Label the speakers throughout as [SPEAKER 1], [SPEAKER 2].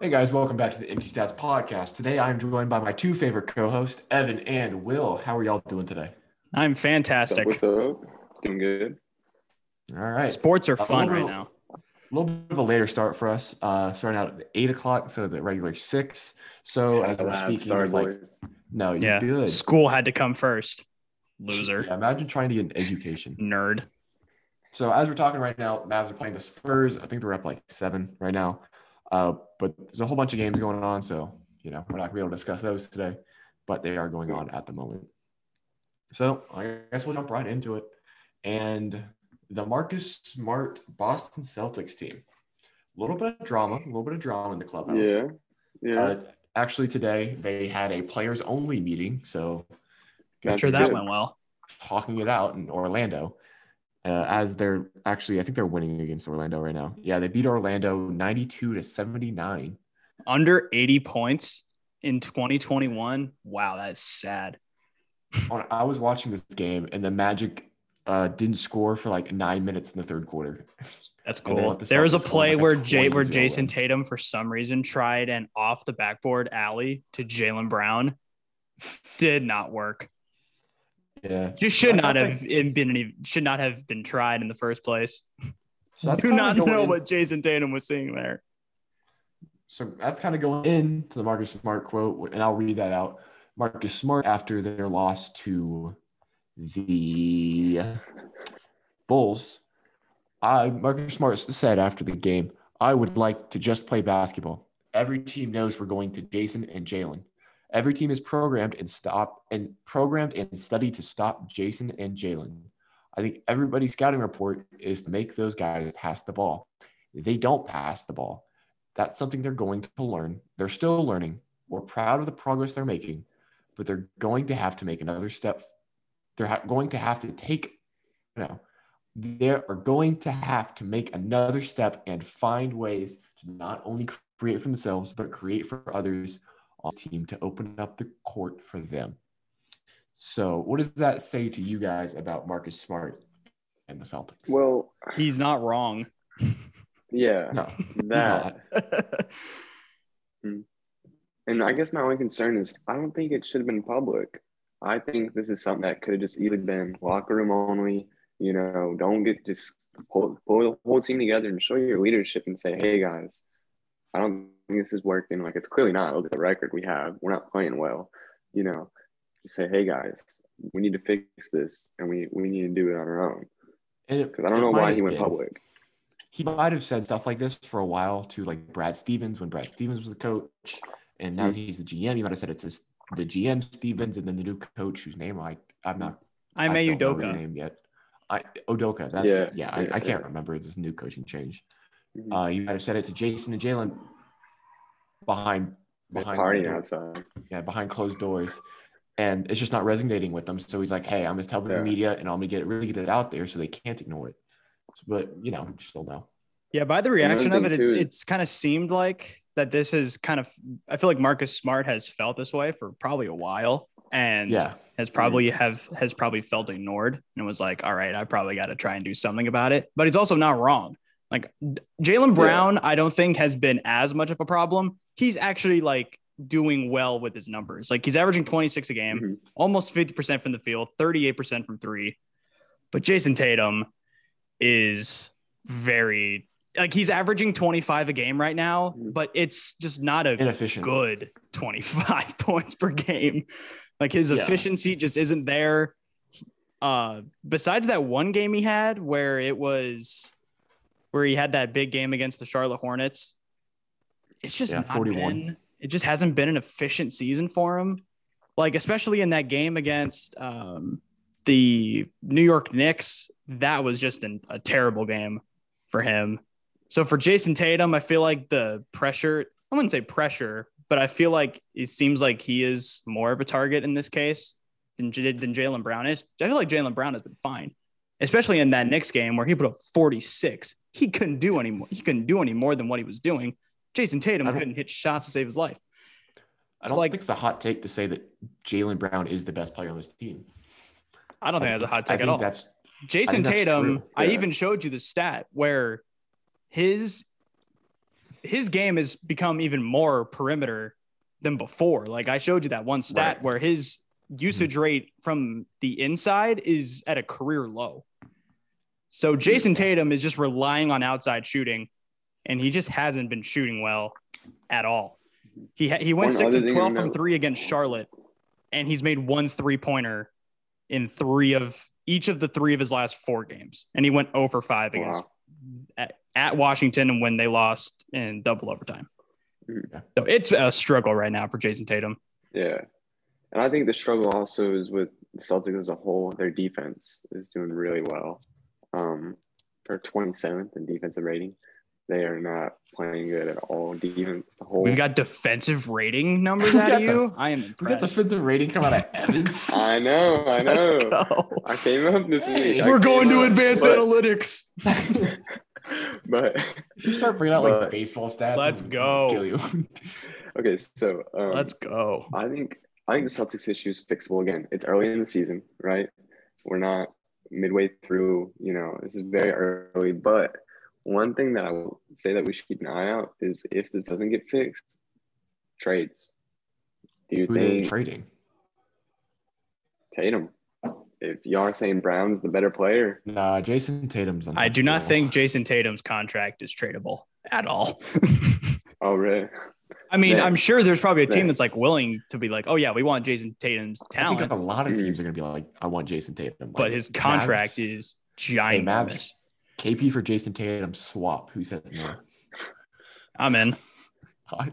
[SPEAKER 1] Hey guys, welcome back to the Empty Stats Podcast. Today I'm joined by my two favorite co-hosts, Evan and Will. How are y'all doing today?
[SPEAKER 2] I'm fantastic.
[SPEAKER 3] What's up? Doing good.
[SPEAKER 1] All right.
[SPEAKER 2] Sports are fun
[SPEAKER 1] we'll-
[SPEAKER 2] right now.
[SPEAKER 1] A little bit of a later start for us, uh, starting out at eight o'clock instead of the regular six. So Oh, as we're
[SPEAKER 3] Uh,
[SPEAKER 1] speaking,
[SPEAKER 3] sorry,
[SPEAKER 1] it's like,
[SPEAKER 3] boys.
[SPEAKER 1] no, you're
[SPEAKER 2] Yeah.
[SPEAKER 1] good.
[SPEAKER 2] School had to come first. Loser.
[SPEAKER 1] Yeah, imagine trying to get an education.
[SPEAKER 2] Nerd.
[SPEAKER 1] So as we're talking right now, Mavs are playing the Spurs. I think they're up like seven right now. Uh, but there's a whole bunch of games going on, so you know we're not gonna be able to discuss those today, but they are going on at the moment. So I guess we'll jump right into it. And the Marcus Smart Boston Celtics team. A little bit of drama, a little bit of drama in the clubhouse.
[SPEAKER 3] Yeah. Yeah.
[SPEAKER 1] Uh, actually, today they had a players only meeting, so
[SPEAKER 2] I'm
[SPEAKER 3] That's
[SPEAKER 2] sure that
[SPEAKER 3] good.
[SPEAKER 2] went well.
[SPEAKER 1] talking it out in Orlando. Uh, as they're actually, I think they're winning against Orlando right now. Yeah, they beat Orlando 92 to 79.
[SPEAKER 2] Under 80 points in 2021. Wow, that's sad.
[SPEAKER 1] On, I was watching this game, and the Magic uh, didn't score for like nine minutes in the third quarter.
[SPEAKER 2] That's
[SPEAKER 1] And they
[SPEAKER 2] cool.
[SPEAKER 1] let the
[SPEAKER 2] there was a
[SPEAKER 1] Celtics score
[SPEAKER 2] play
[SPEAKER 1] like a
[SPEAKER 2] where Jay,
[SPEAKER 1] 20
[SPEAKER 2] where
[SPEAKER 1] zero
[SPEAKER 2] Jason
[SPEAKER 1] win.
[SPEAKER 2] Tatum, for some reason, tried an off the backboard alley to Jalen Brown. Did not work.
[SPEAKER 1] Yeah,
[SPEAKER 2] Just should
[SPEAKER 1] I thought
[SPEAKER 2] not have been any, should not have been tried in the first place.
[SPEAKER 1] so that's
[SPEAKER 2] Do
[SPEAKER 1] kinda
[SPEAKER 2] not
[SPEAKER 1] going
[SPEAKER 2] know
[SPEAKER 1] in-
[SPEAKER 2] what Jason Tatum was seeing there.
[SPEAKER 1] So that's kind of going into the Marcus Smart quote, and I'll read that out. Marcus Smart, after their loss to the Bulls, I Marcus Smart said after the game, "I would like to just play basketball. Every team knows we're going to Jason and Jalen. Every team is programmed and stop and programmed and studied to stop Jason and Jalen. I think everybody's scouting report is to make those guys pass the ball. They don't pass the ball." That's something they're going to learn. They're still learning. We're proud of the progress they're making, but they're going to have to make another step. They're ha- going to have to take, no, they are going to have to make another step and find ways to not only create for themselves, but create for others on the team to open up the court for them. So, what does that say to you guys about Marcus Smart and the Celtics?
[SPEAKER 3] Well,
[SPEAKER 2] He's not wrong.
[SPEAKER 3] yeah.
[SPEAKER 1] no, he's
[SPEAKER 3] That.
[SPEAKER 1] not.
[SPEAKER 3] And I guess my only concern is I don't think it should have been public. I think this is something that could have just either been locker room only, you know, don't get just pull, pull the whole team together and show your leadership and say, hey guys, I don't think this is working. Like it's clearly not. Look at the record we have. We're not playing well. You know, just say, hey guys, we need to fix this and we, we need to do it on our own.
[SPEAKER 1] And it-
[SPEAKER 3] Because I don't
[SPEAKER 1] it
[SPEAKER 3] know
[SPEAKER 1] might
[SPEAKER 3] why
[SPEAKER 1] have
[SPEAKER 3] he went
[SPEAKER 1] been.
[SPEAKER 3] public.
[SPEAKER 1] he might have said stuff like this for a while to like Brad Stevens when Brad Stevens was the coach, and
[SPEAKER 3] Hmm.
[SPEAKER 1] now that he's the GM. He might have said it to s- the GM Stevens and then the new coach whose name I I'm not
[SPEAKER 2] I'm
[SPEAKER 1] I don't know his
[SPEAKER 2] Udoka.
[SPEAKER 1] name yet. I Odoka. That's yeah.
[SPEAKER 3] Yeah,
[SPEAKER 1] I,
[SPEAKER 3] yeah,
[SPEAKER 1] I can't remember this new coaching change.
[SPEAKER 3] Mhm.
[SPEAKER 1] Uh, you might have said it to Jason and Jalen behind
[SPEAKER 3] They're
[SPEAKER 1] behind
[SPEAKER 3] partying
[SPEAKER 1] the door-
[SPEAKER 3] outside.
[SPEAKER 1] yeah, behind closed doors. And it's just not resonating with them. So he's like, hey, I'm just telling
[SPEAKER 3] Yeah.
[SPEAKER 1] the media and I'm gonna get really get it out there so they can't ignore it. But you know, still no.
[SPEAKER 2] Yeah, by the
[SPEAKER 3] Another
[SPEAKER 2] reaction of it,
[SPEAKER 3] thing,
[SPEAKER 2] it's,
[SPEAKER 3] too, is-
[SPEAKER 2] it's kind of seemed like that this is kind of, I feel like Marcus Smart has felt this way for probably a while and
[SPEAKER 1] Yeah.
[SPEAKER 2] has probably have, has probably felt ignored and was like, all right, I probably got to try and do something about it. But he's also not wrong. Like Jalen Brown, I don't think has been as much of a problem. He's actually like doing well with his numbers. Like he's averaging 26 a game.
[SPEAKER 3] Mhm.
[SPEAKER 2] almost 50% from the field, 38% from three. But Jason Tatum is very like he's averaging 25 a game right now,
[SPEAKER 3] Mhm.
[SPEAKER 2] but it's just not a
[SPEAKER 1] inefficient.
[SPEAKER 2] good 25 points per game. Like his
[SPEAKER 1] Yeah.
[SPEAKER 2] efficiency just isn't there. Uh besides that one game he had where it was where he had that big game against the Charlotte Hornets. It's just
[SPEAKER 1] Yeah,
[SPEAKER 2] not
[SPEAKER 1] 41.
[SPEAKER 2] been- it just hasn't been an efficient season for him. Like especially in that game against um the New York Knicks, that was just an, a terrible game for him. So for Jason Tatum, I feel like the pressure, I wouldn't say pressure, but I feel like it seems like he is more of a target in this case than, J- than Jalen Brown is. I feel like Jalen Brown has been fine, especially in that Knicks game where he put up 46. He couldn't do any more. He couldn't do any more than what he was doing. Jason
[SPEAKER 1] I
[SPEAKER 2] Tatum
[SPEAKER 1] don't-
[SPEAKER 2] couldn't hit shots to save his life.
[SPEAKER 1] I
[SPEAKER 2] So,
[SPEAKER 1] don't
[SPEAKER 2] like-
[SPEAKER 1] think it's a hot take to say that Jalen Brown is the best player on this team.
[SPEAKER 2] I don't think that's a hot take
[SPEAKER 1] I
[SPEAKER 2] at
[SPEAKER 1] think
[SPEAKER 2] all.
[SPEAKER 1] That's
[SPEAKER 2] Jason
[SPEAKER 1] think that's
[SPEAKER 2] Tatum,
[SPEAKER 1] true.
[SPEAKER 2] I
[SPEAKER 3] Yeah.
[SPEAKER 2] even showed you the stat where his his game has become even more perimeter than before. Like I showed you that one stat
[SPEAKER 3] Right.
[SPEAKER 2] where his usage rate from the inside is at a career low. So Jason Tatum is just relying on outside shooting, and he just hasn't been shooting well at all. He ha- he went
[SPEAKER 3] One
[SPEAKER 2] six
[SPEAKER 3] other
[SPEAKER 2] of
[SPEAKER 3] thing to
[SPEAKER 2] twelve from
[SPEAKER 3] note.
[SPEAKER 2] three against Charlotte, and he's made one three pointer in three of each of the three of his last four games, and he went over five
[SPEAKER 3] Wow.
[SPEAKER 2] against at, at Washington and when they lost in double overtime.
[SPEAKER 3] Yeah.
[SPEAKER 2] So it's a struggle right now for Jason Tatum.
[SPEAKER 3] Yeah. And I think the struggle also is with the Celtics as a whole. Their defense is doing really well. Um, they're 27th in defensive rating. They are not playing good at all. Defense as a whole.
[SPEAKER 2] We've got defensive rating numbers
[SPEAKER 1] We
[SPEAKER 2] out of
[SPEAKER 1] got
[SPEAKER 2] you. I am
[SPEAKER 1] We got
[SPEAKER 2] impressed.
[SPEAKER 1] defensive rating come out of Evans.
[SPEAKER 3] I know. I know.
[SPEAKER 2] Let's go.
[SPEAKER 3] I came up this
[SPEAKER 1] Hey.
[SPEAKER 3] week. I
[SPEAKER 2] We're going
[SPEAKER 3] came
[SPEAKER 2] to
[SPEAKER 3] up,
[SPEAKER 2] advanced
[SPEAKER 3] but-
[SPEAKER 2] analytics.
[SPEAKER 3] But
[SPEAKER 1] if you start bringing out like
[SPEAKER 3] But-
[SPEAKER 1] baseball stats,
[SPEAKER 2] Let's
[SPEAKER 1] I'm
[SPEAKER 2] go.
[SPEAKER 1] gonna Kill you.
[SPEAKER 3] okay, so um,
[SPEAKER 2] Let's go.
[SPEAKER 3] I think I think the Celtics issue is fixable again. It's early in the season, right? We're not midway through, you know, this is very early. But one thing that I will say that we should keep an eye out is if this doesn't get fixed, trades. Do you
[SPEAKER 1] Who they
[SPEAKER 3] think
[SPEAKER 1] trading?
[SPEAKER 3] Tatum? If you are saying Brown's the better player,
[SPEAKER 1] Nah, Jason Tatum's. on
[SPEAKER 2] I
[SPEAKER 1] that
[SPEAKER 2] do not
[SPEAKER 1] deal.
[SPEAKER 2] think Jason Tatum's contract is tradable at all.
[SPEAKER 3] oh really?
[SPEAKER 2] I mean,
[SPEAKER 3] Man.
[SPEAKER 2] I'm sure there's probably a team
[SPEAKER 3] Man.
[SPEAKER 2] that's like willing to be like, oh yeah, we want Jason Tatum's
[SPEAKER 1] I think
[SPEAKER 2] talent,
[SPEAKER 1] a lot of
[SPEAKER 3] Mm.
[SPEAKER 1] teams are gonna be like, I want Jason Tatum,
[SPEAKER 2] but
[SPEAKER 1] Like,
[SPEAKER 2] his contract
[SPEAKER 1] Mavs,
[SPEAKER 2] is
[SPEAKER 1] Hey, Mavs.
[SPEAKER 2] ginormous.
[SPEAKER 1] KP for Jason Tatum swap. Who says no?
[SPEAKER 2] I'm in.
[SPEAKER 1] I-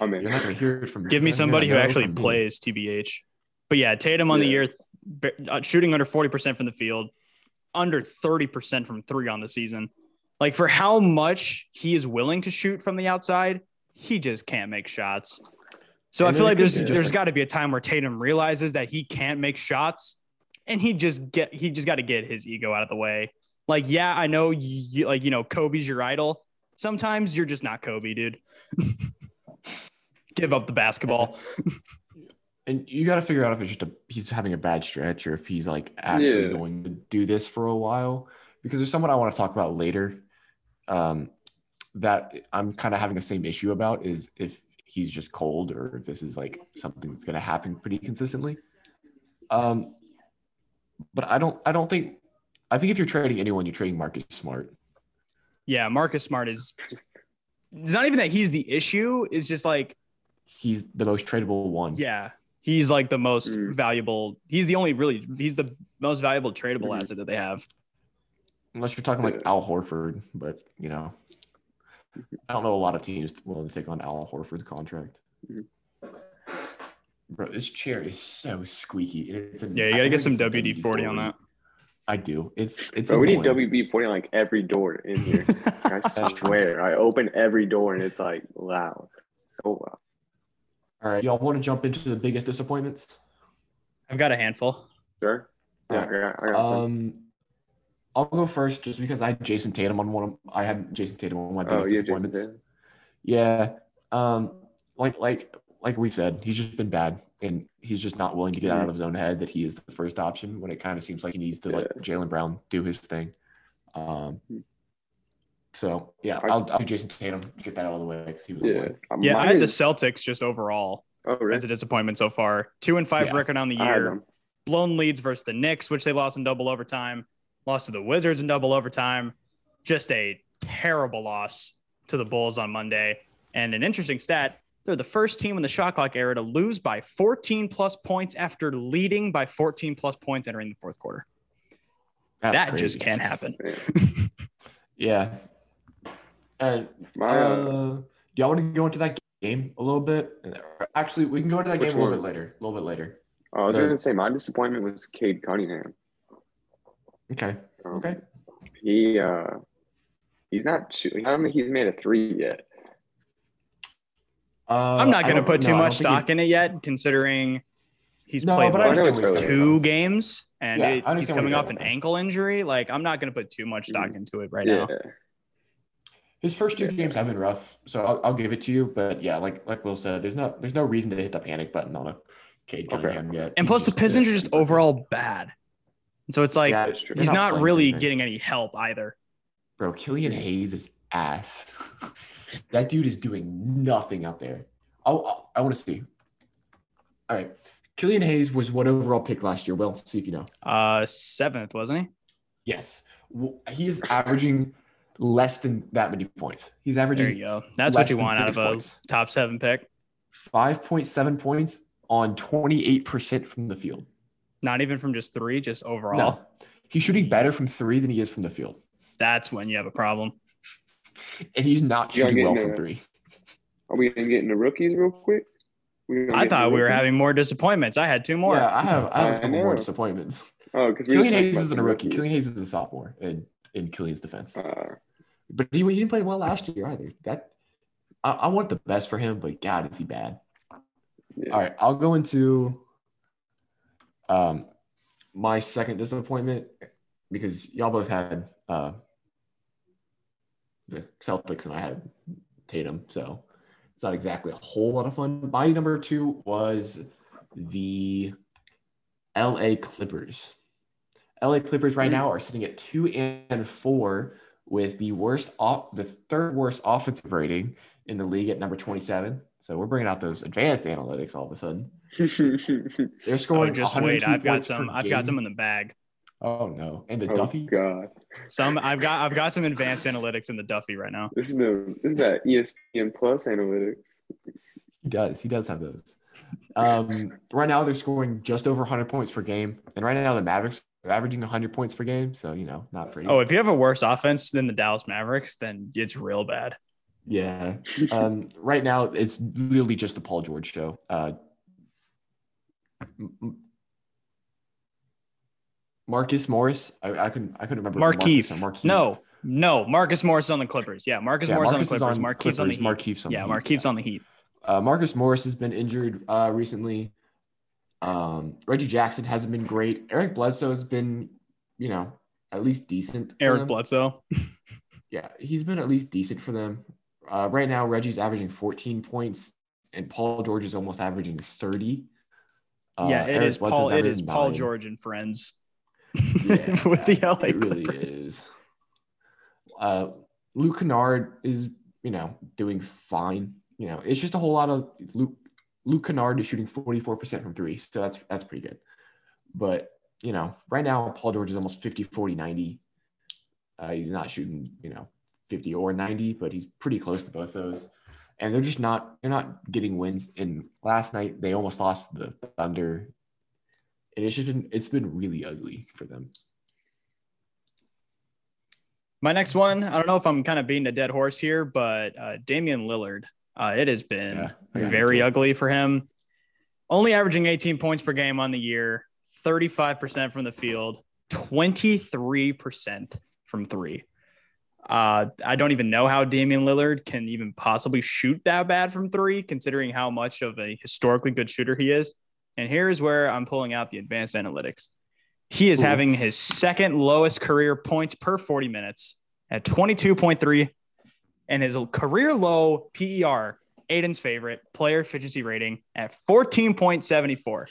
[SPEAKER 3] I mean
[SPEAKER 1] You're not gonna hear it from.
[SPEAKER 2] Give
[SPEAKER 1] you're not
[SPEAKER 2] me
[SPEAKER 1] gonna
[SPEAKER 2] somebody who
[SPEAKER 1] know
[SPEAKER 2] actually
[SPEAKER 1] from me.
[SPEAKER 2] plays TBH. But yeah, Tatum on the
[SPEAKER 3] Yeah.
[SPEAKER 2] year, th- ba- uh, shooting under 40% from the field, under 30% from three on the season. Like for how much he is willing to shoot from the outside, he just can't make shots. So
[SPEAKER 1] And
[SPEAKER 2] I
[SPEAKER 1] then
[SPEAKER 2] feel like
[SPEAKER 1] it could
[SPEAKER 2] there's
[SPEAKER 1] be
[SPEAKER 2] there's
[SPEAKER 1] different.
[SPEAKER 2] got to be a time where Tatum realizes that he can't make shots, and he just get he just got to get his ego out of the way. Like yeah, I know you like you know Kobe's your idol. Sometimes you're just not Kobe, dude. Give up the basketball.
[SPEAKER 1] And you got to figure out if it's just a he's having a bad stretch or if he's like actually
[SPEAKER 3] Yeah.
[SPEAKER 1] going to do this for a while. Because there's someone I want to talk about later um, that I'm kind of having the same issue about is if he's just cold or if this is like something that's going to happen pretty consistently. Um, but I don't. I don't think. I think if you're trading anyone, you're trading Marcus Smart.
[SPEAKER 2] Yeah, Marcus Smart is. It's not even that he's the issue. It's just like
[SPEAKER 1] He's the most tradable one.
[SPEAKER 2] yeah, he's like the most
[SPEAKER 3] Mm.
[SPEAKER 2] valuable. He's the only really. He's the most valuable tradable
[SPEAKER 3] Mm-hmm.
[SPEAKER 2] asset that they have.
[SPEAKER 1] Unless you're talking like Al Horford, but you know, I don't know a lot of teams willing to take on Al Horford's contract.
[SPEAKER 3] Mhm.
[SPEAKER 1] Mm-hmm. Bro, this chair is so squeaky. and it's an-
[SPEAKER 2] Yeah, you
[SPEAKER 1] I
[SPEAKER 2] gotta
[SPEAKER 1] think
[SPEAKER 2] get some
[SPEAKER 1] it's a
[SPEAKER 2] WD forty on that.
[SPEAKER 1] I do. It's it's.
[SPEAKER 3] Bro, we need
[SPEAKER 1] annoying.
[SPEAKER 3] WB forty on like every door in here. I
[SPEAKER 1] That's true.
[SPEAKER 3] swear, I open every door and it's like loud, so loud.
[SPEAKER 1] All right, y'all want to jump into the biggest disappointments?
[SPEAKER 2] I've got a handful.
[SPEAKER 3] Sure.
[SPEAKER 1] Yeah.
[SPEAKER 3] I got, I got some.
[SPEAKER 1] Um, I'll go first just because I had Jason Tatum on one. Of, I had Jason Tatum on my biggest
[SPEAKER 3] Oh, yeah, Jason
[SPEAKER 1] disappointments.
[SPEAKER 3] Tatum.
[SPEAKER 1] Yeah. Um, like like like we've said, he's just been bad and he's just not willing to get out of his own head that he is the first option when it kind of seems like he needs to let Jalen Brown do his thing. Um so yeah,
[SPEAKER 3] I-
[SPEAKER 1] I'll, I'll do Jason Tatum get that out of the way because he was
[SPEAKER 3] Yeah.
[SPEAKER 1] yeah.
[SPEAKER 2] Yeah,
[SPEAKER 3] Uh, Mine
[SPEAKER 2] I had the
[SPEAKER 3] is-
[SPEAKER 2] Celtics just overall
[SPEAKER 3] Oh, really?
[SPEAKER 2] as a disappointment so far. Two and five
[SPEAKER 1] Yeah.
[SPEAKER 2] record on the
[SPEAKER 3] I had
[SPEAKER 2] year.
[SPEAKER 3] them.
[SPEAKER 2] blown leads versus the Knicks, which they lost in double overtime, lost to the Wizards in double overtime. Just a terrible loss to the Bulls on Monday. And an interesting stat they're the first team in the shot clock era to lose by 14 plus points after leading by 14 plus points entering the fourth quarter.
[SPEAKER 1] That's
[SPEAKER 2] that
[SPEAKER 1] crazy.
[SPEAKER 2] just can't happen.
[SPEAKER 1] Yeah. And uh,
[SPEAKER 3] My, uh,
[SPEAKER 1] do y'all want to go into that game a little bit? Actually, we can go into that
[SPEAKER 3] Which
[SPEAKER 1] game a little
[SPEAKER 3] one?
[SPEAKER 1] bit later. A little bit later.
[SPEAKER 3] oh, I was
[SPEAKER 1] the-
[SPEAKER 3] gonna say my disappointment was Cade Cunningham.
[SPEAKER 1] Okay.
[SPEAKER 3] Um,
[SPEAKER 1] Okay.
[SPEAKER 3] He uh, he's not shooting. I don't think he's made a three yet.
[SPEAKER 1] Uh,
[SPEAKER 2] I'm not
[SPEAKER 1] I
[SPEAKER 2] going to
[SPEAKER 1] don't-
[SPEAKER 2] put too
[SPEAKER 1] no, I don't
[SPEAKER 2] much
[SPEAKER 1] think he-
[SPEAKER 2] stock in it yet, considering he's
[SPEAKER 1] No,
[SPEAKER 2] played
[SPEAKER 1] but
[SPEAKER 2] what,
[SPEAKER 1] I
[SPEAKER 3] I know
[SPEAKER 1] understand
[SPEAKER 3] it's
[SPEAKER 1] what he's
[SPEAKER 3] early.
[SPEAKER 1] doing.
[SPEAKER 2] two games and
[SPEAKER 1] Yeah, I
[SPEAKER 2] it- he's
[SPEAKER 1] understand where
[SPEAKER 2] coming
[SPEAKER 1] you're
[SPEAKER 2] off an
[SPEAKER 1] going with that.
[SPEAKER 2] ankle injury. Like, I'm not going to put too much stock
[SPEAKER 1] Mm.
[SPEAKER 3] Mhm.
[SPEAKER 2] into it right
[SPEAKER 3] yeah.
[SPEAKER 2] now.
[SPEAKER 1] His first two
[SPEAKER 3] Yeah.
[SPEAKER 1] games have been rough, so I'll, I'll give it to you. But yeah, like like Will said, there's no there's no reason to hit the panic button on a Cade
[SPEAKER 3] Okay.
[SPEAKER 1] Cunningham yet.
[SPEAKER 2] And plus, the Pistons are just overall bad. And so it's like
[SPEAKER 1] Yeah,
[SPEAKER 3] That's true.
[SPEAKER 2] he's
[SPEAKER 1] not
[SPEAKER 2] not,
[SPEAKER 1] playing
[SPEAKER 2] really
[SPEAKER 1] anything.
[SPEAKER 2] getting any help either.
[SPEAKER 1] bro. Killian Hayes is ass. That dude is doing nothing out there. I'll, I, I want to see. All right. Killian Hayes was what overall pick last year? Well, see if you know.
[SPEAKER 2] Uh, seventh, wasn't he?
[SPEAKER 1] Yes. W- He is averaging less than that many points. He's averaging
[SPEAKER 2] There you go. That's what
[SPEAKER 1] less
[SPEAKER 2] you
[SPEAKER 1] than
[SPEAKER 2] want out
[SPEAKER 1] six
[SPEAKER 2] of a
[SPEAKER 1] points.
[SPEAKER 2] top seven pick.
[SPEAKER 1] 5.7 points on 28% from the field.
[SPEAKER 2] Not even from just three, just overall.
[SPEAKER 1] No. He's shooting better from three than he is from the field.
[SPEAKER 2] That's when you have a problem.
[SPEAKER 1] And he's not
[SPEAKER 3] You're
[SPEAKER 1] shooting well
[SPEAKER 3] getting
[SPEAKER 1] from
[SPEAKER 3] a-
[SPEAKER 1] three.
[SPEAKER 3] Are we gonna get into rookies real quick? We gonna
[SPEAKER 2] I
[SPEAKER 3] get
[SPEAKER 2] thought
[SPEAKER 3] into
[SPEAKER 2] we were
[SPEAKER 3] rookies?
[SPEAKER 2] having more disappointments. I had two more.
[SPEAKER 1] Yeah, I have, I have
[SPEAKER 3] I
[SPEAKER 1] a couple more
[SPEAKER 3] know.
[SPEAKER 1] disappointments.
[SPEAKER 3] Oh, because we
[SPEAKER 1] Killian
[SPEAKER 3] just talked
[SPEAKER 1] Hayes
[SPEAKER 3] about
[SPEAKER 1] isn't
[SPEAKER 3] the
[SPEAKER 1] a rookie.
[SPEAKER 3] rookies.
[SPEAKER 1] Killian Hayes is a sophomore in, in Killian's defense.
[SPEAKER 3] Uh,
[SPEAKER 1] But he, he didn't play well last year either. That I, I want the best for him, but God, is he bad.
[SPEAKER 3] yeah.
[SPEAKER 1] All right, I'll go into um my second disappointment because y'all both had uh the Celtics and I had Tatum, so it's not exactly a whole lot of fun. My number two was the LA Clippers. LA Clippers right now are sitting at two and four with the worst off the third worst offensive rating in the league at number 27. So we're bringing out those advanced analytics all of a sudden. They're
[SPEAKER 2] Oh,
[SPEAKER 1] scoring.
[SPEAKER 2] just wait.
[SPEAKER 1] 102
[SPEAKER 2] I've got
[SPEAKER 1] points per
[SPEAKER 2] some. I've got some
[SPEAKER 1] game.
[SPEAKER 2] in the bag.
[SPEAKER 1] Oh no! And the
[SPEAKER 3] oh
[SPEAKER 1] Duffy.
[SPEAKER 3] God,
[SPEAKER 2] Some. I've got. I've got some advanced analytics in the Duffy right now.
[SPEAKER 3] this is the this is that E ESPN Plus analytics.
[SPEAKER 1] He does. He does have those. Um, right now, they're scoring just over 100 points per game, and right now the Mavericks are averaging 100 points per game. So you know, not pretty.
[SPEAKER 2] Oh, if you have a worse offense than the Dallas Mavericks, then it's real bad.
[SPEAKER 1] yeah.
[SPEAKER 2] Uh,
[SPEAKER 1] Um, right now, it's literally just the Paul George show. Uh, M- M- Marcus Morris. I, I couldn't. I couldn't remember.
[SPEAKER 2] Markeith.
[SPEAKER 1] Marquise.
[SPEAKER 2] No, no. Marcus Morris is on the Clippers. Yeah, Marcus
[SPEAKER 1] Yeah,
[SPEAKER 2] Morris
[SPEAKER 1] Marcus
[SPEAKER 2] on the
[SPEAKER 1] is
[SPEAKER 2] Clippers.
[SPEAKER 1] on
[SPEAKER 2] Markeith's
[SPEAKER 1] Clippers.
[SPEAKER 2] on the Heat.
[SPEAKER 1] Markeith's on the
[SPEAKER 2] yeah,
[SPEAKER 1] Heat.
[SPEAKER 2] Markeith's on the Heat.
[SPEAKER 1] Uh, Marcus Morris has been injured uh, recently. Um, Reggie Jackson hasn't been great. Eric Bledsoe has been, you know, at least decent. for
[SPEAKER 2] Eric
[SPEAKER 1] them.
[SPEAKER 2] Bledsoe.
[SPEAKER 1] Yeah, he's been at least decent for them. Uh, right now, Reggie's averaging 14 points, and Paul George is almost averaging 30. Uh,
[SPEAKER 2] yeah, it
[SPEAKER 1] Eric
[SPEAKER 2] is
[SPEAKER 1] Bledsoe's
[SPEAKER 2] Paul. It is
[SPEAKER 1] averaging
[SPEAKER 2] Paul
[SPEAKER 1] nine.
[SPEAKER 2] George and friends
[SPEAKER 1] Yeah,
[SPEAKER 2] with the LA
[SPEAKER 1] it really
[SPEAKER 2] Clippers.
[SPEAKER 1] is. Uh, Luke Kennard is, you know, doing fine. You know, it's just a whole lot of Luke. Luke Kennard is shooting 44% from three, so that's that's pretty good. But you know, right now Paul George is almost 50, 40, 90. Uh, he's not shooting, you know, 50 or 90, but he's pretty close to both those. And they're just not they're not getting wins. And last night they almost lost to the Thunder. And it's just been it's been really ugly for them.
[SPEAKER 2] My next one, I don't know if I'm kind of beating a dead horse here, but uh, Damian Lillard, uh, it has been
[SPEAKER 1] Yeah, I got
[SPEAKER 2] very
[SPEAKER 1] it.
[SPEAKER 2] ugly for him. Only averaging 18 points per game on the year, 35% from the field, 23% from three. Uh, I don't even know how Damian Lillard can even possibly shoot that bad from three, considering how much of a historically good shooter he is. And here's where I'm pulling out the advanced analytics. He is
[SPEAKER 1] Ooh.
[SPEAKER 2] having his second lowest career points per 40 minutes at 22.3 and his career low PER, Aiden's favorite player efficiency rating at 14.74.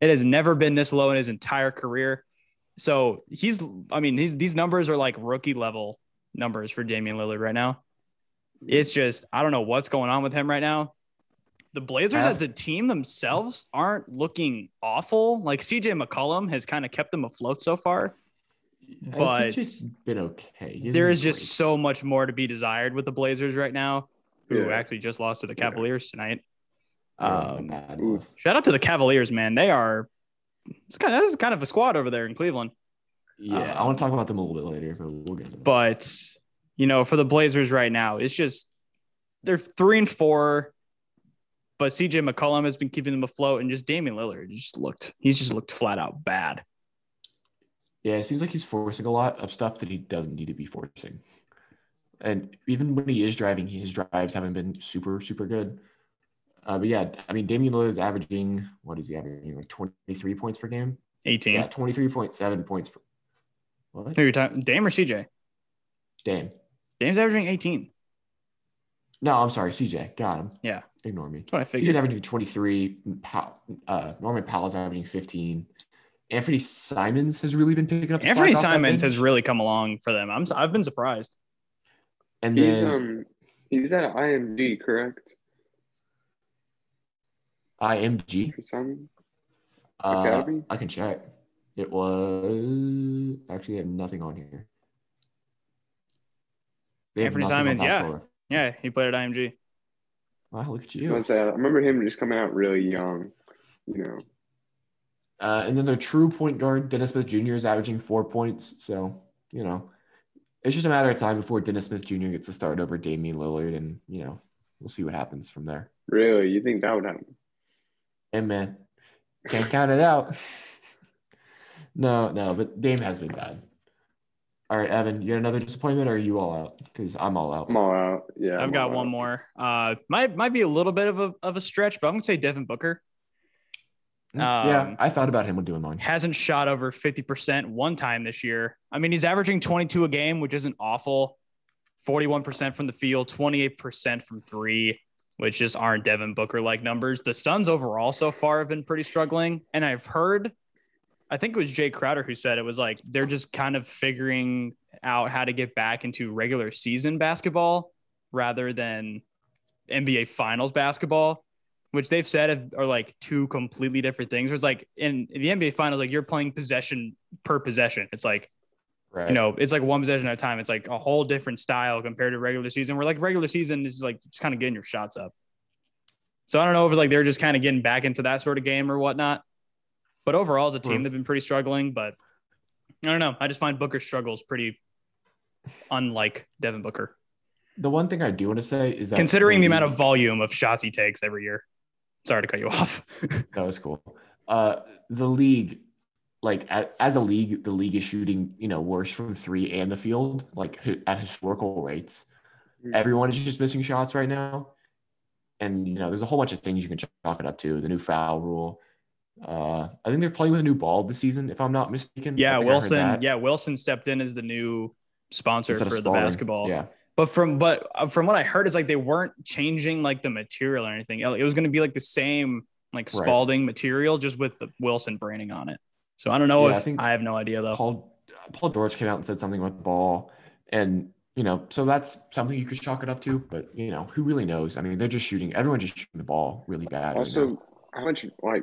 [SPEAKER 2] It has never been this low in his entire career. So he's, I mean, these these numbers are like rookie level numbers for Damian Lillard right now. It's just I don't know what's going on with him right now. The Blazers
[SPEAKER 1] Yeah.
[SPEAKER 2] as a team themselves aren't looking awful. Like CJ McCollum has kind of kept them afloat so far. But-
[SPEAKER 1] it's just been okay. He hasn't
[SPEAKER 2] There
[SPEAKER 1] been
[SPEAKER 2] is just so much more to be desired with the Blazers right now, who
[SPEAKER 3] Yeah.
[SPEAKER 2] actually just lost to the
[SPEAKER 3] Yeah.
[SPEAKER 2] Cavaliers tonight.
[SPEAKER 1] great. Yeah,
[SPEAKER 2] Um,
[SPEAKER 1] bad
[SPEAKER 3] ooh.
[SPEAKER 1] loss.
[SPEAKER 2] Shout out to the Cavaliers, man. They are it's kind of, that's kind of a squad over there in Cleveland.
[SPEAKER 1] yeah, I want to talk about them a little bit later, but we'll get. Into that.
[SPEAKER 2] uh, But you know, for the Blazers right now, it's just they're three and four. But CJ McCollum has been keeping them afloat, and just Damian Lillard just looked he's just looked flat out bad.
[SPEAKER 1] yeah, it seems like he's forcing a lot of stuff that he doesn't need to be forcing. And even when he is driving, his drives haven't been super super good. Uh, but yeah, I mean, Damian Lillard is averaging what is he averaging? Like twenty three points per game.
[SPEAKER 2] Eighteen.
[SPEAKER 1] Yeah, twenty three point seven points. Per, what?
[SPEAKER 2] Who are you talking? Dame or CJ?
[SPEAKER 1] Damn.
[SPEAKER 2] Dame's averaging eighteen.
[SPEAKER 1] No, I'm sorry, CJ. Got him.
[SPEAKER 2] Yeah.
[SPEAKER 1] Ignore me.
[SPEAKER 2] That's what I
[SPEAKER 1] CJ's
[SPEAKER 2] figured.
[SPEAKER 1] averaging 23. Powell, uh, Norman Powell's averaging 15. Anthony Simons has really been picking up. the
[SPEAKER 2] Anthony
[SPEAKER 1] slack off that
[SPEAKER 2] Simons
[SPEAKER 1] bench.
[SPEAKER 2] has really come along for them. I'm s- I've been surprised.
[SPEAKER 1] And
[SPEAKER 3] He's
[SPEAKER 1] then
[SPEAKER 3] um He's at IMG, correct?
[SPEAKER 1] IMG.
[SPEAKER 3] For some
[SPEAKER 1] Uh,
[SPEAKER 3] Academy?
[SPEAKER 1] I can check. It was actually I have nothing on here. They have
[SPEAKER 2] Anthony
[SPEAKER 1] nothing on
[SPEAKER 2] Simons, yeah.
[SPEAKER 1] basketball.
[SPEAKER 2] Yeah, he played at IMG.
[SPEAKER 1] Wow, look at
[SPEAKER 3] I
[SPEAKER 1] you.
[SPEAKER 3] wanna say, I remember him just coming out really young. You know,
[SPEAKER 1] Uh, and then their true point guard, Dennis Smith Jr., is averaging four points. So, you know, it's just a matter of time before Dennis Smith Jr. gets to start over Damian Lillard. And, you know, we'll see what happens from there.
[SPEAKER 3] really, you think that would happen?
[SPEAKER 1] And, man, can't count it out. No, no, but Dame has been bad. All right, Evan, you had another disappointment or are you all out? Because I'm all out.
[SPEAKER 3] I'm all out. Yeah, I'm
[SPEAKER 2] I've got
[SPEAKER 3] all
[SPEAKER 2] one
[SPEAKER 3] out.
[SPEAKER 2] more. Uh, might might be a little bit of a of a stretch, but I'm gonna say Devin Booker
[SPEAKER 1] Hmm? yeah,
[SPEAKER 2] um,
[SPEAKER 1] I thought about him when doing mine.
[SPEAKER 2] hasn't shot over 50% one time this year. I mean, he's averaging 22 a game, which isn't awful. 41% from the field, 28% from three, which just aren't Devin Booker like numbers. The Suns overall so far have been pretty struggling, and I've heard. I think it was Jay Crowder who said it was like they're just kind of figuring out how to get back into regular season basketball rather than NBA finals basketball, which they've said have- are like two completely different things. It's like in in the NBA finals, like you're playing possession per possession. It's like,
[SPEAKER 1] Right.
[SPEAKER 2] you know, it's like one possession at a time. It's like a whole different style compared to regular season where like regular season is like just kind of getting your shots up. So I don't know if it's like they're just kind of getting back into that sort of game or whatnot. But overall, as a team,
[SPEAKER 1] Hmm.
[SPEAKER 2] they've been pretty struggling. But I don't know. I just find Booker's struggles pretty unlike Devin Booker,
[SPEAKER 1] the one thing I do want to say is that
[SPEAKER 2] considering
[SPEAKER 1] they-
[SPEAKER 2] the amount of volume of shots he takes every year. Sorry to cut you off.
[SPEAKER 1] That was cool. Uh, the league, like a- as a league, the league is shooting, you know, worse from three and the field, like hi- at historical rates.
[SPEAKER 3] Mm.
[SPEAKER 1] Everyone is just missing shots right now, and you know, there's a whole bunch of things you can chalk it up to. The new foul rule. Uh, I think they're playing with a new ball this season, if I'm not mistaken. I
[SPEAKER 2] Yeah,
[SPEAKER 1] think I heard
[SPEAKER 2] Wilson.
[SPEAKER 1] that.
[SPEAKER 2] Yeah, Wilson stepped in as the new sponsor
[SPEAKER 1] Instead of
[SPEAKER 2] for the
[SPEAKER 1] Spalding.
[SPEAKER 2] basketball.
[SPEAKER 1] Yeah,
[SPEAKER 2] But from but uh, from what I heard is like they weren't changing like the material or anything. It was going to be like the same like
[SPEAKER 1] Right.
[SPEAKER 2] Spalding material just with the Wilson branding on it. So I don't know
[SPEAKER 1] Yeah,
[SPEAKER 2] if
[SPEAKER 1] I think-
[SPEAKER 2] I have no idea though.
[SPEAKER 1] Paul Paul George came out and said something about the ball, and you know, so that's something you could chalk it up to. But you know, who really knows? I mean, they're just shooting. Everyone just shooting the ball really bad. right now.
[SPEAKER 3] Also, how much like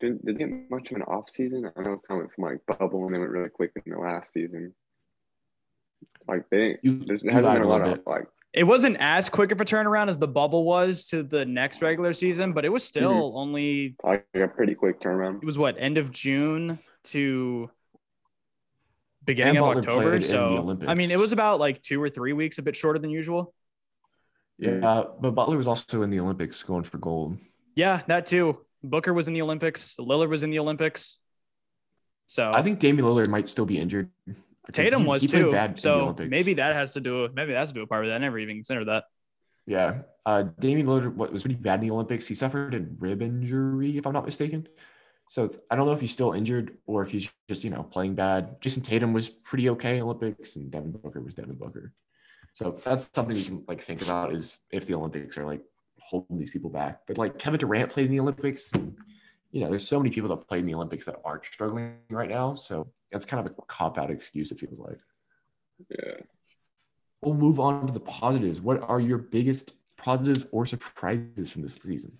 [SPEAKER 3] did, did they get much of an off season? I know it kind of went from like bubble and they went really quick in the last season. Like they didn't.
[SPEAKER 1] You-
[SPEAKER 3] There's
[SPEAKER 1] you
[SPEAKER 3] there hasn't
[SPEAKER 1] lied
[SPEAKER 3] been a
[SPEAKER 1] a
[SPEAKER 3] lot
[SPEAKER 1] little
[SPEAKER 3] of like
[SPEAKER 2] It wasn't as quick of a turnaround as the bubble was to the next regular season, but it was
[SPEAKER 1] Mm-hmm.
[SPEAKER 2] still only
[SPEAKER 3] like a pretty quick turnaround.
[SPEAKER 2] it was what end of June to beginning
[SPEAKER 1] And
[SPEAKER 2] of
[SPEAKER 1] Butler played
[SPEAKER 2] October.
[SPEAKER 1] in the
[SPEAKER 2] So I
[SPEAKER 1] Olympics.
[SPEAKER 2] mean, it was about like two or three weeks, a bit shorter than usual.
[SPEAKER 1] Yeah, uh, but Butler was also in the Olympics going for gold.
[SPEAKER 2] Yeah, that too. Booker was in the Olympics. Lillard was in the Olympics. So
[SPEAKER 1] I think Damian Lillard might still be injured. because
[SPEAKER 2] Tatum
[SPEAKER 1] he-
[SPEAKER 2] was
[SPEAKER 1] he played
[SPEAKER 2] too.
[SPEAKER 1] bad in the
[SPEAKER 2] So
[SPEAKER 1] Olympics.
[SPEAKER 2] maybe that has to do. Maybe that has to do a part with that. I never even considered that.
[SPEAKER 1] Yeah, uh, Damian Lillard wa- was pretty bad in the Olympics. He suffered a rib injury, if I'm not mistaken. So I don't know if he's still injured or if he's just you know playing bad. Jason Tatum was pretty okay in Olympics, and Devin Booker was Devin Booker. So that's something you can like think about is if the Olympics are like holding these people back. But like Kevin Durant played in the Olympics. You know, there's so many people that played in the Olympics that aren't struggling right now. So that's kind of a cop out excuse it feels like.
[SPEAKER 3] Yeah.
[SPEAKER 1] We'll move on to the positives. What are your biggest positives or surprises from this season?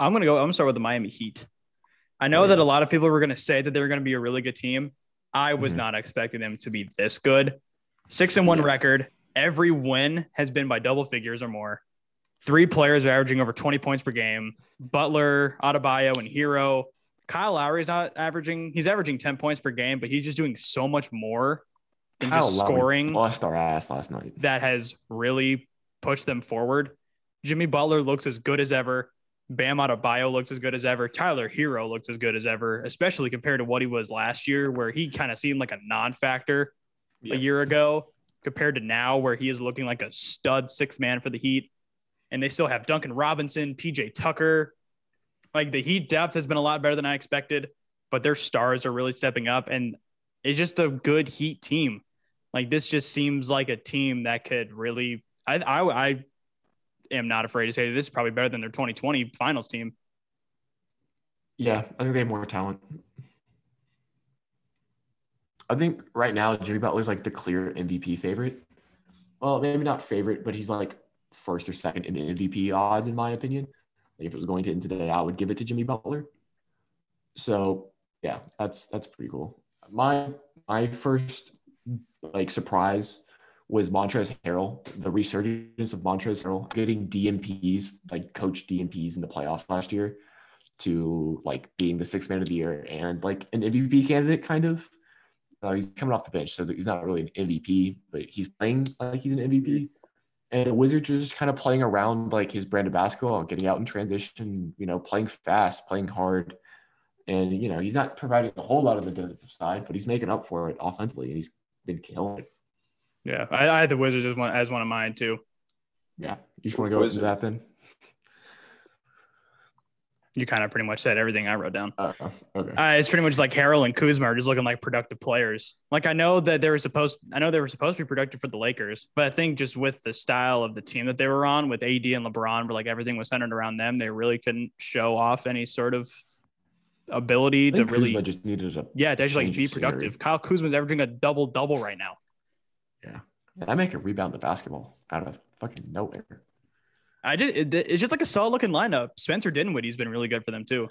[SPEAKER 2] I'm gonna go. I'm gonna start with the Miami Heat. I know
[SPEAKER 1] Oh,
[SPEAKER 2] that
[SPEAKER 1] yeah.
[SPEAKER 2] a lot of people were gonna say that they were gonna be a really good team. I was
[SPEAKER 1] Mhm.
[SPEAKER 2] not expecting them to be this good. Six and one
[SPEAKER 1] Yeah.
[SPEAKER 2] record. Every win has been by double figures or more. Three players are averaging over 20 points per game. Butler, Adebayo, and Hero. Kyle Lowry's not averaging. He's averaging 10 points per game, but he's just doing so much more than just
[SPEAKER 1] Lowry
[SPEAKER 2] scoring.
[SPEAKER 1] bust our ass last night.
[SPEAKER 2] that has really pushed them forward. Jimmy Butler looks as good as ever. Bam Adebayo looks as good as ever. Tyler Hero looks as good as ever, especially compared to what he was last year, where he kind of seemed like a non-factor
[SPEAKER 1] Yeah.
[SPEAKER 2] a year ago, compared to now, where he is looking like a stud six man for the Heat. And they still have Duncan Robinson, PJ Tucker. Like the Heat depth has been a lot better than I expected, but their stars are really stepping up, and it's just a good Heat team. Like this just seems like a team that could really. I I, I am not afraid to say this is probably better than their 2020 Finals team.
[SPEAKER 1] Yeah, I think they have more talent. I think right now Jimmy Butler's like the clear MVP favorite. Well, maybe not favorite, but he's like first or second in MVP odds, in my opinion. Like if it was going to end today, I would give it to Jimmy Butler. So yeah, that's that's pretty cool. My my first like surprise was Montrez Harrell, the resurgence of Montrez Harrell getting DMPs, like coach DMPs in the playoffs last year to like being the sixth man of the year and like an MVP candidate kind of. Uh, he's coming off the bench, so he's not really an MVP, but he's playing like he's an MVP. And the Wizards are just kind of playing around like his brand of basketball, getting out in transition, you know, playing fast, playing hard. And, you know, he's not providing a whole lot of the defensive side, but he's making up for it offensively, and he's been killing it.
[SPEAKER 2] Yeah, I, I had the Wizards as one as one of mine too.
[SPEAKER 1] Yeah. You just want to go into
[SPEAKER 3] Wizard.
[SPEAKER 1] that then?
[SPEAKER 2] You kind of pretty much said everything I wrote down.
[SPEAKER 1] Uh, okay.
[SPEAKER 2] Uh, it's pretty much like Harrell and Kuzma are just looking like productive players. Like I know that they were supposed, I know they were supposed to be productive for the Lakers, but I think just with the style of the team that they were on, with AD and LeBron, where like everything was centered around them, they really couldn't show off any sort of ability
[SPEAKER 1] I
[SPEAKER 2] to
[SPEAKER 1] think
[SPEAKER 2] really,
[SPEAKER 1] Kuzma just needed a
[SPEAKER 2] yeah, to actually like
[SPEAKER 1] change
[SPEAKER 2] be
[SPEAKER 1] of scenery.
[SPEAKER 2] productive. Kyle Kuzma's averaging a double double right now.
[SPEAKER 1] I make a rebound the basketball out of fucking nowhere.
[SPEAKER 2] I just, it, it's just like a solid looking lineup. Spencer Dinwiddie's been really good for them too.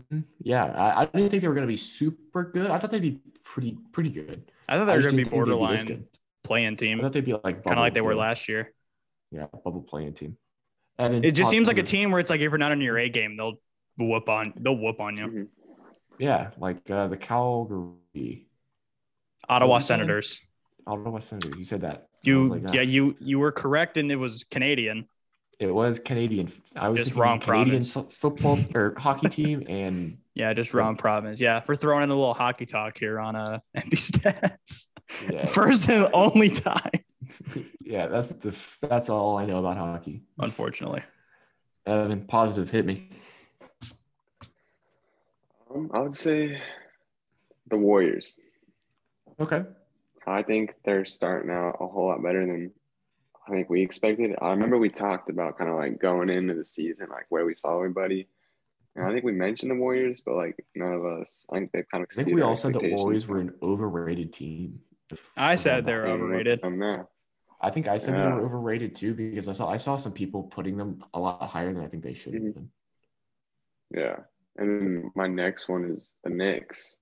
[SPEAKER 1] Mhm. Yeah, I, I didn't think they were going to be super good. I thought they'd be pretty pretty good.
[SPEAKER 2] I thought
[SPEAKER 1] I
[SPEAKER 2] they were
[SPEAKER 1] just
[SPEAKER 2] going
[SPEAKER 1] didn't think
[SPEAKER 2] to be
[SPEAKER 1] they'd this
[SPEAKER 2] borderline
[SPEAKER 1] good.
[SPEAKER 2] playing team,
[SPEAKER 1] I
[SPEAKER 2] kind
[SPEAKER 1] thought they'd be like
[SPEAKER 2] of like they were
[SPEAKER 1] bubble-
[SPEAKER 2] last year.
[SPEAKER 1] Yeah, bubble playing team. Evan,
[SPEAKER 2] It just
[SPEAKER 1] talk
[SPEAKER 2] seems like
[SPEAKER 1] to-
[SPEAKER 2] a team where it's like if you're not in your A game, they'll whoop on they'll whoop on you.
[SPEAKER 3] Mhm.
[SPEAKER 1] Yeah, like uh, the Calgary
[SPEAKER 2] Ottawa
[SPEAKER 1] Who's that?
[SPEAKER 2] Senators.
[SPEAKER 1] Ottawa Senators. You said that. I
[SPEAKER 2] You
[SPEAKER 1] was like,
[SPEAKER 2] yeah,
[SPEAKER 1] ah,
[SPEAKER 2] you you were correct and it was Canadian.
[SPEAKER 1] It was Canadian. I was
[SPEAKER 2] Just
[SPEAKER 1] thinking
[SPEAKER 2] wrong
[SPEAKER 1] Canadian
[SPEAKER 2] province.
[SPEAKER 1] so- football or hockey team, and
[SPEAKER 2] Yeah, just wrong province. Yeah, we're throwing in a little hockey talk here on uh empty stats.
[SPEAKER 1] yeah,
[SPEAKER 2] First and only time,
[SPEAKER 1] yeah, that's the that's all I know about hockey.
[SPEAKER 2] unfortunately.
[SPEAKER 1] Evan, positive hit me.
[SPEAKER 3] Um, I would say the Warriors.
[SPEAKER 1] Okay.
[SPEAKER 3] I think they're starting out a whole lot better than I think we expected. I remember we talked about kind of like going into the season, like where we saw everybody. And I think we mentioned the Warriors, but like none of us, I think they've kind of
[SPEAKER 1] I think we all said the Warriors were an overrated team. If-
[SPEAKER 2] I
[SPEAKER 1] if
[SPEAKER 2] said
[SPEAKER 1] I'm
[SPEAKER 2] they're
[SPEAKER 1] not-
[SPEAKER 2] overrated.
[SPEAKER 3] I'm not.
[SPEAKER 1] I think I said they
[SPEAKER 3] Yeah.
[SPEAKER 1] were overrated too because I saw I saw some people putting them a lot higher than I think they should have
[SPEAKER 3] Mhm.
[SPEAKER 1] been.
[SPEAKER 3] Yeah. And then my next one is the Knicks.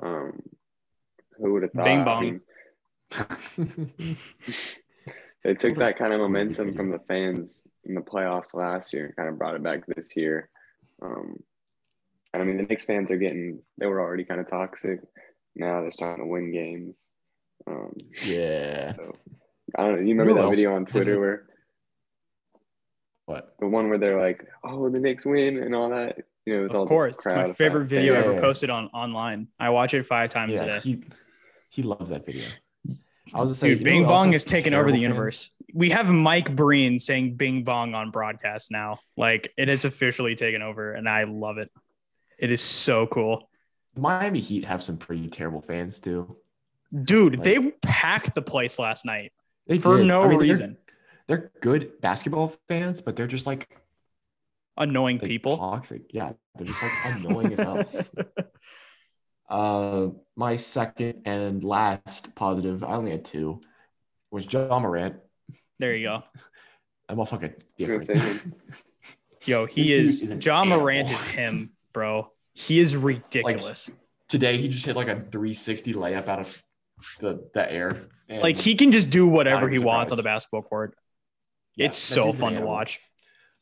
[SPEAKER 3] Um, who would have thought?
[SPEAKER 2] Bing
[SPEAKER 3] I
[SPEAKER 2] bong.
[SPEAKER 3] mean, They took that kind of momentum
[SPEAKER 1] Unbelievable.
[SPEAKER 3] from the fans in the playoffs last year and kind of brought it back this year. Um, and I mean, the Knicks fans are getting, they were already kind of toxic. Now they're starting to win games. Um,
[SPEAKER 1] yeah.
[SPEAKER 3] I don't know. You remember
[SPEAKER 1] Who
[SPEAKER 3] that
[SPEAKER 1] else
[SPEAKER 3] video on
[SPEAKER 1] has
[SPEAKER 3] Twitter
[SPEAKER 1] it?
[SPEAKER 3] where
[SPEAKER 1] What?
[SPEAKER 3] the one where they're like, oh, the Knicks win and all that? You know, it was all
[SPEAKER 2] Of
[SPEAKER 3] the
[SPEAKER 2] course. It's
[SPEAKER 3] crowd
[SPEAKER 2] my
[SPEAKER 3] of
[SPEAKER 2] favorite
[SPEAKER 3] fat
[SPEAKER 2] video
[SPEAKER 1] Yeah,
[SPEAKER 3] fans.
[SPEAKER 2] ever
[SPEAKER 1] yeah.
[SPEAKER 2] posted on online. I watch it five times
[SPEAKER 1] Yeah.
[SPEAKER 2] today.
[SPEAKER 1] He he loves that video. I was just saying,
[SPEAKER 2] Dude,
[SPEAKER 1] you know
[SPEAKER 2] Bing
[SPEAKER 1] who else
[SPEAKER 2] Bong
[SPEAKER 1] has
[SPEAKER 2] is taking over the
[SPEAKER 1] terrible fans?
[SPEAKER 2] universe. We have Mike Breen saying Bing Bong on broadcast now. Like it is officially taken over, and I love it. It is so cool.
[SPEAKER 1] Miami Heat have some pretty terrible fans too.
[SPEAKER 2] Dude, they packed the place last night
[SPEAKER 1] They
[SPEAKER 2] for
[SPEAKER 1] did.
[SPEAKER 2] no
[SPEAKER 1] I mean, they're-
[SPEAKER 2] reason.
[SPEAKER 1] They're, good basketball fans, but they're just like,
[SPEAKER 2] Annoying
[SPEAKER 1] like,
[SPEAKER 2] people.
[SPEAKER 1] toxic. Yeah, they're just like annoying as hell. Uh, my second and last positive, I only had two, was John Morant.
[SPEAKER 2] There you go.
[SPEAKER 1] I'm all fucking
[SPEAKER 3] was gonna
[SPEAKER 1] different.
[SPEAKER 2] Yo, he
[SPEAKER 1] This dude
[SPEAKER 2] is,
[SPEAKER 1] is an
[SPEAKER 2] John
[SPEAKER 1] animal.
[SPEAKER 2] Morant is him, bro. He is ridiculous.
[SPEAKER 1] Today he just hit like a 360 layup out of the, the air. and-
[SPEAKER 2] Like, he can just do whatever
[SPEAKER 1] I'm
[SPEAKER 2] he wants
[SPEAKER 1] surprised.
[SPEAKER 2] on the basketball court.
[SPEAKER 1] yeah,
[SPEAKER 2] it's
[SPEAKER 1] that
[SPEAKER 2] so
[SPEAKER 1] dude's an
[SPEAKER 2] fun to
[SPEAKER 1] animal.
[SPEAKER 2] watch.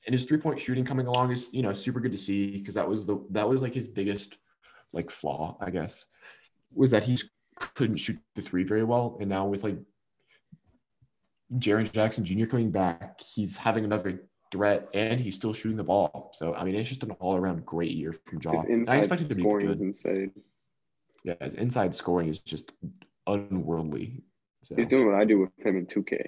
[SPEAKER 1] And his three point shooting coming along is you know super good to see because that was the that was like his biggest like flaw I guess was that he couldn't shoot the three very well and now with like Jaron Jackson Jr. coming back he's having another threat and he's still shooting the ball so I mean it's just an all around great year from Jaw.
[SPEAKER 3] His
[SPEAKER 1] I
[SPEAKER 3] inside
[SPEAKER 1] expected to be
[SPEAKER 3] scoring was
[SPEAKER 1] good.
[SPEAKER 3] insane.
[SPEAKER 1] Yeah, his inside scoring is just unworldly. So.
[SPEAKER 3] He's doing what I do with him in 2K,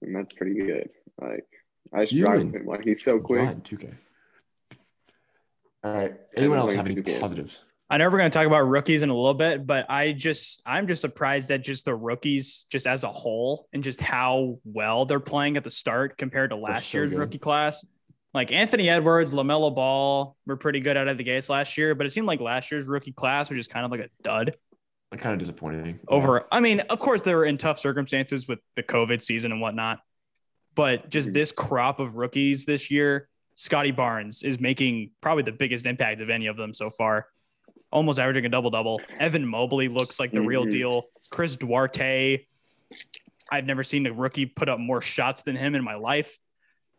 [SPEAKER 3] and that's pretty good. Like, I
[SPEAKER 1] You
[SPEAKER 3] strive
[SPEAKER 1] and
[SPEAKER 3] with him. Like, he's so quick.
[SPEAKER 1] Giant 2K. All right. Anyone else
[SPEAKER 3] playing
[SPEAKER 1] have any
[SPEAKER 3] 2K.
[SPEAKER 1] positives?
[SPEAKER 2] I know we're going to talk about rookies in a little bit, but I just I'm just surprised at just the rookies just as a whole and just how well they're playing at the start compared to last
[SPEAKER 1] so
[SPEAKER 2] year's
[SPEAKER 1] good.
[SPEAKER 2] rookie class. Like Anthony Edwards, LaMelo Ball were pretty good out of the gates last year, but it seemed like last year's rookie class was just kind of like a dud
[SPEAKER 1] Like, kind of disappointing.
[SPEAKER 2] over I mean, of course they were in tough circumstances with the COVID season and whatnot, But just
[SPEAKER 3] Mhm.
[SPEAKER 2] this crop of rookies this year, Scotty Barnes is making probably the biggest impact of any of them so far. Almost averaging a double double. Evan Mobley looks like the real
[SPEAKER 3] Mhm.
[SPEAKER 2] deal. Chris Duarte, I've never seen a rookie put up more shots than him in my life.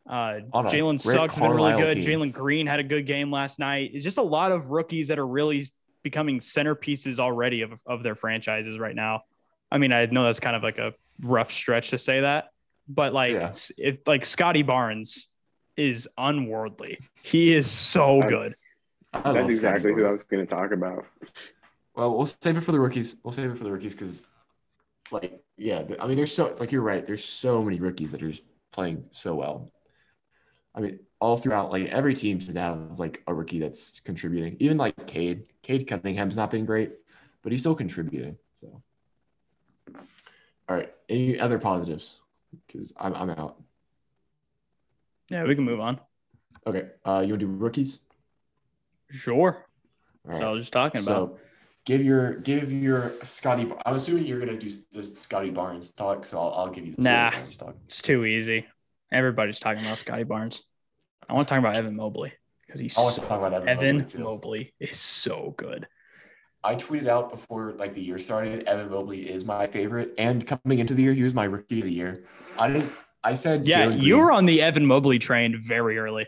[SPEAKER 2] Uh,
[SPEAKER 1] On a
[SPEAKER 2] Jalen
[SPEAKER 1] Rick
[SPEAKER 2] Suggs has been really
[SPEAKER 1] Carlisle
[SPEAKER 2] good.
[SPEAKER 1] team.
[SPEAKER 2] Jalen Green had a good game last night. It's just a lot of rookies that are really becoming centerpieces already of, of their franchises right now. I mean, I know that's kind of like a rough stretch to say that, but like
[SPEAKER 1] Yeah.
[SPEAKER 2] if like Scotty Barnes is unworldly. He is so
[SPEAKER 3] That's-
[SPEAKER 2] good.
[SPEAKER 1] I love
[SPEAKER 3] That's
[SPEAKER 1] Scotty
[SPEAKER 3] exactly who I
[SPEAKER 1] Barnes.
[SPEAKER 3] was going to talk about.
[SPEAKER 1] Well, we'll save it for the rookies. We'll save it for the rookies because, like, yeah, th- I mean, there's so like you're right. There's so many rookies that are just playing so well. I mean, all throughout, like every team seems to have like a rookie that's contributing. Even like Cade, Cade Cunningham's not been great, but he's still contributing. So, all right, any other positives? Because I'm I'm out.
[SPEAKER 2] Yeah, we can move on.
[SPEAKER 1] Okay, uh, you want to do rookies?
[SPEAKER 2] Sure.
[SPEAKER 1] All
[SPEAKER 2] So I was just talking about.
[SPEAKER 1] So give your give your Scotty. I'm assuming you're gonna do this Scotty Barnes talk, so I'll, I'll give you the
[SPEAKER 2] Nah.
[SPEAKER 1] Scotty Barnes talk.
[SPEAKER 2] It's too easy. Everybody's talking about Scotty Barnes. I want to talk about Evan Mobley because he's
[SPEAKER 1] I want to
[SPEAKER 2] so-
[SPEAKER 1] talk about Evan.
[SPEAKER 2] Evan
[SPEAKER 1] Mobley, too.
[SPEAKER 2] Mobley is so good.
[SPEAKER 1] I tweeted out before like the year started. Evan Mobley is my favorite, and coming into the year, he was my rookie of the year. I didn't. I said
[SPEAKER 2] Yeah,
[SPEAKER 1] Jalen
[SPEAKER 2] you
[SPEAKER 1] Green.
[SPEAKER 2] were on the Evan Mobley train very early.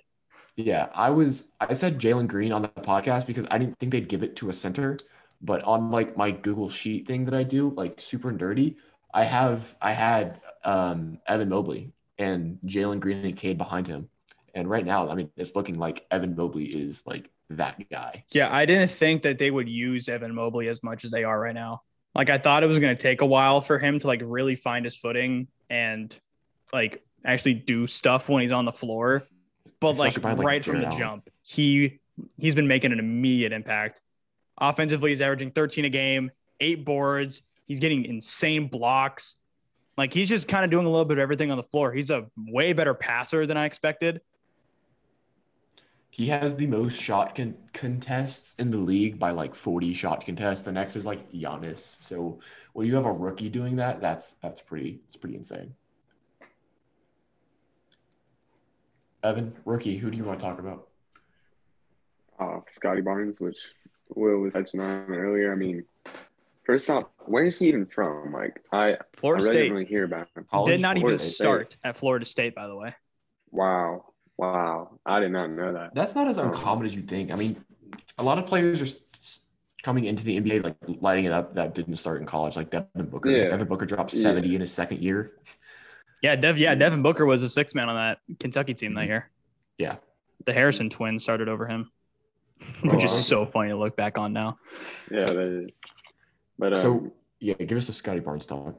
[SPEAKER 1] Yeah, I was. I said Jalen Green on the podcast because I didn't think they'd give it to a center, but on like my Google sheet thing that I do, like super nerdy, I have I had um, Evan Mobley and Jalen Green and Cade behind him, and right now, I mean, it's looking like Evan Mobley is like that guy.
[SPEAKER 2] Yeah, I didn't think that they would use Evan Mobley as much as they are right now. Like I thought it was going to take a while for him to like really find his footing and like actually do stuff when he's on the floor. But like
[SPEAKER 1] Especially by, like,
[SPEAKER 2] right from the
[SPEAKER 1] Jared Allen.
[SPEAKER 2] jump, he he's been making an immediate impact. Offensively, he's averaging 13 a game, eight boards. He's getting insane blocks. Like he's just kind of doing a little bit of everything on the floor. He's a way better passer than I expected.
[SPEAKER 1] He has the most shot con- contests in the league by like forty shot contests. The next is like Giannis. So when you have a rookie doing that, that's that's pretty it's pretty insane. Evan, rookie, who do you want to talk about?
[SPEAKER 3] Uh, Scotty Barnes, which Will was touching on earlier. I mean, first off, where is he even from? Like, I, I
[SPEAKER 2] Florida
[SPEAKER 3] really
[SPEAKER 2] State
[SPEAKER 3] didn't really hear about him.
[SPEAKER 1] College,
[SPEAKER 2] did not even
[SPEAKER 3] Florida State.
[SPEAKER 2] start at Florida State, by the way.
[SPEAKER 3] Wow. Wow. I did not know that.
[SPEAKER 1] That's not as uncommon as you think. I mean, a lot of players are s- s- coming into the NBA like lighting it up that didn't start in college, like Devin Booker.
[SPEAKER 3] Yeah.
[SPEAKER 1] Devin Booker dropped
[SPEAKER 3] Yeah.
[SPEAKER 1] seventy in his second year.
[SPEAKER 2] Yeah, Dev.
[SPEAKER 1] Mm-hmm.
[SPEAKER 2] Yeah, Devin Booker was a six man on that Kentucky team that
[SPEAKER 1] Mhm.
[SPEAKER 2] year.
[SPEAKER 1] Yeah.
[SPEAKER 2] the Harrison twins started over him,
[SPEAKER 1] Oh,
[SPEAKER 2] which is
[SPEAKER 1] wow.
[SPEAKER 2] so funny to look back on now.
[SPEAKER 3] Yeah, that is. But um,
[SPEAKER 1] So yeah, give us a Scotty Barnes talk.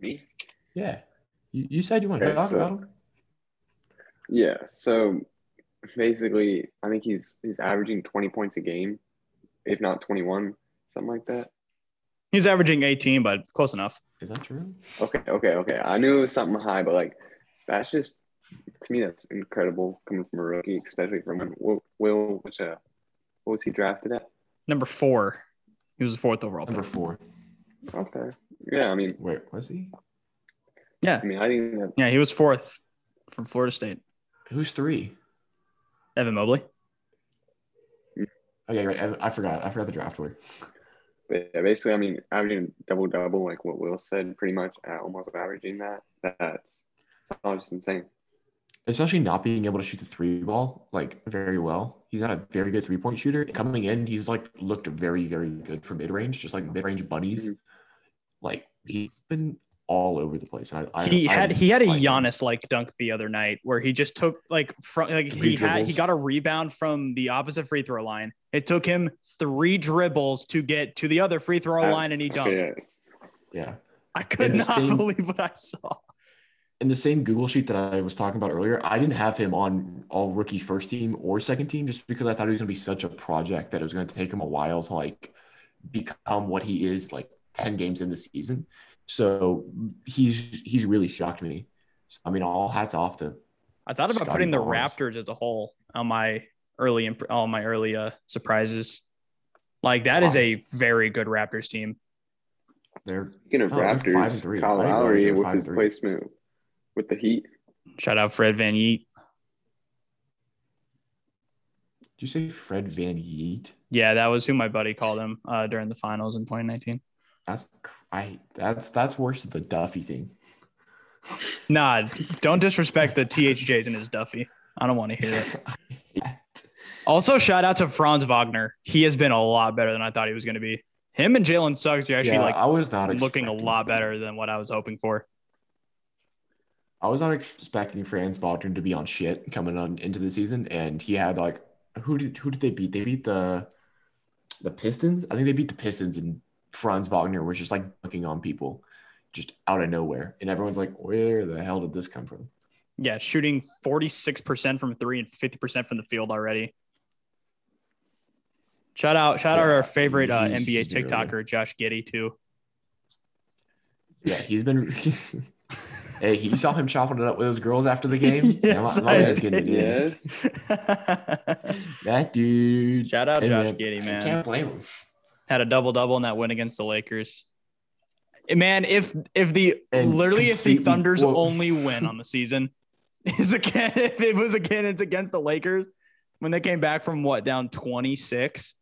[SPEAKER 3] me?
[SPEAKER 1] Yeah, you, you said you want to
[SPEAKER 3] Okay,
[SPEAKER 1] talk
[SPEAKER 3] so-
[SPEAKER 1] about him.
[SPEAKER 3] Yeah. So basically, I think he's he's averaging 20 points a game, if not 21, something like that.
[SPEAKER 2] He's averaging 18, but close enough.
[SPEAKER 1] Is that true?
[SPEAKER 3] Okay, okay, okay. I knew it was something high, but like that's just to me that's incredible coming from a rookie, especially from Will. Will which uh, what was he drafted at?
[SPEAKER 2] Number four, he was the fourth overall
[SPEAKER 1] Number
[SPEAKER 2] pick.
[SPEAKER 1] four.
[SPEAKER 3] Okay. Yeah, I mean,
[SPEAKER 1] Wait, was he?
[SPEAKER 2] Yeah,
[SPEAKER 3] I mean, I didn't have
[SPEAKER 2] yeah, he was fourth from Florida State.
[SPEAKER 1] Who's three?
[SPEAKER 2] Evan Mobley.
[SPEAKER 1] Okay, right. Evan- I forgot. I forgot the draft order.
[SPEAKER 3] But yeah, basically, I mean, averaging double double, like what Will said, pretty much uh, almost averaging that. That's it's all just insane.
[SPEAKER 1] Especially not being able to shoot the three ball like very well. He's not a very good three point shooter. Coming in, he's like looked very, very good for mid range, just like mid range buddies.
[SPEAKER 2] Mm-hmm.
[SPEAKER 3] Mhm.
[SPEAKER 1] Like he's been all over the place. And I, I
[SPEAKER 2] he
[SPEAKER 1] I
[SPEAKER 2] had he had a
[SPEAKER 1] like him.
[SPEAKER 2] Giannis like dunk the other night where he just took like from like
[SPEAKER 1] Three
[SPEAKER 2] he had he
[SPEAKER 1] dribbles.
[SPEAKER 2] got a rebound from the opposite free throw line. It took him three dribbles to get to the other free throw line and he
[SPEAKER 3] That's-
[SPEAKER 2] dunked.
[SPEAKER 3] Yes.
[SPEAKER 1] yeah.
[SPEAKER 2] I could not
[SPEAKER 1] Interesting.
[SPEAKER 2] believe what I saw.
[SPEAKER 1] In the same Google sheet that I was talking about earlier, I didn't have him on all rookie first team or second team just because I thought he was gonna be such a project that it was gonna take him a while to like become what he is like 10 games in the season. So he's he's really shocked me. So, I mean, all hats off to
[SPEAKER 2] I thought about
[SPEAKER 1] Scotty
[SPEAKER 2] putting the
[SPEAKER 1] Barnes.
[SPEAKER 2] Raptors as a whole on my early imp- on my early uh, surprises. Like that is a very good Raptors team.
[SPEAKER 1] They're
[SPEAKER 3] Speaking of
[SPEAKER 1] Oh, they're five and
[SPEAKER 3] Raptors,
[SPEAKER 1] three.
[SPEAKER 3] Kyle
[SPEAKER 1] I didn't realize they
[SPEAKER 3] Lowry
[SPEAKER 1] were
[SPEAKER 3] with
[SPEAKER 1] five and
[SPEAKER 3] his
[SPEAKER 1] three.
[SPEAKER 3] placement with the Heat.
[SPEAKER 2] Shout out Fred Van Yeet.
[SPEAKER 1] did you say Fred Van Yeet?
[SPEAKER 2] Yeah, that was who my buddy called him uh, during the finals in 2019.
[SPEAKER 1] That's cr- I that's that's worse than the Duffy thing.
[SPEAKER 2] Nah, don't disrespect the THJs and his Duffy. I don't want to hear it. Also, shout out to Franz Wagner. He has been a lot better than I thought he was going to be. Him and Jalen Suggs are actually
[SPEAKER 1] yeah,
[SPEAKER 2] like
[SPEAKER 1] I was not
[SPEAKER 2] looking a
[SPEAKER 1] expecting-
[SPEAKER 2] lot better than what I was hoping for.
[SPEAKER 1] I was not expecting Franz Wagner to be on shit coming on into the season, and he had like who did who did they beat? They beat the the Pistons. I think they beat the Pistons, and Franz Wagner was just like looking on people, just out of nowhere, and everyone's like, "Where the hell did this come from?"
[SPEAKER 2] Yeah, shooting 46% from three and 50% from the field already. Shout out, shout out
[SPEAKER 1] Yeah,
[SPEAKER 2] our favorite uh,
[SPEAKER 1] he's-
[SPEAKER 2] NBA
[SPEAKER 1] he's really-
[SPEAKER 2] TikToker, Josh Giddy, too.
[SPEAKER 1] Yeah, he's been. hey, you saw him chopping it up with those girls after the game.
[SPEAKER 2] Yes,
[SPEAKER 1] My- my
[SPEAKER 2] I
[SPEAKER 1] man's
[SPEAKER 2] did.
[SPEAKER 1] getting it in.
[SPEAKER 3] Yes.
[SPEAKER 1] That dude.
[SPEAKER 2] shout out
[SPEAKER 1] Hey,
[SPEAKER 2] Josh
[SPEAKER 1] man,
[SPEAKER 2] Giddy,
[SPEAKER 1] I
[SPEAKER 2] man.
[SPEAKER 1] can't blame him.
[SPEAKER 2] had a double double in that win against the Lakers. Man, if if the
[SPEAKER 1] And
[SPEAKER 2] literally if the
[SPEAKER 1] completely
[SPEAKER 2] Thunder's
[SPEAKER 1] blow-
[SPEAKER 2] only win on the season is again if it was again it's against the Lakers when they came back from what down 26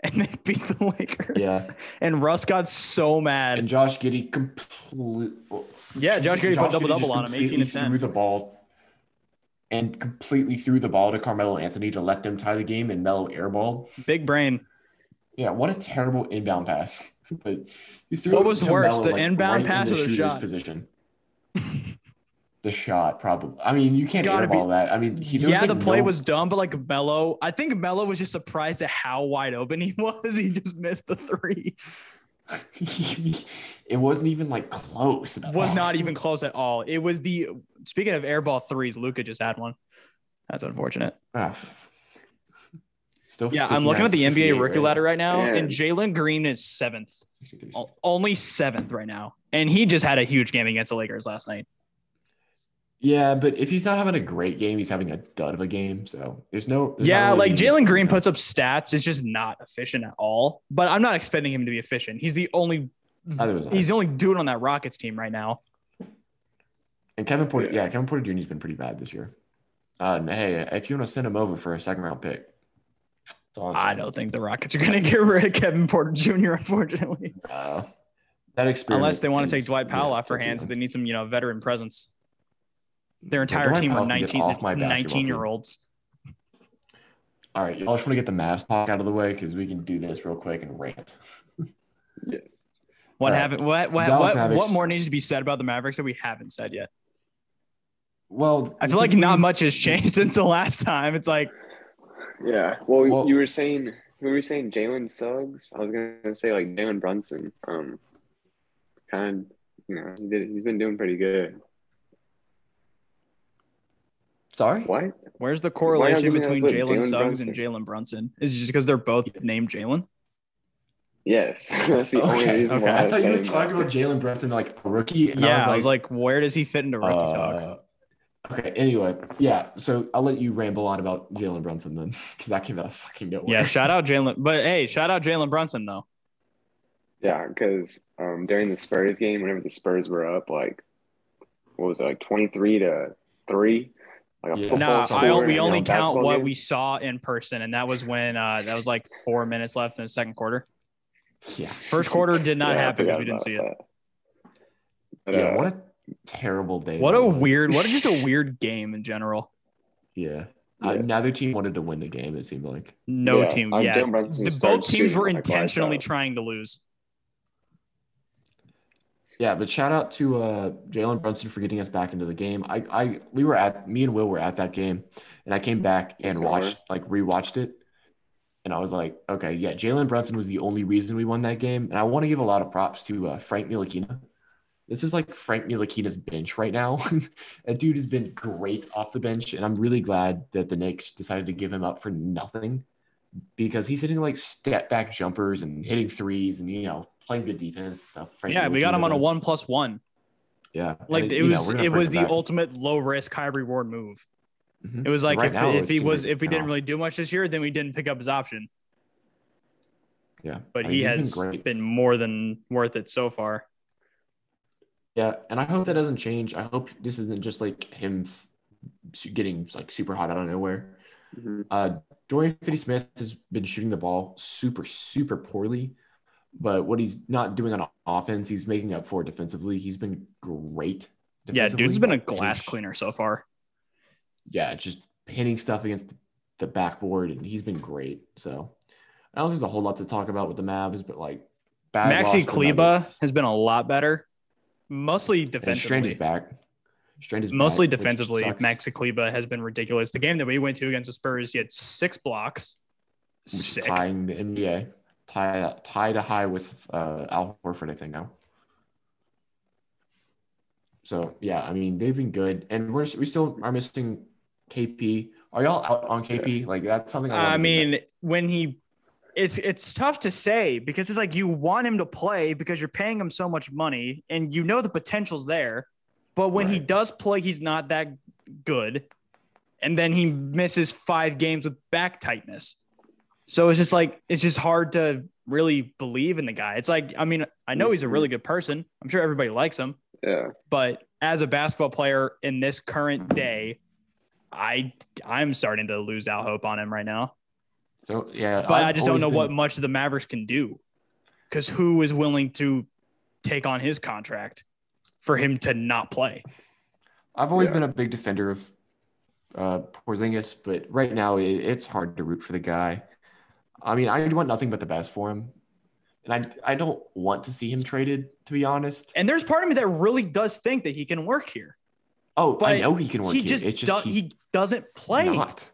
[SPEAKER 2] and they beat the Lakers.
[SPEAKER 1] Yeah.
[SPEAKER 2] And Russ got so mad.
[SPEAKER 1] And Josh Giddy completely.
[SPEAKER 2] yeah, Josh Gary put double
[SPEAKER 1] Giddey just
[SPEAKER 2] double on him, 18
[SPEAKER 1] completely
[SPEAKER 2] and 10.
[SPEAKER 1] Threw the ball and completely threw the ball to Carmelo Anthony to let them tie the game, and Melo airballed.
[SPEAKER 2] Big brain.
[SPEAKER 1] Yeah, what a terrible inbound pass! but he threw
[SPEAKER 2] What
[SPEAKER 1] it
[SPEAKER 2] was
[SPEAKER 1] to
[SPEAKER 2] worse,
[SPEAKER 1] Melo,
[SPEAKER 2] the
[SPEAKER 1] like,
[SPEAKER 2] inbound
[SPEAKER 1] right in
[SPEAKER 2] pass or the
[SPEAKER 1] shooter's
[SPEAKER 2] shot?
[SPEAKER 1] Position. the shot, probably. I mean, you can't
[SPEAKER 2] Gotta be-
[SPEAKER 1] airball that. I mean, he, there
[SPEAKER 2] yeah,
[SPEAKER 1] was, like,
[SPEAKER 2] the play
[SPEAKER 1] no-
[SPEAKER 2] was dumb, but like Mello, I think Mello was just surprised at how wide open he was. He just missed the three.
[SPEAKER 1] it wasn't even like close.
[SPEAKER 2] was not even close at all. It was the speaking of airball threes, Luca just had one. That's unfortunate.
[SPEAKER 1] Ah. Still
[SPEAKER 2] Yeah, I'm looking at the
[SPEAKER 1] 59,
[SPEAKER 2] NBA
[SPEAKER 1] 58,
[SPEAKER 2] rookie
[SPEAKER 1] right?
[SPEAKER 2] ladder right now,
[SPEAKER 3] Yeah.
[SPEAKER 2] and Jalen Green is seventh,
[SPEAKER 1] 63.
[SPEAKER 2] O- only seventh right now, and he just had a huge game against the Lakers last night.
[SPEAKER 1] Yeah, but if he's not having a great game, he's having a dud of a game. So there's no. there's
[SPEAKER 2] yeah,
[SPEAKER 1] not
[SPEAKER 2] like
[SPEAKER 1] really-
[SPEAKER 2] Jalen Green puts up stats, it's just not efficient at all. But I'm not expecting him to be efficient. He's the only
[SPEAKER 1] Neither was I.
[SPEAKER 2] he's the only dude on that Rockets team right now.
[SPEAKER 1] And Kevin Porter, yeah, Kevin Porter Jr. has been pretty bad this year. Uh, and hey, if you want to send him over for a second round pick, that's all I'm
[SPEAKER 2] I
[SPEAKER 1] saying.
[SPEAKER 2] don't think the Rockets are gonna get rid of Kevin Porter Jr. Unfortunately,
[SPEAKER 1] Uh, that experiment.
[SPEAKER 2] unless they want to take
[SPEAKER 1] is-
[SPEAKER 2] Dwight Powell
[SPEAKER 1] yeah,
[SPEAKER 2] off for
[SPEAKER 1] it's up to
[SPEAKER 2] hands,
[SPEAKER 1] them.
[SPEAKER 2] they need some you know veteran presence. Their entire
[SPEAKER 1] Dwight
[SPEAKER 2] team were
[SPEAKER 1] Powell can get
[SPEAKER 2] 19,
[SPEAKER 1] off my basketball
[SPEAKER 2] 19 year
[SPEAKER 1] team.
[SPEAKER 2] olds.
[SPEAKER 1] All right, y'all just want to get the Mavs talk out of the way because we can do this real quick and rant.
[SPEAKER 3] Yes.
[SPEAKER 2] What
[SPEAKER 1] Right.
[SPEAKER 2] happened? What what
[SPEAKER 1] Dallas
[SPEAKER 2] what,
[SPEAKER 1] Mavericks.
[SPEAKER 2] what more needs to be said about the Mavericks that we haven't said yet?
[SPEAKER 1] Well,
[SPEAKER 2] I feel like
[SPEAKER 1] since
[SPEAKER 2] not
[SPEAKER 1] we've-
[SPEAKER 2] much has changed since the last time. It's like
[SPEAKER 3] Yeah. Well,
[SPEAKER 1] Well-
[SPEAKER 3] you were saying we were saying Jalen Suggs. I was gonna say like Jalen Brunson. Um, kind of, you know, he did, he's been doing pretty good.
[SPEAKER 1] Sorry.
[SPEAKER 3] What?
[SPEAKER 2] where's the
[SPEAKER 3] Why
[SPEAKER 2] correlation
[SPEAKER 3] don't we
[SPEAKER 2] between
[SPEAKER 3] have the
[SPEAKER 2] Jalen
[SPEAKER 3] Jalen
[SPEAKER 2] Suggs and Jalen Brunson? Is it just because they're both named Jalen?
[SPEAKER 3] Yes, that's the only
[SPEAKER 2] Okay,
[SPEAKER 3] reason
[SPEAKER 2] okay.
[SPEAKER 3] why I,
[SPEAKER 1] I
[SPEAKER 3] was
[SPEAKER 1] thought you were
[SPEAKER 3] saying
[SPEAKER 1] talking
[SPEAKER 3] that.
[SPEAKER 1] about Jalen Brunson like a rookie. and
[SPEAKER 2] Yeah, I was like, where does he fit into rookie talk?
[SPEAKER 1] Uh, Okay. Anyway, yeah. So I'll let you ramble on about Jalen Brunson then, because that came out of fucking nowhere.
[SPEAKER 2] Yeah, shout out Jalen. But hey, shout out Jalen Brunson though.
[SPEAKER 3] Yeah, because um, during the Spurs game, whenever the Spurs were up, like, what was it, like 23 to 3? Like a
[SPEAKER 1] Yeah.
[SPEAKER 3] football
[SPEAKER 2] No,
[SPEAKER 1] score
[SPEAKER 2] I,
[SPEAKER 3] score
[SPEAKER 2] we
[SPEAKER 3] in a
[SPEAKER 2] only count
[SPEAKER 3] basketball
[SPEAKER 2] what
[SPEAKER 3] game?
[SPEAKER 2] we saw in person, and that was when uh, that was like four minutes left in the second quarter.
[SPEAKER 1] Yeah.
[SPEAKER 2] First quarter did not
[SPEAKER 3] Yeah, I
[SPEAKER 2] happen because
[SPEAKER 3] forgot
[SPEAKER 2] we didn't
[SPEAKER 3] about
[SPEAKER 2] see it.
[SPEAKER 3] that. But,
[SPEAKER 1] yeah.
[SPEAKER 3] uh,
[SPEAKER 1] What a terrible day.
[SPEAKER 2] What
[SPEAKER 1] that
[SPEAKER 2] a
[SPEAKER 1] was.
[SPEAKER 2] weird, what a just a weird game in general.
[SPEAKER 1] Yeah. Uh,
[SPEAKER 3] Yes.
[SPEAKER 1] neither team wanted to win the game. It seemed like.
[SPEAKER 2] No
[SPEAKER 3] Yeah,
[SPEAKER 2] team,
[SPEAKER 3] uh,
[SPEAKER 2] yeah.
[SPEAKER 3] Jalen Brunson
[SPEAKER 2] The,
[SPEAKER 3] started
[SPEAKER 2] both teams
[SPEAKER 3] shooting
[SPEAKER 2] were
[SPEAKER 3] like lights
[SPEAKER 2] intentionally
[SPEAKER 3] out.
[SPEAKER 2] trying to lose.
[SPEAKER 1] Yeah, but shout out to uh, Jalen Brunson for getting us back into the game. I, I, we were at me and Will were at that game, and I came back and
[SPEAKER 3] Yes, we
[SPEAKER 1] watched like rewatched it, and I was like, okay, yeah, Jalen Brunson was the only reason we won that game, and I want to give a lot of props to uh, Frank Ntilikina. This is like Frank Ntilikina's bench right now. that dude has been great off the bench, and I'm really glad that the Knicks decided to give him up for nothing because he's hitting like step back jumpers and hitting threes and you know playing good defense stuff. Frank
[SPEAKER 2] yeah, we got him
[SPEAKER 1] Ntilikina
[SPEAKER 2] on a
[SPEAKER 1] does.
[SPEAKER 2] one plus one.
[SPEAKER 1] Yeah,
[SPEAKER 2] Like
[SPEAKER 1] And
[SPEAKER 2] it
[SPEAKER 1] you know,
[SPEAKER 2] was,
[SPEAKER 1] we're gonna
[SPEAKER 2] it
[SPEAKER 1] bring
[SPEAKER 2] was
[SPEAKER 1] him
[SPEAKER 2] the
[SPEAKER 1] back.
[SPEAKER 2] ultimate low risk, high reward move.
[SPEAKER 1] Mhm.
[SPEAKER 2] It was like
[SPEAKER 1] Right
[SPEAKER 2] if,
[SPEAKER 1] now,
[SPEAKER 2] if
[SPEAKER 1] it
[SPEAKER 2] he
[SPEAKER 1] seems
[SPEAKER 2] was,
[SPEAKER 1] like
[SPEAKER 2] if we
[SPEAKER 1] it's
[SPEAKER 2] didn't
[SPEAKER 1] off.
[SPEAKER 2] really do much this year, then we didn't pick up his option.
[SPEAKER 1] Yeah.
[SPEAKER 2] but
[SPEAKER 1] I
[SPEAKER 2] he
[SPEAKER 1] mean,
[SPEAKER 2] has
[SPEAKER 1] he's been great.
[SPEAKER 2] been more than worth it so far.
[SPEAKER 1] Yeah, and I hope that doesn't change. I hope this isn't just like him f- su- getting like super hot out of nowhere.
[SPEAKER 3] Mhm.
[SPEAKER 1] Uh, Dorian Finney-Smith has been shooting the ball super, super poorly, but what he's not doing on offense, he's making up for defensively. He's been great.
[SPEAKER 2] Yeah, dude's
[SPEAKER 1] defensively.
[SPEAKER 2] been a
[SPEAKER 1] And
[SPEAKER 2] glass
[SPEAKER 1] he's-
[SPEAKER 2] cleaner so far.
[SPEAKER 1] yeah, just hitting stuff against the backboard, and he's been great. So I don't think there's a whole lot to talk about with the Mavs, but like bad
[SPEAKER 2] Maxi
[SPEAKER 1] loss to
[SPEAKER 2] Kleba
[SPEAKER 1] Nuggets.
[SPEAKER 2] has been a lot better, mostly
[SPEAKER 1] and Strand is
[SPEAKER 2] defensively.
[SPEAKER 1] back. Strand is
[SPEAKER 2] Mostly
[SPEAKER 1] back, which
[SPEAKER 2] defensively,
[SPEAKER 1] sucks.
[SPEAKER 2] Maxi Kleba has been ridiculous. The game that we went to against the Spurs, he had six blocks.
[SPEAKER 1] which is
[SPEAKER 2] Sick.
[SPEAKER 1] tying the NBA, tie tie to high with uh, Al Horford, I think now. So yeah, I mean they've been good, and we're we still are missing KP. Are y'all out on KP? Like that's something. wanna
[SPEAKER 2] I
[SPEAKER 1] bring up.
[SPEAKER 2] mean, when he, it's it's tough to say because it's like you want him to play because you're paying him so much money and you know the potential's there, but when he
[SPEAKER 1] Right.
[SPEAKER 2] does play, he's not that good, and then he misses five games with back tightness. So it's just like it's just hard to really believe in the guy. It's like I mean, I know he's a really good person. I'm sure everybody likes him
[SPEAKER 3] Yeah.
[SPEAKER 2] but as a basketball player in this current day, I I'm starting to lose out hope on him right now.
[SPEAKER 1] so yeah,
[SPEAKER 2] But i
[SPEAKER 1] I've
[SPEAKER 2] just
[SPEAKER 1] always
[SPEAKER 2] don't know what
[SPEAKER 1] been-
[SPEAKER 2] much the Mavericks can do, because who is willing to take on his contract for him to not play?
[SPEAKER 1] I've always
[SPEAKER 3] Yeah.
[SPEAKER 1] been a big defender of uh, Porzingis, but right now it, it's hard to root for the guy. I mean, I want nothing but the best for him, and I I don't want to see him traded, to be honest.
[SPEAKER 2] And there's part of me that really does think that he can work here.
[SPEAKER 1] Oh, I
[SPEAKER 2] But
[SPEAKER 1] know he can work.
[SPEAKER 2] he
[SPEAKER 1] here.
[SPEAKER 2] just,
[SPEAKER 1] it's just
[SPEAKER 2] do-
[SPEAKER 1] he's
[SPEAKER 2] he doesn't play.
[SPEAKER 1] Not.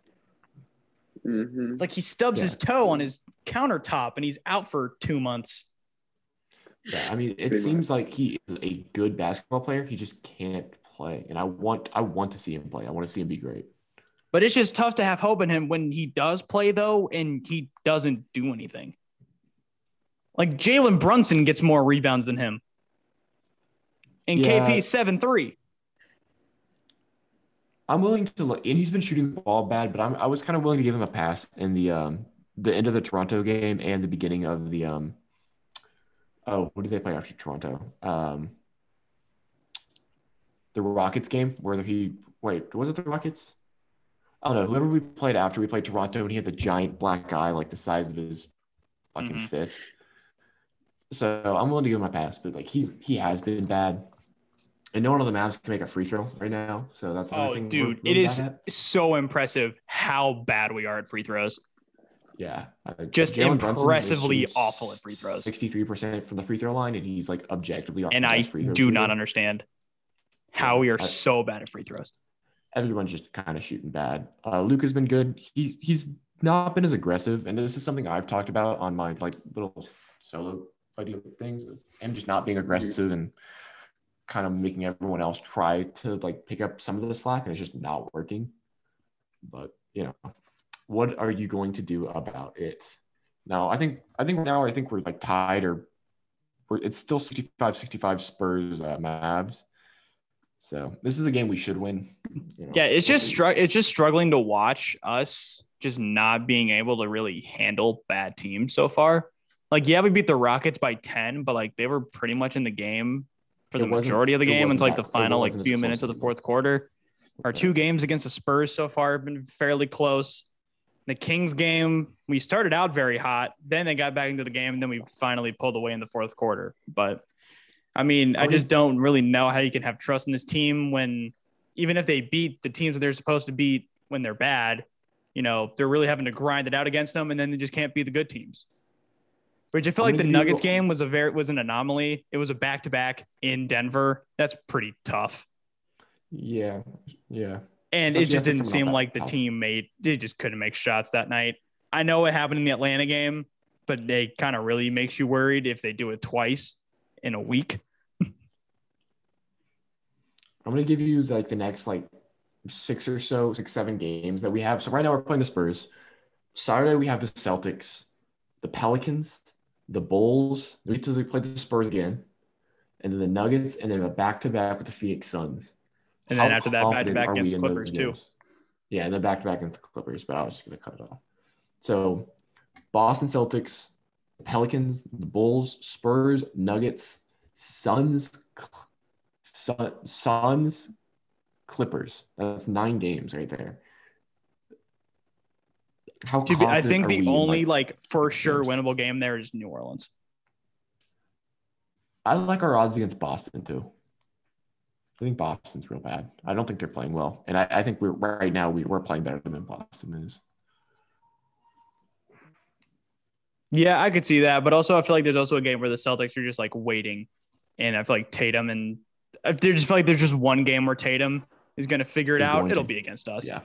[SPEAKER 3] hmm
[SPEAKER 2] Like he stubs
[SPEAKER 1] Yeah.
[SPEAKER 2] his toe on his countertop and he's out for two months.
[SPEAKER 1] Yeah, I mean, it
[SPEAKER 3] Pretty
[SPEAKER 1] seems like he is a good basketball player. He just can't play, and I want I want to see him play. I want to see him be great.
[SPEAKER 2] But it's just tough to have hope in him when he does play though, and he doesn't do anything. Like Jalen Brunson gets more rebounds than him, and
[SPEAKER 1] Yeah.
[SPEAKER 2] KP seven three.
[SPEAKER 1] I'm willing to look, and he's been shooting the ball bad, but I'm I was kind of willing to give him a pass in the um the end of the Toronto game and the beginning of the um oh what did they play after Toronto um the Rockets game where he wait was it the Rockets I don't know whoever we played after we played Toronto and he had the giant black eye like the size of his fucking
[SPEAKER 2] Mhm.
[SPEAKER 1] fist so I'm willing to give him a pass but like he's he has been bad. And no one on the Mavs can make a free throw right now, so that's another
[SPEAKER 2] Oh,
[SPEAKER 1] thing we're
[SPEAKER 2] dude, it
[SPEAKER 1] really
[SPEAKER 2] is
[SPEAKER 1] bad at.
[SPEAKER 2] so impressive how bad we are at free throws.
[SPEAKER 1] Yeah. Uh,
[SPEAKER 2] Just
[SPEAKER 1] Jalen Brunson is
[SPEAKER 2] impressively
[SPEAKER 1] shooting
[SPEAKER 2] awful at free throws.
[SPEAKER 1] 63% from the free throw line, and he's like objectively our
[SPEAKER 2] And I
[SPEAKER 1] best free throw
[SPEAKER 2] do
[SPEAKER 1] shooter.
[SPEAKER 2] not understand how we are
[SPEAKER 1] I-
[SPEAKER 2] so bad at free throws.
[SPEAKER 1] Everyone's just kind of shooting bad. Uh, Luca's been good. He he's not been as aggressive, and this is something I've talked about on my like little solo video things. of Him just not being aggressive and kind of making everyone else try to like pick up some of the slack, and it's just not working. But you know, what are you going to do about it? No, I think I think now I think we're like tied or we're, it's still 65-65 Spurs uh, Mavs. So this is a game we should win. you know.
[SPEAKER 2] Yeah, it's just str- it's just struggling to watch us just not being able to really handle bad teams so far. Like, yeah, we beat the Rockets by ten, but like they were pretty much in the game for
[SPEAKER 1] It
[SPEAKER 2] the
[SPEAKER 1] wasn't-
[SPEAKER 2] majority of the
[SPEAKER 1] it
[SPEAKER 2] game
[SPEAKER 1] wasn't
[SPEAKER 2] until like the
[SPEAKER 1] that- it
[SPEAKER 2] final like
[SPEAKER 1] wasn't as
[SPEAKER 2] few
[SPEAKER 1] close
[SPEAKER 2] minutes of
[SPEAKER 1] as
[SPEAKER 2] the
[SPEAKER 1] it
[SPEAKER 2] fourth quarter. Our two games against the Spurs so far have been fairly close. The Kings game, we started out very hot, then they got back into the game, and then we finally pulled away in the fourth quarter. But I mean, I
[SPEAKER 1] Are we-
[SPEAKER 2] just don't really know how you can have trust in this team when even if they beat the teams that they're supposed to beat when they're bad, you know, they're really having to grind it out against them and then they just can't beat the good teams. Which I feel
[SPEAKER 1] How
[SPEAKER 2] like the
[SPEAKER 1] many people-
[SPEAKER 2] Nuggets game was a very was an anomaly. It was a back to back in Denver. That's pretty tough.
[SPEAKER 1] Yeah, yeah.
[SPEAKER 2] And
[SPEAKER 1] Especially
[SPEAKER 2] it just
[SPEAKER 1] after
[SPEAKER 2] didn't
[SPEAKER 1] coming off
[SPEAKER 2] seem
[SPEAKER 1] that
[SPEAKER 2] like the
[SPEAKER 1] tough.
[SPEAKER 2] team made they just couldn't make shots that night. I know it happened in the Atlanta game, but they kind of really makes you worried if they do it twice in a week.
[SPEAKER 1] I'm gonna give you like the next like six or so, six seven games that we have. So right now we're playing the Spurs. Saturday we have the Celtics, the Pelicans, the Bulls. We get to play the Spurs again, and then the Nuggets, and then a back to back with the Phoenix Suns.
[SPEAKER 2] And then
[SPEAKER 1] How
[SPEAKER 2] after that back to
[SPEAKER 1] confident
[SPEAKER 2] back
[SPEAKER 1] are we
[SPEAKER 2] against the
[SPEAKER 1] in those
[SPEAKER 2] Clippers too.
[SPEAKER 1] games? Yeah, and then back to back against the Clippers. But I was just gonna cut it off. So Boston Celtics, Pelicans, the Bulls, Spurs, Nuggets, Suns, Cl- Sun, Suns, Clippers. That's nine games right there. How
[SPEAKER 2] To be, I
[SPEAKER 1] confident
[SPEAKER 2] think
[SPEAKER 1] are
[SPEAKER 2] the
[SPEAKER 1] we,
[SPEAKER 2] only like for sure
[SPEAKER 1] games?
[SPEAKER 2] winnable game there is New Orleans.
[SPEAKER 1] I like our odds against Boston too. I think Boston's real bad. I don't think they're playing well, and I, I think we're right now we, we're playing better than Boston is.
[SPEAKER 2] Yeah, I could see that, but also I feel like there's also a game where the Celtics are just like waiting, and I feel like Tatum and if they just feel like there's just one game where Tatum is going to figure it
[SPEAKER 1] He's
[SPEAKER 2] out,
[SPEAKER 1] going
[SPEAKER 2] it'll
[SPEAKER 1] to.
[SPEAKER 2] be against us.
[SPEAKER 1] Yeah,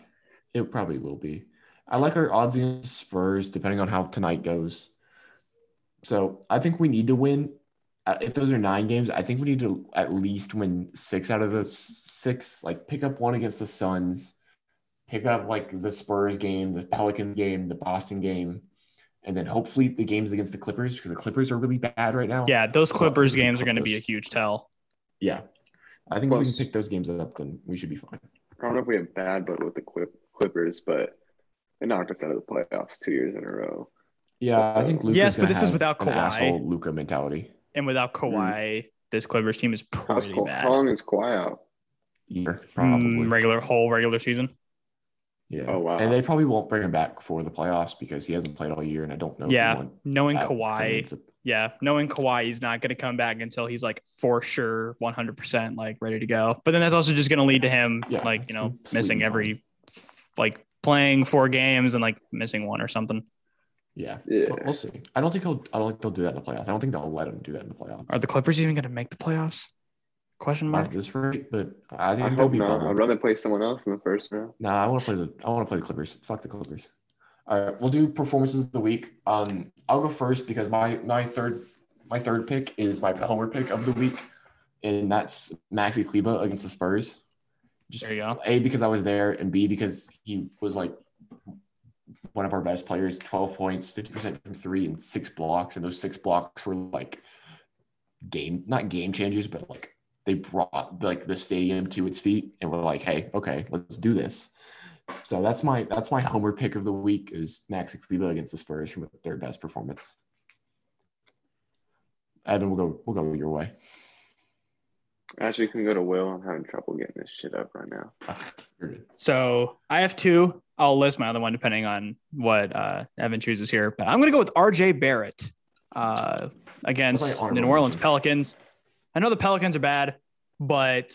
[SPEAKER 1] it probably will be. I like our odds against Spurs, depending on how tonight goes. So I think we need to win. Uh, If those are nine games, I think we need to at least win six out of the s- six. Like pick up one against the Suns, pick up like the Spurs game, the Pelican game, the Boston game, and then hopefully the games against the Clippers because the Clippers are really bad right now.
[SPEAKER 2] Yeah, those
[SPEAKER 1] Well,
[SPEAKER 2] Clippers
[SPEAKER 1] we can
[SPEAKER 2] games are
[SPEAKER 1] cut
[SPEAKER 2] going to be a
[SPEAKER 1] those.
[SPEAKER 2] huge tell.
[SPEAKER 1] yeah. I think if we
[SPEAKER 3] Plus-
[SPEAKER 1] can pick those games up, then we should be fine.
[SPEAKER 3] I don't know if we have bad, but with the Clip, Clippers, but they knocked us out of the playoffs two years in a row.
[SPEAKER 1] Yeah, I think
[SPEAKER 3] So-
[SPEAKER 1] Luka's
[SPEAKER 2] Yes, but
[SPEAKER 1] gonna
[SPEAKER 2] this is
[SPEAKER 1] have
[SPEAKER 2] without
[SPEAKER 1] an
[SPEAKER 2] Kawhi.
[SPEAKER 1] asshole Luka mentality.
[SPEAKER 2] And without Kawhi, this Clippers team is
[SPEAKER 3] How's
[SPEAKER 2] pretty
[SPEAKER 3] Ka-
[SPEAKER 2] bad.
[SPEAKER 3] how long is Kawhi out?
[SPEAKER 1] year,
[SPEAKER 2] Mm,
[SPEAKER 1] probably.
[SPEAKER 2] regular whole regular season.
[SPEAKER 1] Yeah.
[SPEAKER 3] Oh, wow.
[SPEAKER 1] And they probably won't bring him back for the playoffs because he hasn't played all year, and I don't know. if they
[SPEAKER 2] Yeah,
[SPEAKER 1] want
[SPEAKER 2] Knowing
[SPEAKER 1] that coming
[SPEAKER 2] Kawhi,
[SPEAKER 1] to-
[SPEAKER 2] yeah, knowing Kawhi, he's not going to come back until he's like for sure 100% like ready to go. But then that's also just going to lead to him
[SPEAKER 1] Yeah,
[SPEAKER 2] like,
[SPEAKER 1] that's
[SPEAKER 2] you know,
[SPEAKER 1] completely
[SPEAKER 2] missing
[SPEAKER 1] fine.
[SPEAKER 2] every like playing four games and like missing one or something.
[SPEAKER 1] Yeah.
[SPEAKER 3] Yeah.
[SPEAKER 1] But we'll see. I don't think he'll. I don't think they'll do that in the playoffs. I don't think they'll let him do that in the playoffs.
[SPEAKER 2] Are the Clippers even going to make the playoffs? Question
[SPEAKER 1] Not
[SPEAKER 2] mark.
[SPEAKER 1] at this rate, but I think
[SPEAKER 3] I
[SPEAKER 1] they'll
[SPEAKER 3] hope
[SPEAKER 1] be.
[SPEAKER 3] not.
[SPEAKER 1] bubble.
[SPEAKER 3] I'd rather play someone else in the first round.
[SPEAKER 1] No, I want to play the I want to play the Clippers. Fuck the Clippers. All right, we'll do performances of the week. Um, I'll go first because my my third my third pick is my homer pick of the week, and that's Maxi Kleba against the Spurs. Just
[SPEAKER 2] There you go.
[SPEAKER 1] A because I was there, and B because he was like one of our best players. Twelve points, fifty percent from three, and six blocks. And those six blocks were like game not game changers, but like they brought like the stadium to its feet and were like, hey, okay, let's do this. So that's my that's my homer pick of the week is Max Kleba against the Spurs from their best performance. Evan, we'll go we'll go your way.
[SPEAKER 3] Actually, you can go to Will. I'm having trouble getting this shit up right now.
[SPEAKER 2] So I have two. I'll list my other one depending on what uh, Evan chooses here. But I'm going to go with RJ Barrett uh, against
[SPEAKER 1] Play
[SPEAKER 2] the New
[SPEAKER 1] Arnold.
[SPEAKER 2] Orleans Pelicans. I know the Pelicans are bad, but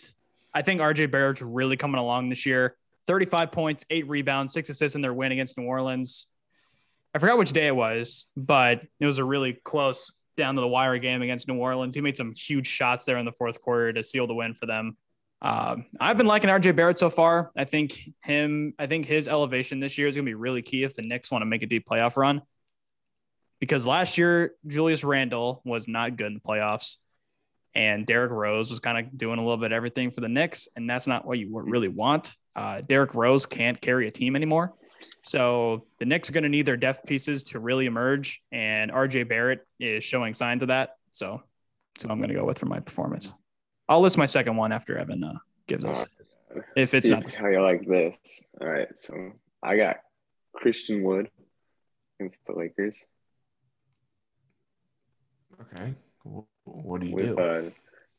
[SPEAKER 2] I think RJ Barrett's really coming along this year. 35 points, eight rebounds, six assists in their win against New Orleans. I forgot which day it was, but it was a really close down to the wire game against New Orleans. He made some huge shots there in the fourth quarter to seal the win for them. Um, I've been liking RJ Barrett so far. I think him, I think his elevation this year is going to be really key if the Knicks want to make a deep playoff run. Because last year, Julius Randle was not good in the playoffs, and Derrick Rose was kind of doing a little bit of everything for the Knicks, and that's not what you really want. Uh, Derrick Rose can't carry a team anymore. So the Knicks are going to need their depth pieces to really emerge, and RJ Barrett is showing signs of that. So, so I'm going to go with for my performance. I'll list my second one after Evan uh, gives us. If it's
[SPEAKER 3] See
[SPEAKER 2] not,
[SPEAKER 3] how you like this. All right, so I got Christian Wood against the Lakers
[SPEAKER 1] Okay. Wh- What do you
[SPEAKER 3] with
[SPEAKER 1] do?
[SPEAKER 3] uh,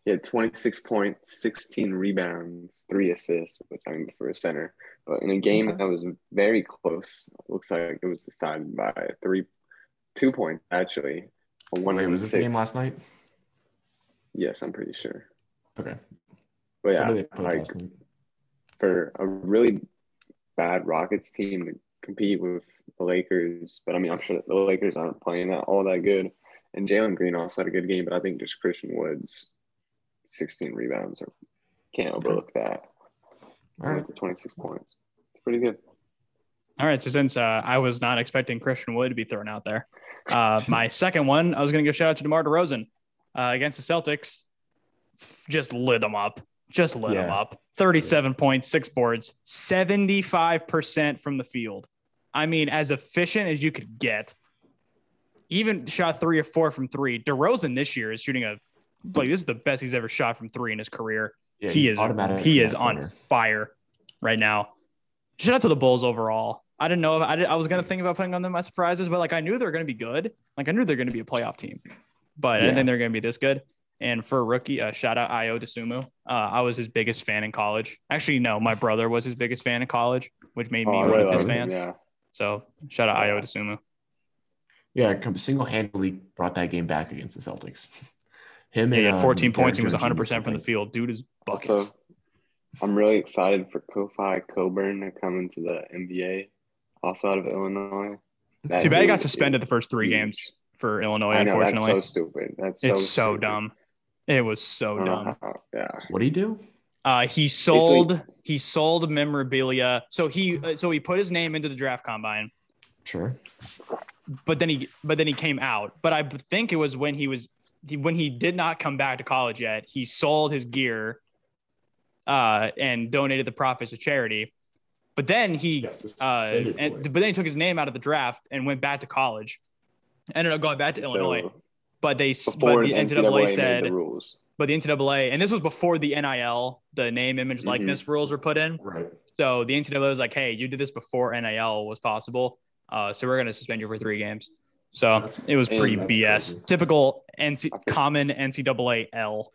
[SPEAKER 3] he had 26 points, 16 rebounds, three assists, which I mean for a center. But in a game
[SPEAKER 1] Okay.
[SPEAKER 3] that was very close, looks like it was decided by three, two points actually. A one
[SPEAKER 1] Wait,
[SPEAKER 3] and
[SPEAKER 1] was this the
[SPEAKER 3] six.
[SPEAKER 1] game last night?
[SPEAKER 3] Yes, I'm pretty sure.
[SPEAKER 1] Okay.
[SPEAKER 3] But
[SPEAKER 1] So
[SPEAKER 3] yeah,
[SPEAKER 1] what did they play
[SPEAKER 3] like
[SPEAKER 1] last night?
[SPEAKER 3] for a really bad Rockets team to compete with the Lakers. But I mean, I'm sure that the Lakers aren't playing that all that good. And Jalen Green also had a good game, but I think just Christian Woods, 16 rebounds, or can't overlook that
[SPEAKER 1] All right.
[SPEAKER 3] with the 26 points. It's pretty good.
[SPEAKER 2] all right. So since uh, I was not expecting Christian Wood to be thrown out there, uh, my second one, I was going to give a shout out to DeMar DeRozan uh, against the Celtics. F- Just lit them up. Just lit them
[SPEAKER 1] Yeah.
[SPEAKER 2] up. Thirty-seven points, six boards, seventy-five percent from the field. I mean, as efficient as you could get. Even shot three or four from three. DeRozan this year is shooting a like this is the best he's ever shot from three in his career.
[SPEAKER 1] Yeah,
[SPEAKER 2] he
[SPEAKER 1] he's
[SPEAKER 2] is
[SPEAKER 1] automatic
[SPEAKER 2] he
[SPEAKER 1] in
[SPEAKER 2] is
[SPEAKER 1] that
[SPEAKER 2] on
[SPEAKER 1] corner.
[SPEAKER 2] fire right now. Shout out to the Bulls overall. I didn't know if I, did, I was gonna think about putting on them as surprises, but like I knew they're gonna be good. Like I knew they're gonna be a playoff team, but I
[SPEAKER 1] Yeah.
[SPEAKER 2] didn't think they're gonna be this good. And for a rookie, uh, shout out Io DeSumo. Uh, I was his biggest fan in college. Actually, no, my brother was his biggest fan in college, which made me
[SPEAKER 3] Oh,
[SPEAKER 2] one
[SPEAKER 3] I
[SPEAKER 1] really?
[SPEAKER 2] of his
[SPEAKER 3] love him,
[SPEAKER 2] fans.
[SPEAKER 3] Yeah.
[SPEAKER 2] So shout out Io DeSumo.
[SPEAKER 1] Yeah, com- single-handedly brought that game back against the Celtics. Him
[SPEAKER 2] Yeah, he had
[SPEAKER 1] um,
[SPEAKER 2] 14 points. He
[SPEAKER 1] Derrick Jones
[SPEAKER 2] was 100 percent from the
[SPEAKER 1] Jr.
[SPEAKER 2] field. Dude is buckets.
[SPEAKER 3] Also, I'm really excited for Kofi Coburn to come into the NBA, also out of Illinois. That
[SPEAKER 2] Too bad he
[SPEAKER 3] dude
[SPEAKER 2] got suspended
[SPEAKER 3] is-
[SPEAKER 2] the first three
[SPEAKER 3] huge.
[SPEAKER 2] games for Illinois.
[SPEAKER 3] I know
[SPEAKER 2] Oh,
[SPEAKER 3] that's
[SPEAKER 2] unfortunately,
[SPEAKER 3] so stupid. That's so
[SPEAKER 2] it's so
[SPEAKER 3] stupid. Uh-huh.
[SPEAKER 2] dumb. It was so
[SPEAKER 3] I don't know
[SPEAKER 2] dumb.
[SPEAKER 3] how- yeah.
[SPEAKER 1] What'd he do?
[SPEAKER 2] Uh, he sold he sold memorabilia. So he uh, so he put his name into the draft combine,
[SPEAKER 1] Sure.
[SPEAKER 2] but then he but then he came out. But I think it was when he was he, when he did not come back to college yet. He sold his gear, uh, and donated the profits to charity. But then he uh, and, but then he took his name out of the draft and went back to college. Ended up going back to
[SPEAKER 3] So,
[SPEAKER 2] Illinois, but they
[SPEAKER 3] Before
[SPEAKER 2] but the
[SPEAKER 3] the
[SPEAKER 2] NCAA,
[SPEAKER 3] NCAA
[SPEAKER 2] said
[SPEAKER 3] made the rules.
[SPEAKER 2] but the NCAA and this was before the NIL, the name,
[SPEAKER 3] Mm-hmm.
[SPEAKER 2] image, likeness rules were put in.
[SPEAKER 1] right.
[SPEAKER 2] So the NCAA was like, "Hey, you did this before NIL was possible, uh, so we're going to suspend you for three games." So
[SPEAKER 1] That's-
[SPEAKER 2] it was pretty
[SPEAKER 1] that's
[SPEAKER 2] BS,
[SPEAKER 1] crazy.
[SPEAKER 2] typical NC
[SPEAKER 3] I think-
[SPEAKER 2] common NCAA L.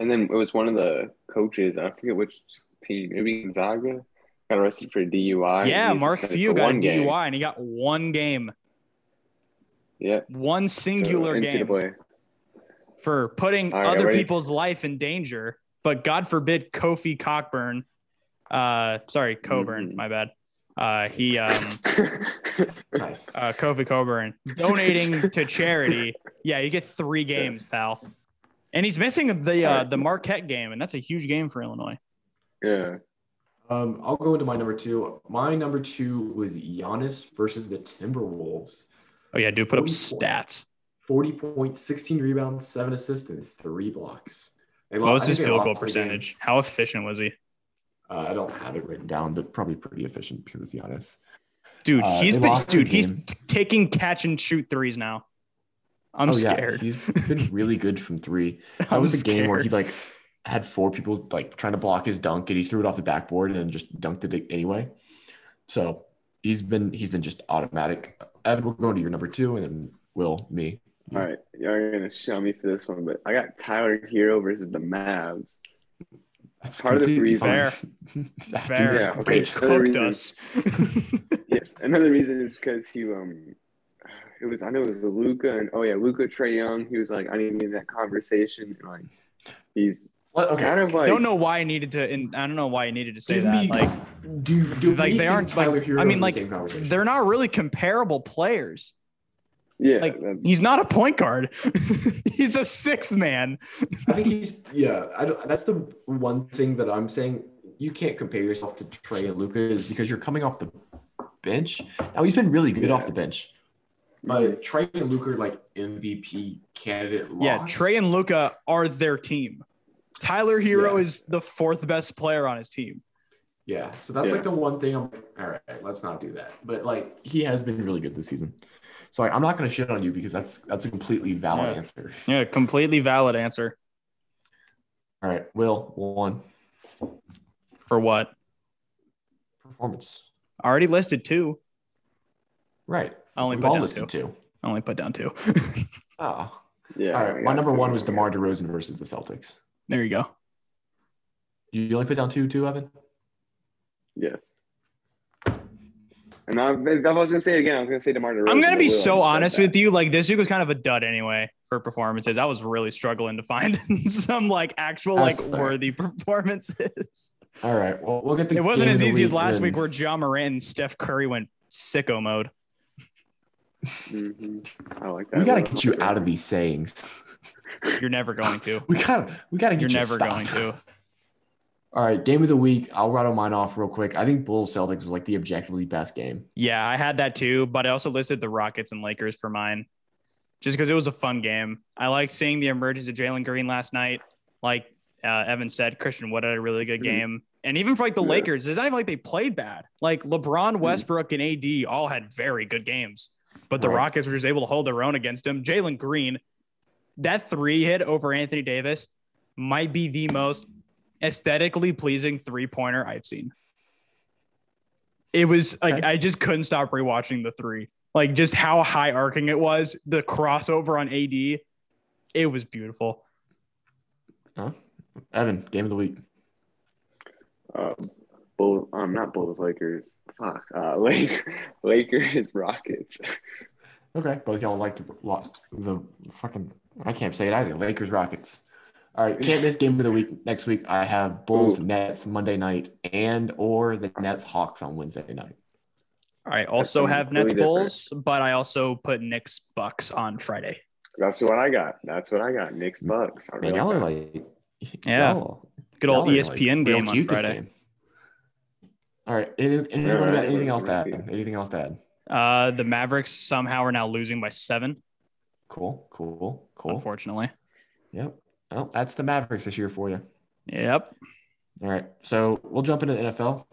[SPEAKER 3] And then it was one of the coaches, I forget which team, maybe Gonzaga, got arrested for DUI. and
[SPEAKER 2] yeah,
[SPEAKER 3] he's
[SPEAKER 2] Mark
[SPEAKER 3] suspended
[SPEAKER 2] Few
[SPEAKER 3] for
[SPEAKER 2] got a
[SPEAKER 3] one
[SPEAKER 2] DUI
[SPEAKER 3] game.
[SPEAKER 2] and he got one game,
[SPEAKER 3] Yeah.
[SPEAKER 2] one singular
[SPEAKER 3] so,
[SPEAKER 2] game.
[SPEAKER 3] NCAA.
[SPEAKER 2] for putting
[SPEAKER 3] All right,
[SPEAKER 2] other
[SPEAKER 3] ready?
[SPEAKER 2] people's life in danger. But God forbid Kofi Cockburn, uh, sorry, Coburn,
[SPEAKER 3] Mhm.
[SPEAKER 2] my bad. Uh, he, um,
[SPEAKER 1] Nice.
[SPEAKER 2] uh, Kofi Coburn donating to charity. Yeah, you get three games, pal. And he's missing the uh, the Marquette game, and that's a huge game for Illinois.
[SPEAKER 3] yeah.
[SPEAKER 1] Um, I'll go into my number two. My number two was Giannis versus the Timberwolves.
[SPEAKER 2] Oh yeah, dude, put up
[SPEAKER 1] 44.
[SPEAKER 2] stats.
[SPEAKER 1] 40 points, 16 rebounds, seven assists, and three blocks. They
[SPEAKER 2] What
[SPEAKER 1] lo-
[SPEAKER 2] was
[SPEAKER 1] I
[SPEAKER 2] his
[SPEAKER 1] think they
[SPEAKER 2] field goal
[SPEAKER 1] lost the game.
[SPEAKER 2] percentage? How efficient was he?
[SPEAKER 1] Uh, I don't have it written down, but probably pretty efficient because it's Giannis.
[SPEAKER 2] Dude,
[SPEAKER 1] Uh,
[SPEAKER 2] he's
[SPEAKER 1] they
[SPEAKER 2] been,
[SPEAKER 1] lost the
[SPEAKER 2] dude, he's
[SPEAKER 1] game.
[SPEAKER 2] t- taking catch and shoot threes now. I'm
[SPEAKER 1] Oh, yeah,
[SPEAKER 2] scared.
[SPEAKER 1] He's been really good from three. That
[SPEAKER 2] I'm
[SPEAKER 1] was a game where he
[SPEAKER 2] scared.
[SPEAKER 1] like had four people like trying to block his dunk, and he threw it off the backboard and just dunked it anyway. So he's been he's been just automatic. Evan, we're going to your number two, and then Will, me.
[SPEAKER 3] All right, y'all are gonna shell me for this one, but I got Tyler Hero versus the Mavs.
[SPEAKER 1] That's
[SPEAKER 3] Part of the
[SPEAKER 1] completely
[SPEAKER 3] reason-
[SPEAKER 1] fine. That
[SPEAKER 2] Fair.
[SPEAKER 1] dude's
[SPEAKER 3] Yeah,
[SPEAKER 1] great.
[SPEAKER 3] okay.
[SPEAKER 2] cooked us.
[SPEAKER 3] Yes, another reason is because he um, it was I know it was Luca and oh yeah, Luca Trey Young. He was like, I need to be in that conversation. And, like, he's
[SPEAKER 1] Well, okay.
[SPEAKER 3] kind of like
[SPEAKER 2] don't know why I needed to. And I don't know why I needed to say
[SPEAKER 1] Give
[SPEAKER 2] that.
[SPEAKER 1] me-
[SPEAKER 2] like
[SPEAKER 1] do do
[SPEAKER 2] like,
[SPEAKER 1] we
[SPEAKER 2] they
[SPEAKER 1] think
[SPEAKER 2] aren't, like-
[SPEAKER 1] Tyler Hero
[SPEAKER 2] I
[SPEAKER 1] is
[SPEAKER 2] mean,
[SPEAKER 1] in
[SPEAKER 2] like,
[SPEAKER 1] the same conversation?
[SPEAKER 2] they're not really comparable players.
[SPEAKER 3] Yeah,
[SPEAKER 2] Like
[SPEAKER 3] that's-
[SPEAKER 2] he's not a point guard. he's a sixth man.
[SPEAKER 1] I think he's yeah. I don't, that's the one thing that I'm saying. You can't compare yourself to Trey and Luca is because you're coming off the bench. Now he's been really good off the bench, but Trey and Luca are like MVP candidate.
[SPEAKER 2] Yeah,
[SPEAKER 1] locks.
[SPEAKER 2] Trey and Luca are their team. Tyler Hero
[SPEAKER 1] Yeah.
[SPEAKER 2] is the fourth best player on his team.
[SPEAKER 1] yeah. So that's
[SPEAKER 3] Yeah.
[SPEAKER 1] like the one thing. I'm like, all right, let's not do that. But like he has been really good this season. So like, I'm not gonna shit on you because that's that's a completely valid
[SPEAKER 2] Yeah.
[SPEAKER 1] answer.
[SPEAKER 2] Yeah, completely valid answer
[SPEAKER 1] All right, Will one
[SPEAKER 2] for what
[SPEAKER 1] performance.
[SPEAKER 2] I already listed two.
[SPEAKER 1] Right.
[SPEAKER 2] I only
[SPEAKER 1] We've
[SPEAKER 2] put
[SPEAKER 1] all
[SPEAKER 2] down two.
[SPEAKER 1] listened to.
[SPEAKER 2] I only put down two.
[SPEAKER 1] Oh.
[SPEAKER 3] yeah.
[SPEAKER 1] All
[SPEAKER 3] I
[SPEAKER 1] right. My
[SPEAKER 3] got
[SPEAKER 1] number
[SPEAKER 3] two.
[SPEAKER 1] one was DeMar DeRozan versus the Celtics.
[SPEAKER 2] there you go.
[SPEAKER 1] You only put down two, two, Evan.
[SPEAKER 3] Yes. And I, if I was gonna say it again. I was gonna say Demar Derozan.
[SPEAKER 2] I'm gonna be so honest with
[SPEAKER 3] you.
[SPEAKER 2] you. Like this week was kind of a dud anyway for performances. I was really struggling to find some like actual like
[SPEAKER 1] That's fair.
[SPEAKER 2] worthy performances.
[SPEAKER 1] All right. Well, we'll get the.
[SPEAKER 2] It wasn't
[SPEAKER 1] game
[SPEAKER 2] as
[SPEAKER 1] of the
[SPEAKER 2] easy as last
[SPEAKER 1] and-
[SPEAKER 2] week where John Morant and Steph Curry went sicko mode.
[SPEAKER 3] Mhm. I like that.
[SPEAKER 1] we gotta
[SPEAKER 3] one.
[SPEAKER 1] get you out of these sayings.
[SPEAKER 2] You're never going to.
[SPEAKER 1] We gotta. We gotta get
[SPEAKER 2] You're
[SPEAKER 1] you to
[SPEAKER 2] never
[SPEAKER 1] stop.
[SPEAKER 2] going to.
[SPEAKER 1] All right. Game of the week. I'll rattle mine off real quick. I think Bulls Celtics was like the objectively best game.
[SPEAKER 2] Yeah, I had that too, but I also listed the Rockets and Lakers for mine, just because it was a fun game. I liked seeing the emergence of Jalen Green last night. Like uh, Evan said, Christian Wood had a really good
[SPEAKER 3] Mhm.
[SPEAKER 2] game, and even for like the
[SPEAKER 3] Yeah.
[SPEAKER 2] Lakers, it's not even like they played bad. Like LeBron, Westbrook, and AD all had very good games, but the
[SPEAKER 1] Right.
[SPEAKER 2] Rockets were just able to hold their own against him. Jalen Green, that three hit over Anthony Davis, might be the most aesthetically pleasing three pointer I've seen. It was like
[SPEAKER 1] Okay.
[SPEAKER 2] I just couldn't stop rewatching the three. Like just how high arcing it was, the crossover on AD, it was beautiful.
[SPEAKER 1] Evan, game of the week.
[SPEAKER 3] Uh, Bull, um, not Bulls, Lakers. Fuck, uh, Lake, Lakers, Rockets.
[SPEAKER 1] Okay, both y'all like the, lo- the fucking. I can't say it either. Lakers Rockets. All right, can't miss game of the week next week. I have Bulls
[SPEAKER 3] Ooh.
[SPEAKER 1] Nets Monday night and or the Nets Hawks on Wednesday night.
[SPEAKER 2] I also
[SPEAKER 3] something
[SPEAKER 2] have
[SPEAKER 3] really
[SPEAKER 2] Nets
[SPEAKER 3] different.
[SPEAKER 2] Bulls, but I also put Knicks Bucks on Friday.
[SPEAKER 3] That's what I got. That's what I got. Knicks, Bucks. I
[SPEAKER 1] Man,
[SPEAKER 3] really
[SPEAKER 1] y'all are
[SPEAKER 3] got-
[SPEAKER 1] like,
[SPEAKER 2] Yeah.
[SPEAKER 1] y'all-
[SPEAKER 2] Good old E
[SPEAKER 1] y'all are, like,
[SPEAKER 2] ESPN
[SPEAKER 1] real
[SPEAKER 2] game on
[SPEAKER 1] cute this
[SPEAKER 2] Friday.
[SPEAKER 1] game. All right, any, any,
[SPEAKER 3] Yeah,
[SPEAKER 1] what about
[SPEAKER 3] yeah,
[SPEAKER 1] anything
[SPEAKER 3] we're-
[SPEAKER 1] else to
[SPEAKER 3] we're
[SPEAKER 1] add?
[SPEAKER 3] cute.
[SPEAKER 1] Anything else to add?
[SPEAKER 2] Uh, the Mavericks somehow are now losing by seven,
[SPEAKER 1] Cool, cool, cool.
[SPEAKER 2] unfortunately.
[SPEAKER 1] Yep. Well, that's the Mavericks this year for you.
[SPEAKER 2] Yep.
[SPEAKER 1] All right, so we'll jump into the NFL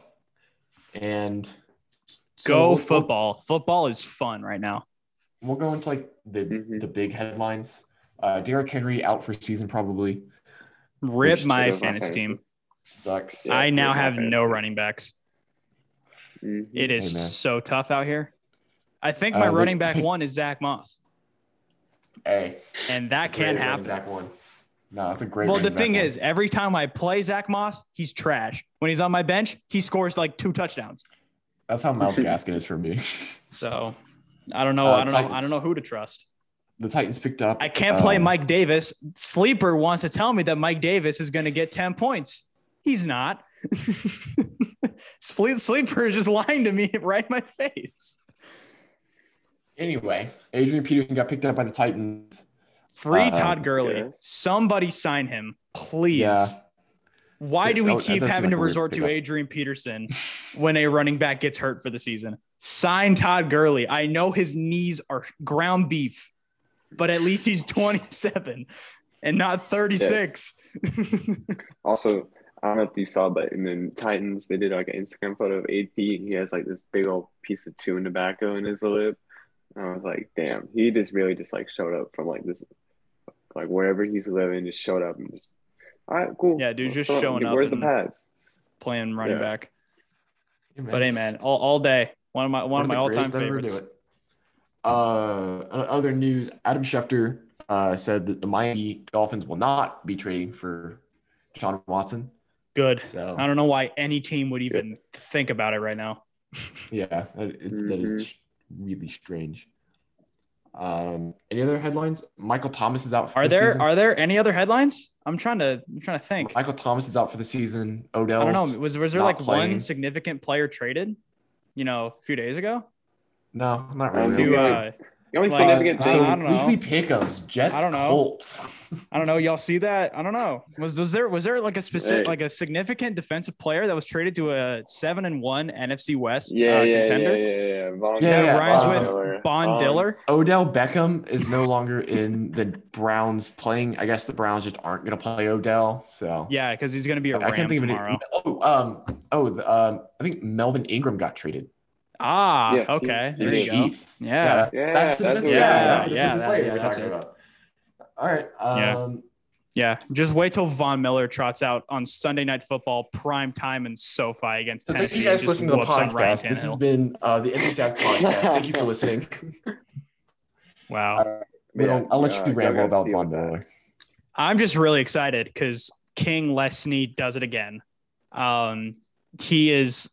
[SPEAKER 1] and so
[SPEAKER 2] Go
[SPEAKER 1] we'll- we'll-
[SPEAKER 2] football. Football is fun right now.
[SPEAKER 1] we'll go into like the
[SPEAKER 3] Mhm.
[SPEAKER 1] the big headlines. Uh, Derrick Henry out for season probably
[SPEAKER 2] Rip
[SPEAKER 3] Which
[SPEAKER 2] my
[SPEAKER 3] sort of
[SPEAKER 2] fantasy
[SPEAKER 3] offense?
[SPEAKER 2] team.
[SPEAKER 1] sucks.
[SPEAKER 3] Yeah,
[SPEAKER 2] I now
[SPEAKER 3] rip my
[SPEAKER 2] have no
[SPEAKER 3] fantasy.
[SPEAKER 2] running backs.
[SPEAKER 3] Mhm.
[SPEAKER 2] It is
[SPEAKER 1] Hey, man.
[SPEAKER 2] so tough out here. I think my
[SPEAKER 1] Uh, they-
[SPEAKER 2] running back one is Zach Moss,
[SPEAKER 1] Hey,
[SPEAKER 2] and that
[SPEAKER 1] great running
[SPEAKER 2] can't happen.
[SPEAKER 1] Back one. No, that's a great.
[SPEAKER 2] Well, the
[SPEAKER 1] running back
[SPEAKER 2] thing
[SPEAKER 1] one.
[SPEAKER 2] is, every time I play Zach Moss, he's trash. When he's on my bench, he scores like two touchdowns.
[SPEAKER 1] that's how Miles Gaskin is for me.
[SPEAKER 2] So I don't know.
[SPEAKER 1] Uh,
[SPEAKER 2] I don't know. I
[SPEAKER 1] Titans.
[SPEAKER 2] don't know who to trust.
[SPEAKER 1] The Titans picked up.
[SPEAKER 2] I can't play
[SPEAKER 1] um,
[SPEAKER 2] Mike Davis. Sleeper wants to tell me that Mike Davis is going to get 10 points. He's not. Sleep- Sleeper is just lying to me right in my face.
[SPEAKER 1] Anyway, Adrian Peterson got picked up by the Titans.
[SPEAKER 2] Free
[SPEAKER 1] Uh,
[SPEAKER 2] Todd Gurley.
[SPEAKER 3] yes.
[SPEAKER 2] Somebody sign him, please.
[SPEAKER 1] Yeah.
[SPEAKER 2] Why do we
[SPEAKER 1] Oh, that
[SPEAKER 2] keep
[SPEAKER 1] does seem like
[SPEAKER 2] having to
[SPEAKER 1] a weird
[SPEAKER 2] resort to
[SPEAKER 1] pickup.
[SPEAKER 2] Adrian Peterson when a running back gets hurt for the season? Sign Todd Gurley. I know his knees are ground beef, but at least he's 27 and not 36.
[SPEAKER 3] Also, I don't know if you saw, but in the Titans, they did like an Instagram photo of AP, and he has like this big old piece of chewing tobacco in his lip. And I was like, damn, he just really just like showed up from like this, like wherever he's living, just showed up and just, all right, cool.
[SPEAKER 2] Yeah, dude's just
[SPEAKER 3] What's up?
[SPEAKER 2] showing up
[SPEAKER 3] Where's the
[SPEAKER 2] and-
[SPEAKER 3] pads?
[SPEAKER 2] Playing running
[SPEAKER 3] Yeah.
[SPEAKER 2] back.
[SPEAKER 1] Hey, man.
[SPEAKER 2] But hey, man, all, all day. One of my one of my
[SPEAKER 1] the
[SPEAKER 2] all time
[SPEAKER 1] greatest ever to do
[SPEAKER 2] favorites.
[SPEAKER 1] it. Uh, other news: Adam Schefter uh, said that the Miami Dolphins will not be trading for Sean Watson.
[SPEAKER 2] Good.
[SPEAKER 1] So
[SPEAKER 2] I don't know why any team would even think about it right now.
[SPEAKER 1] yeah, it- it's that is
[SPEAKER 3] Mm-hmm.
[SPEAKER 1] really strange. Um, any other headlines? Michael Thomas is out. For
[SPEAKER 2] Are
[SPEAKER 1] the
[SPEAKER 2] there
[SPEAKER 1] season.
[SPEAKER 2] are there any other headlines? I'm trying to I'm trying to think.
[SPEAKER 1] Michael Thomas is out for the season. Odell.
[SPEAKER 2] I don't know. Was was there
[SPEAKER 1] not
[SPEAKER 2] like
[SPEAKER 1] playing.
[SPEAKER 2] one significant player traded? You know, a few days ago.
[SPEAKER 1] No, not
[SPEAKER 3] Um,
[SPEAKER 1] really.
[SPEAKER 2] To,
[SPEAKER 3] yeah.
[SPEAKER 2] uh,
[SPEAKER 3] The only
[SPEAKER 2] Like,
[SPEAKER 3] significant
[SPEAKER 2] uh,
[SPEAKER 3] thing,
[SPEAKER 2] I don't know.
[SPEAKER 1] Weekly pickups. Jets.
[SPEAKER 2] I don't know.
[SPEAKER 1] Colts.
[SPEAKER 2] I don't know. Y'all see that? I don't know. Was was there was there like a specific
[SPEAKER 3] Hey.
[SPEAKER 2] like a significant defensive player that was traded to a seven and one NFC West
[SPEAKER 3] yeah,
[SPEAKER 2] uh,
[SPEAKER 3] yeah,
[SPEAKER 2] contender?
[SPEAKER 3] yeah, yeah, yeah, Von,
[SPEAKER 1] Yeah, yeah,
[SPEAKER 2] rhymes
[SPEAKER 3] Von
[SPEAKER 2] with
[SPEAKER 3] Miller.
[SPEAKER 2] Bon
[SPEAKER 3] Um,
[SPEAKER 2] Diller.
[SPEAKER 1] Odell Beckham is no longer in the Browns playing. I guess the Browns just aren't going to play Odell. So
[SPEAKER 2] Yeah, because he's gonna be a
[SPEAKER 1] I
[SPEAKER 2] Ram
[SPEAKER 1] can't think of
[SPEAKER 2] tomorrow.
[SPEAKER 1] it. Oh, um, oh, the, um, I think Melvin Ingram got traded.
[SPEAKER 2] Ah,
[SPEAKER 3] Yes, he-
[SPEAKER 2] okay.
[SPEAKER 3] he
[SPEAKER 1] the
[SPEAKER 2] there you
[SPEAKER 3] did.
[SPEAKER 2] go.
[SPEAKER 1] Chiefs.
[SPEAKER 2] Yeah.
[SPEAKER 1] that's, that's the
[SPEAKER 3] Yeah, that's
[SPEAKER 1] defensive-
[SPEAKER 3] what-
[SPEAKER 1] yeah, that's the
[SPEAKER 2] yeah,
[SPEAKER 1] defensive
[SPEAKER 2] yeah,
[SPEAKER 1] player
[SPEAKER 2] yeah,
[SPEAKER 1] we're
[SPEAKER 2] that's
[SPEAKER 1] talking
[SPEAKER 2] it.
[SPEAKER 1] about. All right.
[SPEAKER 2] Yeah.
[SPEAKER 1] Um,
[SPEAKER 2] Yeah, just wait till Von Miller trots out on Sunday Night Football prime time in SoFi against
[SPEAKER 1] So thank
[SPEAKER 2] Tennessee.
[SPEAKER 1] you guys
[SPEAKER 2] and
[SPEAKER 1] for
[SPEAKER 2] just
[SPEAKER 1] listening to the
[SPEAKER 2] whoops on Ryan
[SPEAKER 1] podcast. This has
[SPEAKER 2] Tannehill.
[SPEAKER 1] been uh, the Empty Staff podcast. Thank you for listening.
[SPEAKER 2] wow,
[SPEAKER 1] Uh, Well, I'll let
[SPEAKER 3] uh,
[SPEAKER 1] you
[SPEAKER 3] y'all
[SPEAKER 1] ramble
[SPEAKER 3] gotta
[SPEAKER 1] about
[SPEAKER 3] steal
[SPEAKER 1] Von
[SPEAKER 3] that.
[SPEAKER 1] Miller.
[SPEAKER 2] I'm just really excited because King Les Snead does it again. Um, he is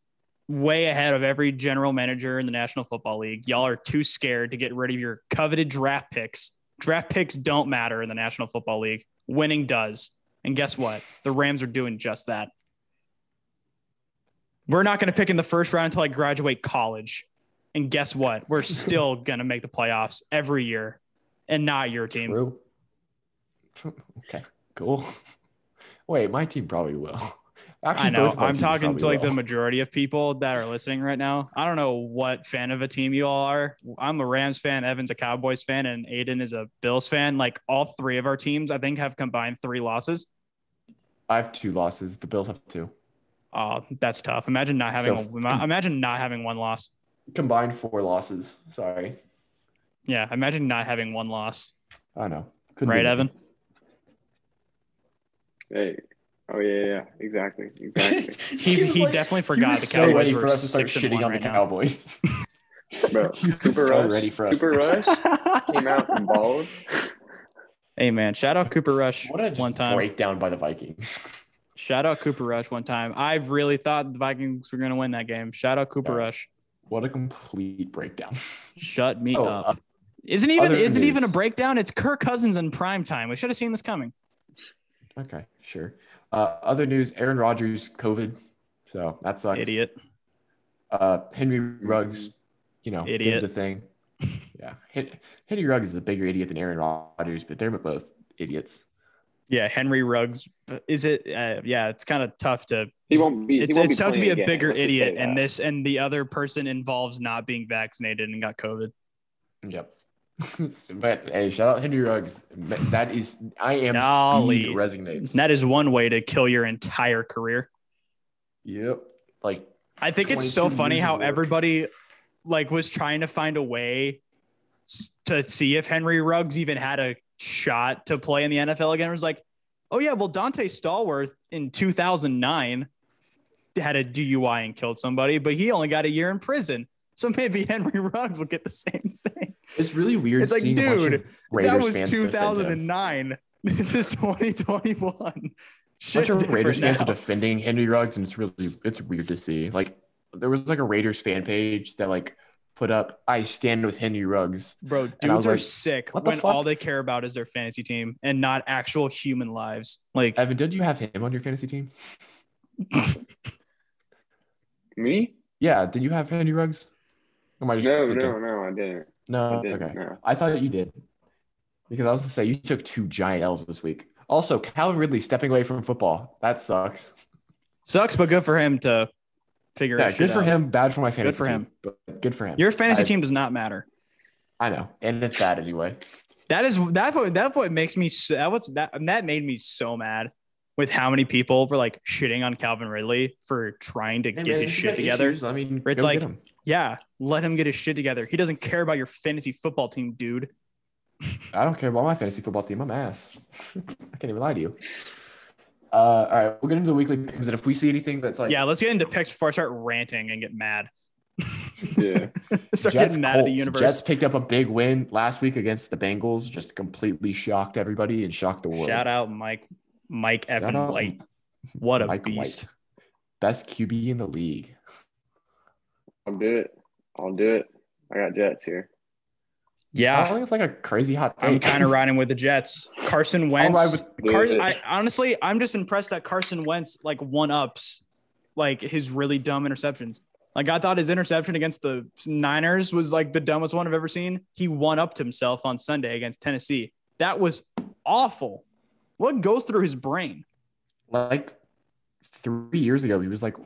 [SPEAKER 2] way ahead of every general manager in the National Football League. Y'all are too scared to get rid of your coveted draft picks. Draft picks don't matter in the National Football League. Winning does. And guess what? The Rams are doing just that. We're not going to pick in the first round until I graduate college. And guess what? We're still going to make the playoffs every year and not your team.
[SPEAKER 1] True. Okay. Cool. Wait, my team probably will. Actually,
[SPEAKER 2] I know.
[SPEAKER 1] both my
[SPEAKER 2] I'm
[SPEAKER 1] teams
[SPEAKER 2] talking
[SPEAKER 1] probably
[SPEAKER 2] to like the
[SPEAKER 1] will.
[SPEAKER 2] majority of people that are listening right now. I don't know what fan of a team you all are. I'm a Rams fan, Evan's a Cowboys fan, and Aiden is a Bills fan. Like all three of our teams, I think, have combined three losses.
[SPEAKER 1] I have two losses. The Bills have two.
[SPEAKER 2] Oh, that's tough. Imagine not having
[SPEAKER 1] So-
[SPEAKER 2] a, imagine not having one loss.
[SPEAKER 1] Combined four losses. Sorry.
[SPEAKER 2] Yeah, imagine not having one loss.
[SPEAKER 1] I know. Couldn't
[SPEAKER 2] Right,
[SPEAKER 1] do that.
[SPEAKER 2] Evan?
[SPEAKER 3] Hey, Oh yeah, yeah, exactly, exactly.
[SPEAKER 2] He, he,
[SPEAKER 1] was like-
[SPEAKER 2] definitely
[SPEAKER 1] he
[SPEAKER 2] forgot
[SPEAKER 1] was
[SPEAKER 2] the
[SPEAKER 1] so
[SPEAKER 2] Cowboys
[SPEAKER 1] ready
[SPEAKER 2] were
[SPEAKER 1] for us to start
[SPEAKER 2] six and
[SPEAKER 1] shitting
[SPEAKER 2] one
[SPEAKER 1] on
[SPEAKER 2] right
[SPEAKER 1] the
[SPEAKER 2] now.
[SPEAKER 1] Cooper
[SPEAKER 3] Bro,
[SPEAKER 1] was
[SPEAKER 3] Cooper
[SPEAKER 1] so
[SPEAKER 3] Rush,
[SPEAKER 1] ready for us.
[SPEAKER 3] Cooper Rush came out and balled.
[SPEAKER 2] hey man, shout out Cooper Rush
[SPEAKER 1] What a just
[SPEAKER 2] one time.
[SPEAKER 1] breakdown by the Vikings.
[SPEAKER 2] Shout out Cooper Rush one time. I really thought the Vikings were going to win that game. Shout out Cooper
[SPEAKER 1] Yeah.
[SPEAKER 2] Rush.
[SPEAKER 1] What a complete breakdown.
[SPEAKER 2] Shut me
[SPEAKER 1] Oh,
[SPEAKER 2] up.
[SPEAKER 1] uh,
[SPEAKER 2] isn't even
[SPEAKER 1] other
[SPEAKER 2] isn't even a
[SPEAKER 1] news.
[SPEAKER 2] breakdown. It's Kirk Cousins in prime time. We should have seen this coming.
[SPEAKER 1] okay, sure. Uh, other news: Aaron Rodgers COVID, so that sucks.
[SPEAKER 2] Idiot.
[SPEAKER 1] Uh, Henry Ruggs, you know,
[SPEAKER 2] Idiot.
[SPEAKER 1] did the thing. Yeah, Hen- Henry Ruggs is a bigger idiot than Aaron Rodgers, but they're both idiots.
[SPEAKER 2] Yeah, Henry Ruggs. Is it? Uh, yeah, it's kind of tough to.
[SPEAKER 3] He won't be. he
[SPEAKER 2] It's,
[SPEAKER 3] won't
[SPEAKER 2] it's tough to be
[SPEAKER 3] playing
[SPEAKER 2] a bigger
[SPEAKER 3] let's just say
[SPEAKER 2] idiot, and
[SPEAKER 3] that.
[SPEAKER 2] this and the other person involves not being vaccinated and got COVID.
[SPEAKER 1] Yep. but hey, shout out Henry Ruggs. That is, I am
[SPEAKER 2] Golly.
[SPEAKER 1] speed resonates.
[SPEAKER 2] And that is one way to kill your entire career.
[SPEAKER 1] yep. Like
[SPEAKER 2] I think it's so
[SPEAKER 1] 22
[SPEAKER 2] funny
[SPEAKER 1] years of
[SPEAKER 2] how
[SPEAKER 1] work.
[SPEAKER 2] everybody like was trying to find a way s- to see if Henry Ruggs even had a shot to play in the NFL again. It was like, oh yeah, well Dante Stallworth in 2009 had a DUI and killed somebody, but he only got a year in prison. So maybe Henry Ruggs will get the same thing.
[SPEAKER 1] it's really weird.
[SPEAKER 2] It's like,
[SPEAKER 1] seeing a bunch of
[SPEAKER 2] dude,
[SPEAKER 1] Raiders
[SPEAKER 2] that was
[SPEAKER 1] fans defend him.
[SPEAKER 2] 2009. This is 2021. Shit's
[SPEAKER 1] bunch of
[SPEAKER 2] different
[SPEAKER 1] Raiders fans
[SPEAKER 2] now.
[SPEAKER 1] are defending Henry Ruggs, and it's really it's weird to see. Like there was like a Raiders fan page that like put up "I stand with Henry Ruggs."
[SPEAKER 2] Bro,
[SPEAKER 1] And I
[SPEAKER 2] dudes
[SPEAKER 1] was
[SPEAKER 2] are
[SPEAKER 1] like,
[SPEAKER 2] sick
[SPEAKER 1] "What the
[SPEAKER 2] when
[SPEAKER 1] fuck?"
[SPEAKER 2] all they care about is their fantasy team and not actual human lives. Like,
[SPEAKER 1] Evan, did you have him on your fantasy team?
[SPEAKER 3] Me?
[SPEAKER 1] Yeah, did you have Henry Ruggs? Or am I just
[SPEAKER 3] No,
[SPEAKER 1] thinking-
[SPEAKER 3] no, no, I didn't.
[SPEAKER 1] no.
[SPEAKER 3] I didn't.
[SPEAKER 1] okay,
[SPEAKER 3] No.
[SPEAKER 1] I thought you did because I was gonna say you took two giant L's this week. Also, Calvin Ridley stepping away from football. That sucks.
[SPEAKER 2] sucks, but good for him to figure
[SPEAKER 1] Yeah,
[SPEAKER 2] his
[SPEAKER 1] good
[SPEAKER 2] shit
[SPEAKER 1] for
[SPEAKER 2] out.
[SPEAKER 1] him. Bad for my fantasy.
[SPEAKER 2] for him.
[SPEAKER 1] team, but good for him.
[SPEAKER 2] Your fantasy
[SPEAKER 1] I-
[SPEAKER 2] team does not matter.
[SPEAKER 1] I know, and it's bad anyway.
[SPEAKER 2] That is that's what that's what makes me so, that was that and that made me so mad with how many people were like shitting on Calvin Ridley for trying to
[SPEAKER 1] Hey,
[SPEAKER 2] get
[SPEAKER 1] man,
[SPEAKER 2] his
[SPEAKER 1] if you
[SPEAKER 2] shit
[SPEAKER 1] got
[SPEAKER 2] together.
[SPEAKER 1] issues, I mean,
[SPEAKER 2] It's
[SPEAKER 1] go
[SPEAKER 2] like-
[SPEAKER 1] get him.
[SPEAKER 2] Yeah, let him get his shit together. He doesn't care about your fantasy football team, dude.
[SPEAKER 1] I don't care about my fantasy football team. I'm ass. I can't even lie to you. Uh, all right, we'll get into the weekly picks, and if we see anything that's like
[SPEAKER 2] yeah, let's get into picks before I start ranting and get mad.
[SPEAKER 3] Yeah.
[SPEAKER 1] Jets,
[SPEAKER 2] start getting mad at
[SPEAKER 1] Colts.
[SPEAKER 2] the universe.
[SPEAKER 1] Jets picked up a big win last week against the Bengals, just completely shocked everybody and shocked the world.
[SPEAKER 2] Shout out Mike Mike Evan
[SPEAKER 1] out
[SPEAKER 2] White. What a
[SPEAKER 1] Mike White.
[SPEAKER 2] beast.
[SPEAKER 1] Best QB in the league.
[SPEAKER 3] I'll do it. I'll do it. I got Jets here.
[SPEAKER 1] I don't
[SPEAKER 2] Yeah.
[SPEAKER 1] think it's like a crazy hot
[SPEAKER 2] I'm
[SPEAKER 1] take.
[SPEAKER 2] kind of riding with the Jets. Carson
[SPEAKER 1] I'll
[SPEAKER 2] Wentz.
[SPEAKER 1] ride
[SPEAKER 2] Car-
[SPEAKER 3] Yeah.
[SPEAKER 2] I, honestly, I'm just impressed that Carson Wentz like one ups like his really dumb interceptions. Like I thought his interception against the Niners was like the dumbest one I've ever seen. He one upped himself on Sunday against Tennessee. That was awful. What goes through his brain?
[SPEAKER 1] like three years ago, he was like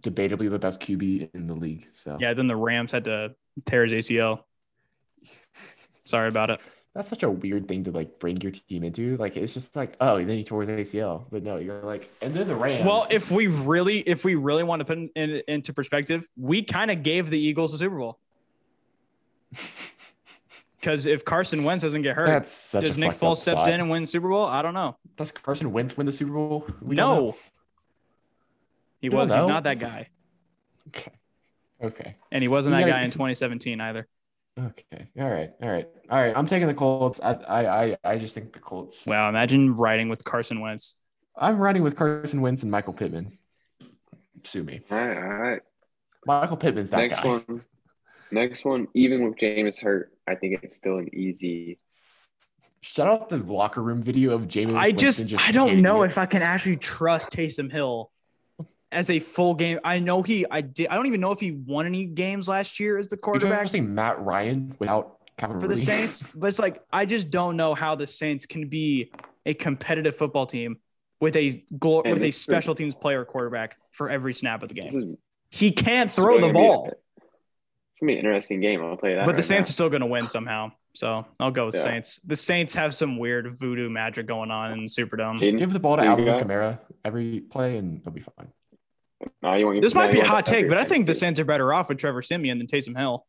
[SPEAKER 1] debatably the best QB in the league. So
[SPEAKER 2] Yeah, then the Rams had to tear his ACL. Sorry about it.
[SPEAKER 1] that's such a weird thing to like bring your team into. Like it's just like, oh, then he tore his ACL. But no, you're like, and then the Rams.
[SPEAKER 2] Well, if we really, if we really want to put in, in, into perspective, we kind of gave the Eagles the Super Bowl. Because if Carson Wentz doesn't get hurt,
[SPEAKER 1] that's such
[SPEAKER 2] does
[SPEAKER 1] a
[SPEAKER 2] Nick
[SPEAKER 1] fucked up
[SPEAKER 2] Foles step
[SPEAKER 1] spot.
[SPEAKER 2] in and win the Super Bowl? I don't know.
[SPEAKER 1] Does Carson Wentz win the Super Bowl? We don't know.
[SPEAKER 2] no, he
[SPEAKER 1] We don't
[SPEAKER 2] was. He's
[SPEAKER 1] know.
[SPEAKER 2] not that guy,
[SPEAKER 1] Okay. Okay.
[SPEAKER 2] and he wasn't
[SPEAKER 1] We
[SPEAKER 2] that
[SPEAKER 1] gotta-
[SPEAKER 2] guy in 2017 either.
[SPEAKER 1] Okay. All right. All right. All right. I'm taking the Colts. I I I, I just think the Colts.
[SPEAKER 2] Wow, imagine riding with Carson Wentz.
[SPEAKER 1] I'm riding with Carson Wentz and Michael Pittman. Sue me.
[SPEAKER 3] All right, all right.
[SPEAKER 1] Michael Pittman's that
[SPEAKER 3] Next
[SPEAKER 1] guy.
[SPEAKER 3] one. Next one. Even with Jameis hurt, I think it's still an easy.
[SPEAKER 1] Shut out the locker room video of James.
[SPEAKER 2] I just, I don't know if I can actually trust Taysom Hill as a full game. I know he, I did, I don't even know if he won any games last year as the quarterback.
[SPEAKER 1] quarterback Matt Ryan without Calvin
[SPEAKER 2] for the
[SPEAKER 1] Ridley.
[SPEAKER 2] Saints, but it's like I just don't know how the Saints can be a competitive football team with a glo-
[SPEAKER 3] And
[SPEAKER 2] with a
[SPEAKER 3] this is-
[SPEAKER 2] special teams player quarterback for every snap of the game.
[SPEAKER 3] This is
[SPEAKER 2] He can't
[SPEAKER 3] this is
[SPEAKER 2] throw
[SPEAKER 3] gonna
[SPEAKER 2] the
[SPEAKER 3] be-
[SPEAKER 2] ball,
[SPEAKER 3] It's gonna be an interesting game. I'll tell you that.
[SPEAKER 2] but the
[SPEAKER 3] right
[SPEAKER 2] Saints are
[SPEAKER 3] now.
[SPEAKER 2] still going to win somehow. So I'll go with
[SPEAKER 3] Yeah.
[SPEAKER 2] Saints. The Saints have some weird voodoo magic going on in Superdome.
[SPEAKER 3] Jaden-
[SPEAKER 1] Give the ball to
[SPEAKER 3] There you
[SPEAKER 1] Alvin
[SPEAKER 3] go.
[SPEAKER 1] Kamara every play, and they'll be fine.
[SPEAKER 3] No, you want-
[SPEAKER 2] This
[SPEAKER 3] no,
[SPEAKER 2] might
[SPEAKER 3] you
[SPEAKER 2] be a
[SPEAKER 3] want
[SPEAKER 2] hot
[SPEAKER 3] that
[SPEAKER 2] take,
[SPEAKER 3] for
[SPEAKER 2] but I think the
[SPEAKER 3] fantasy.
[SPEAKER 2] Saints are better off with Trevor Simeon than Taysom Hill.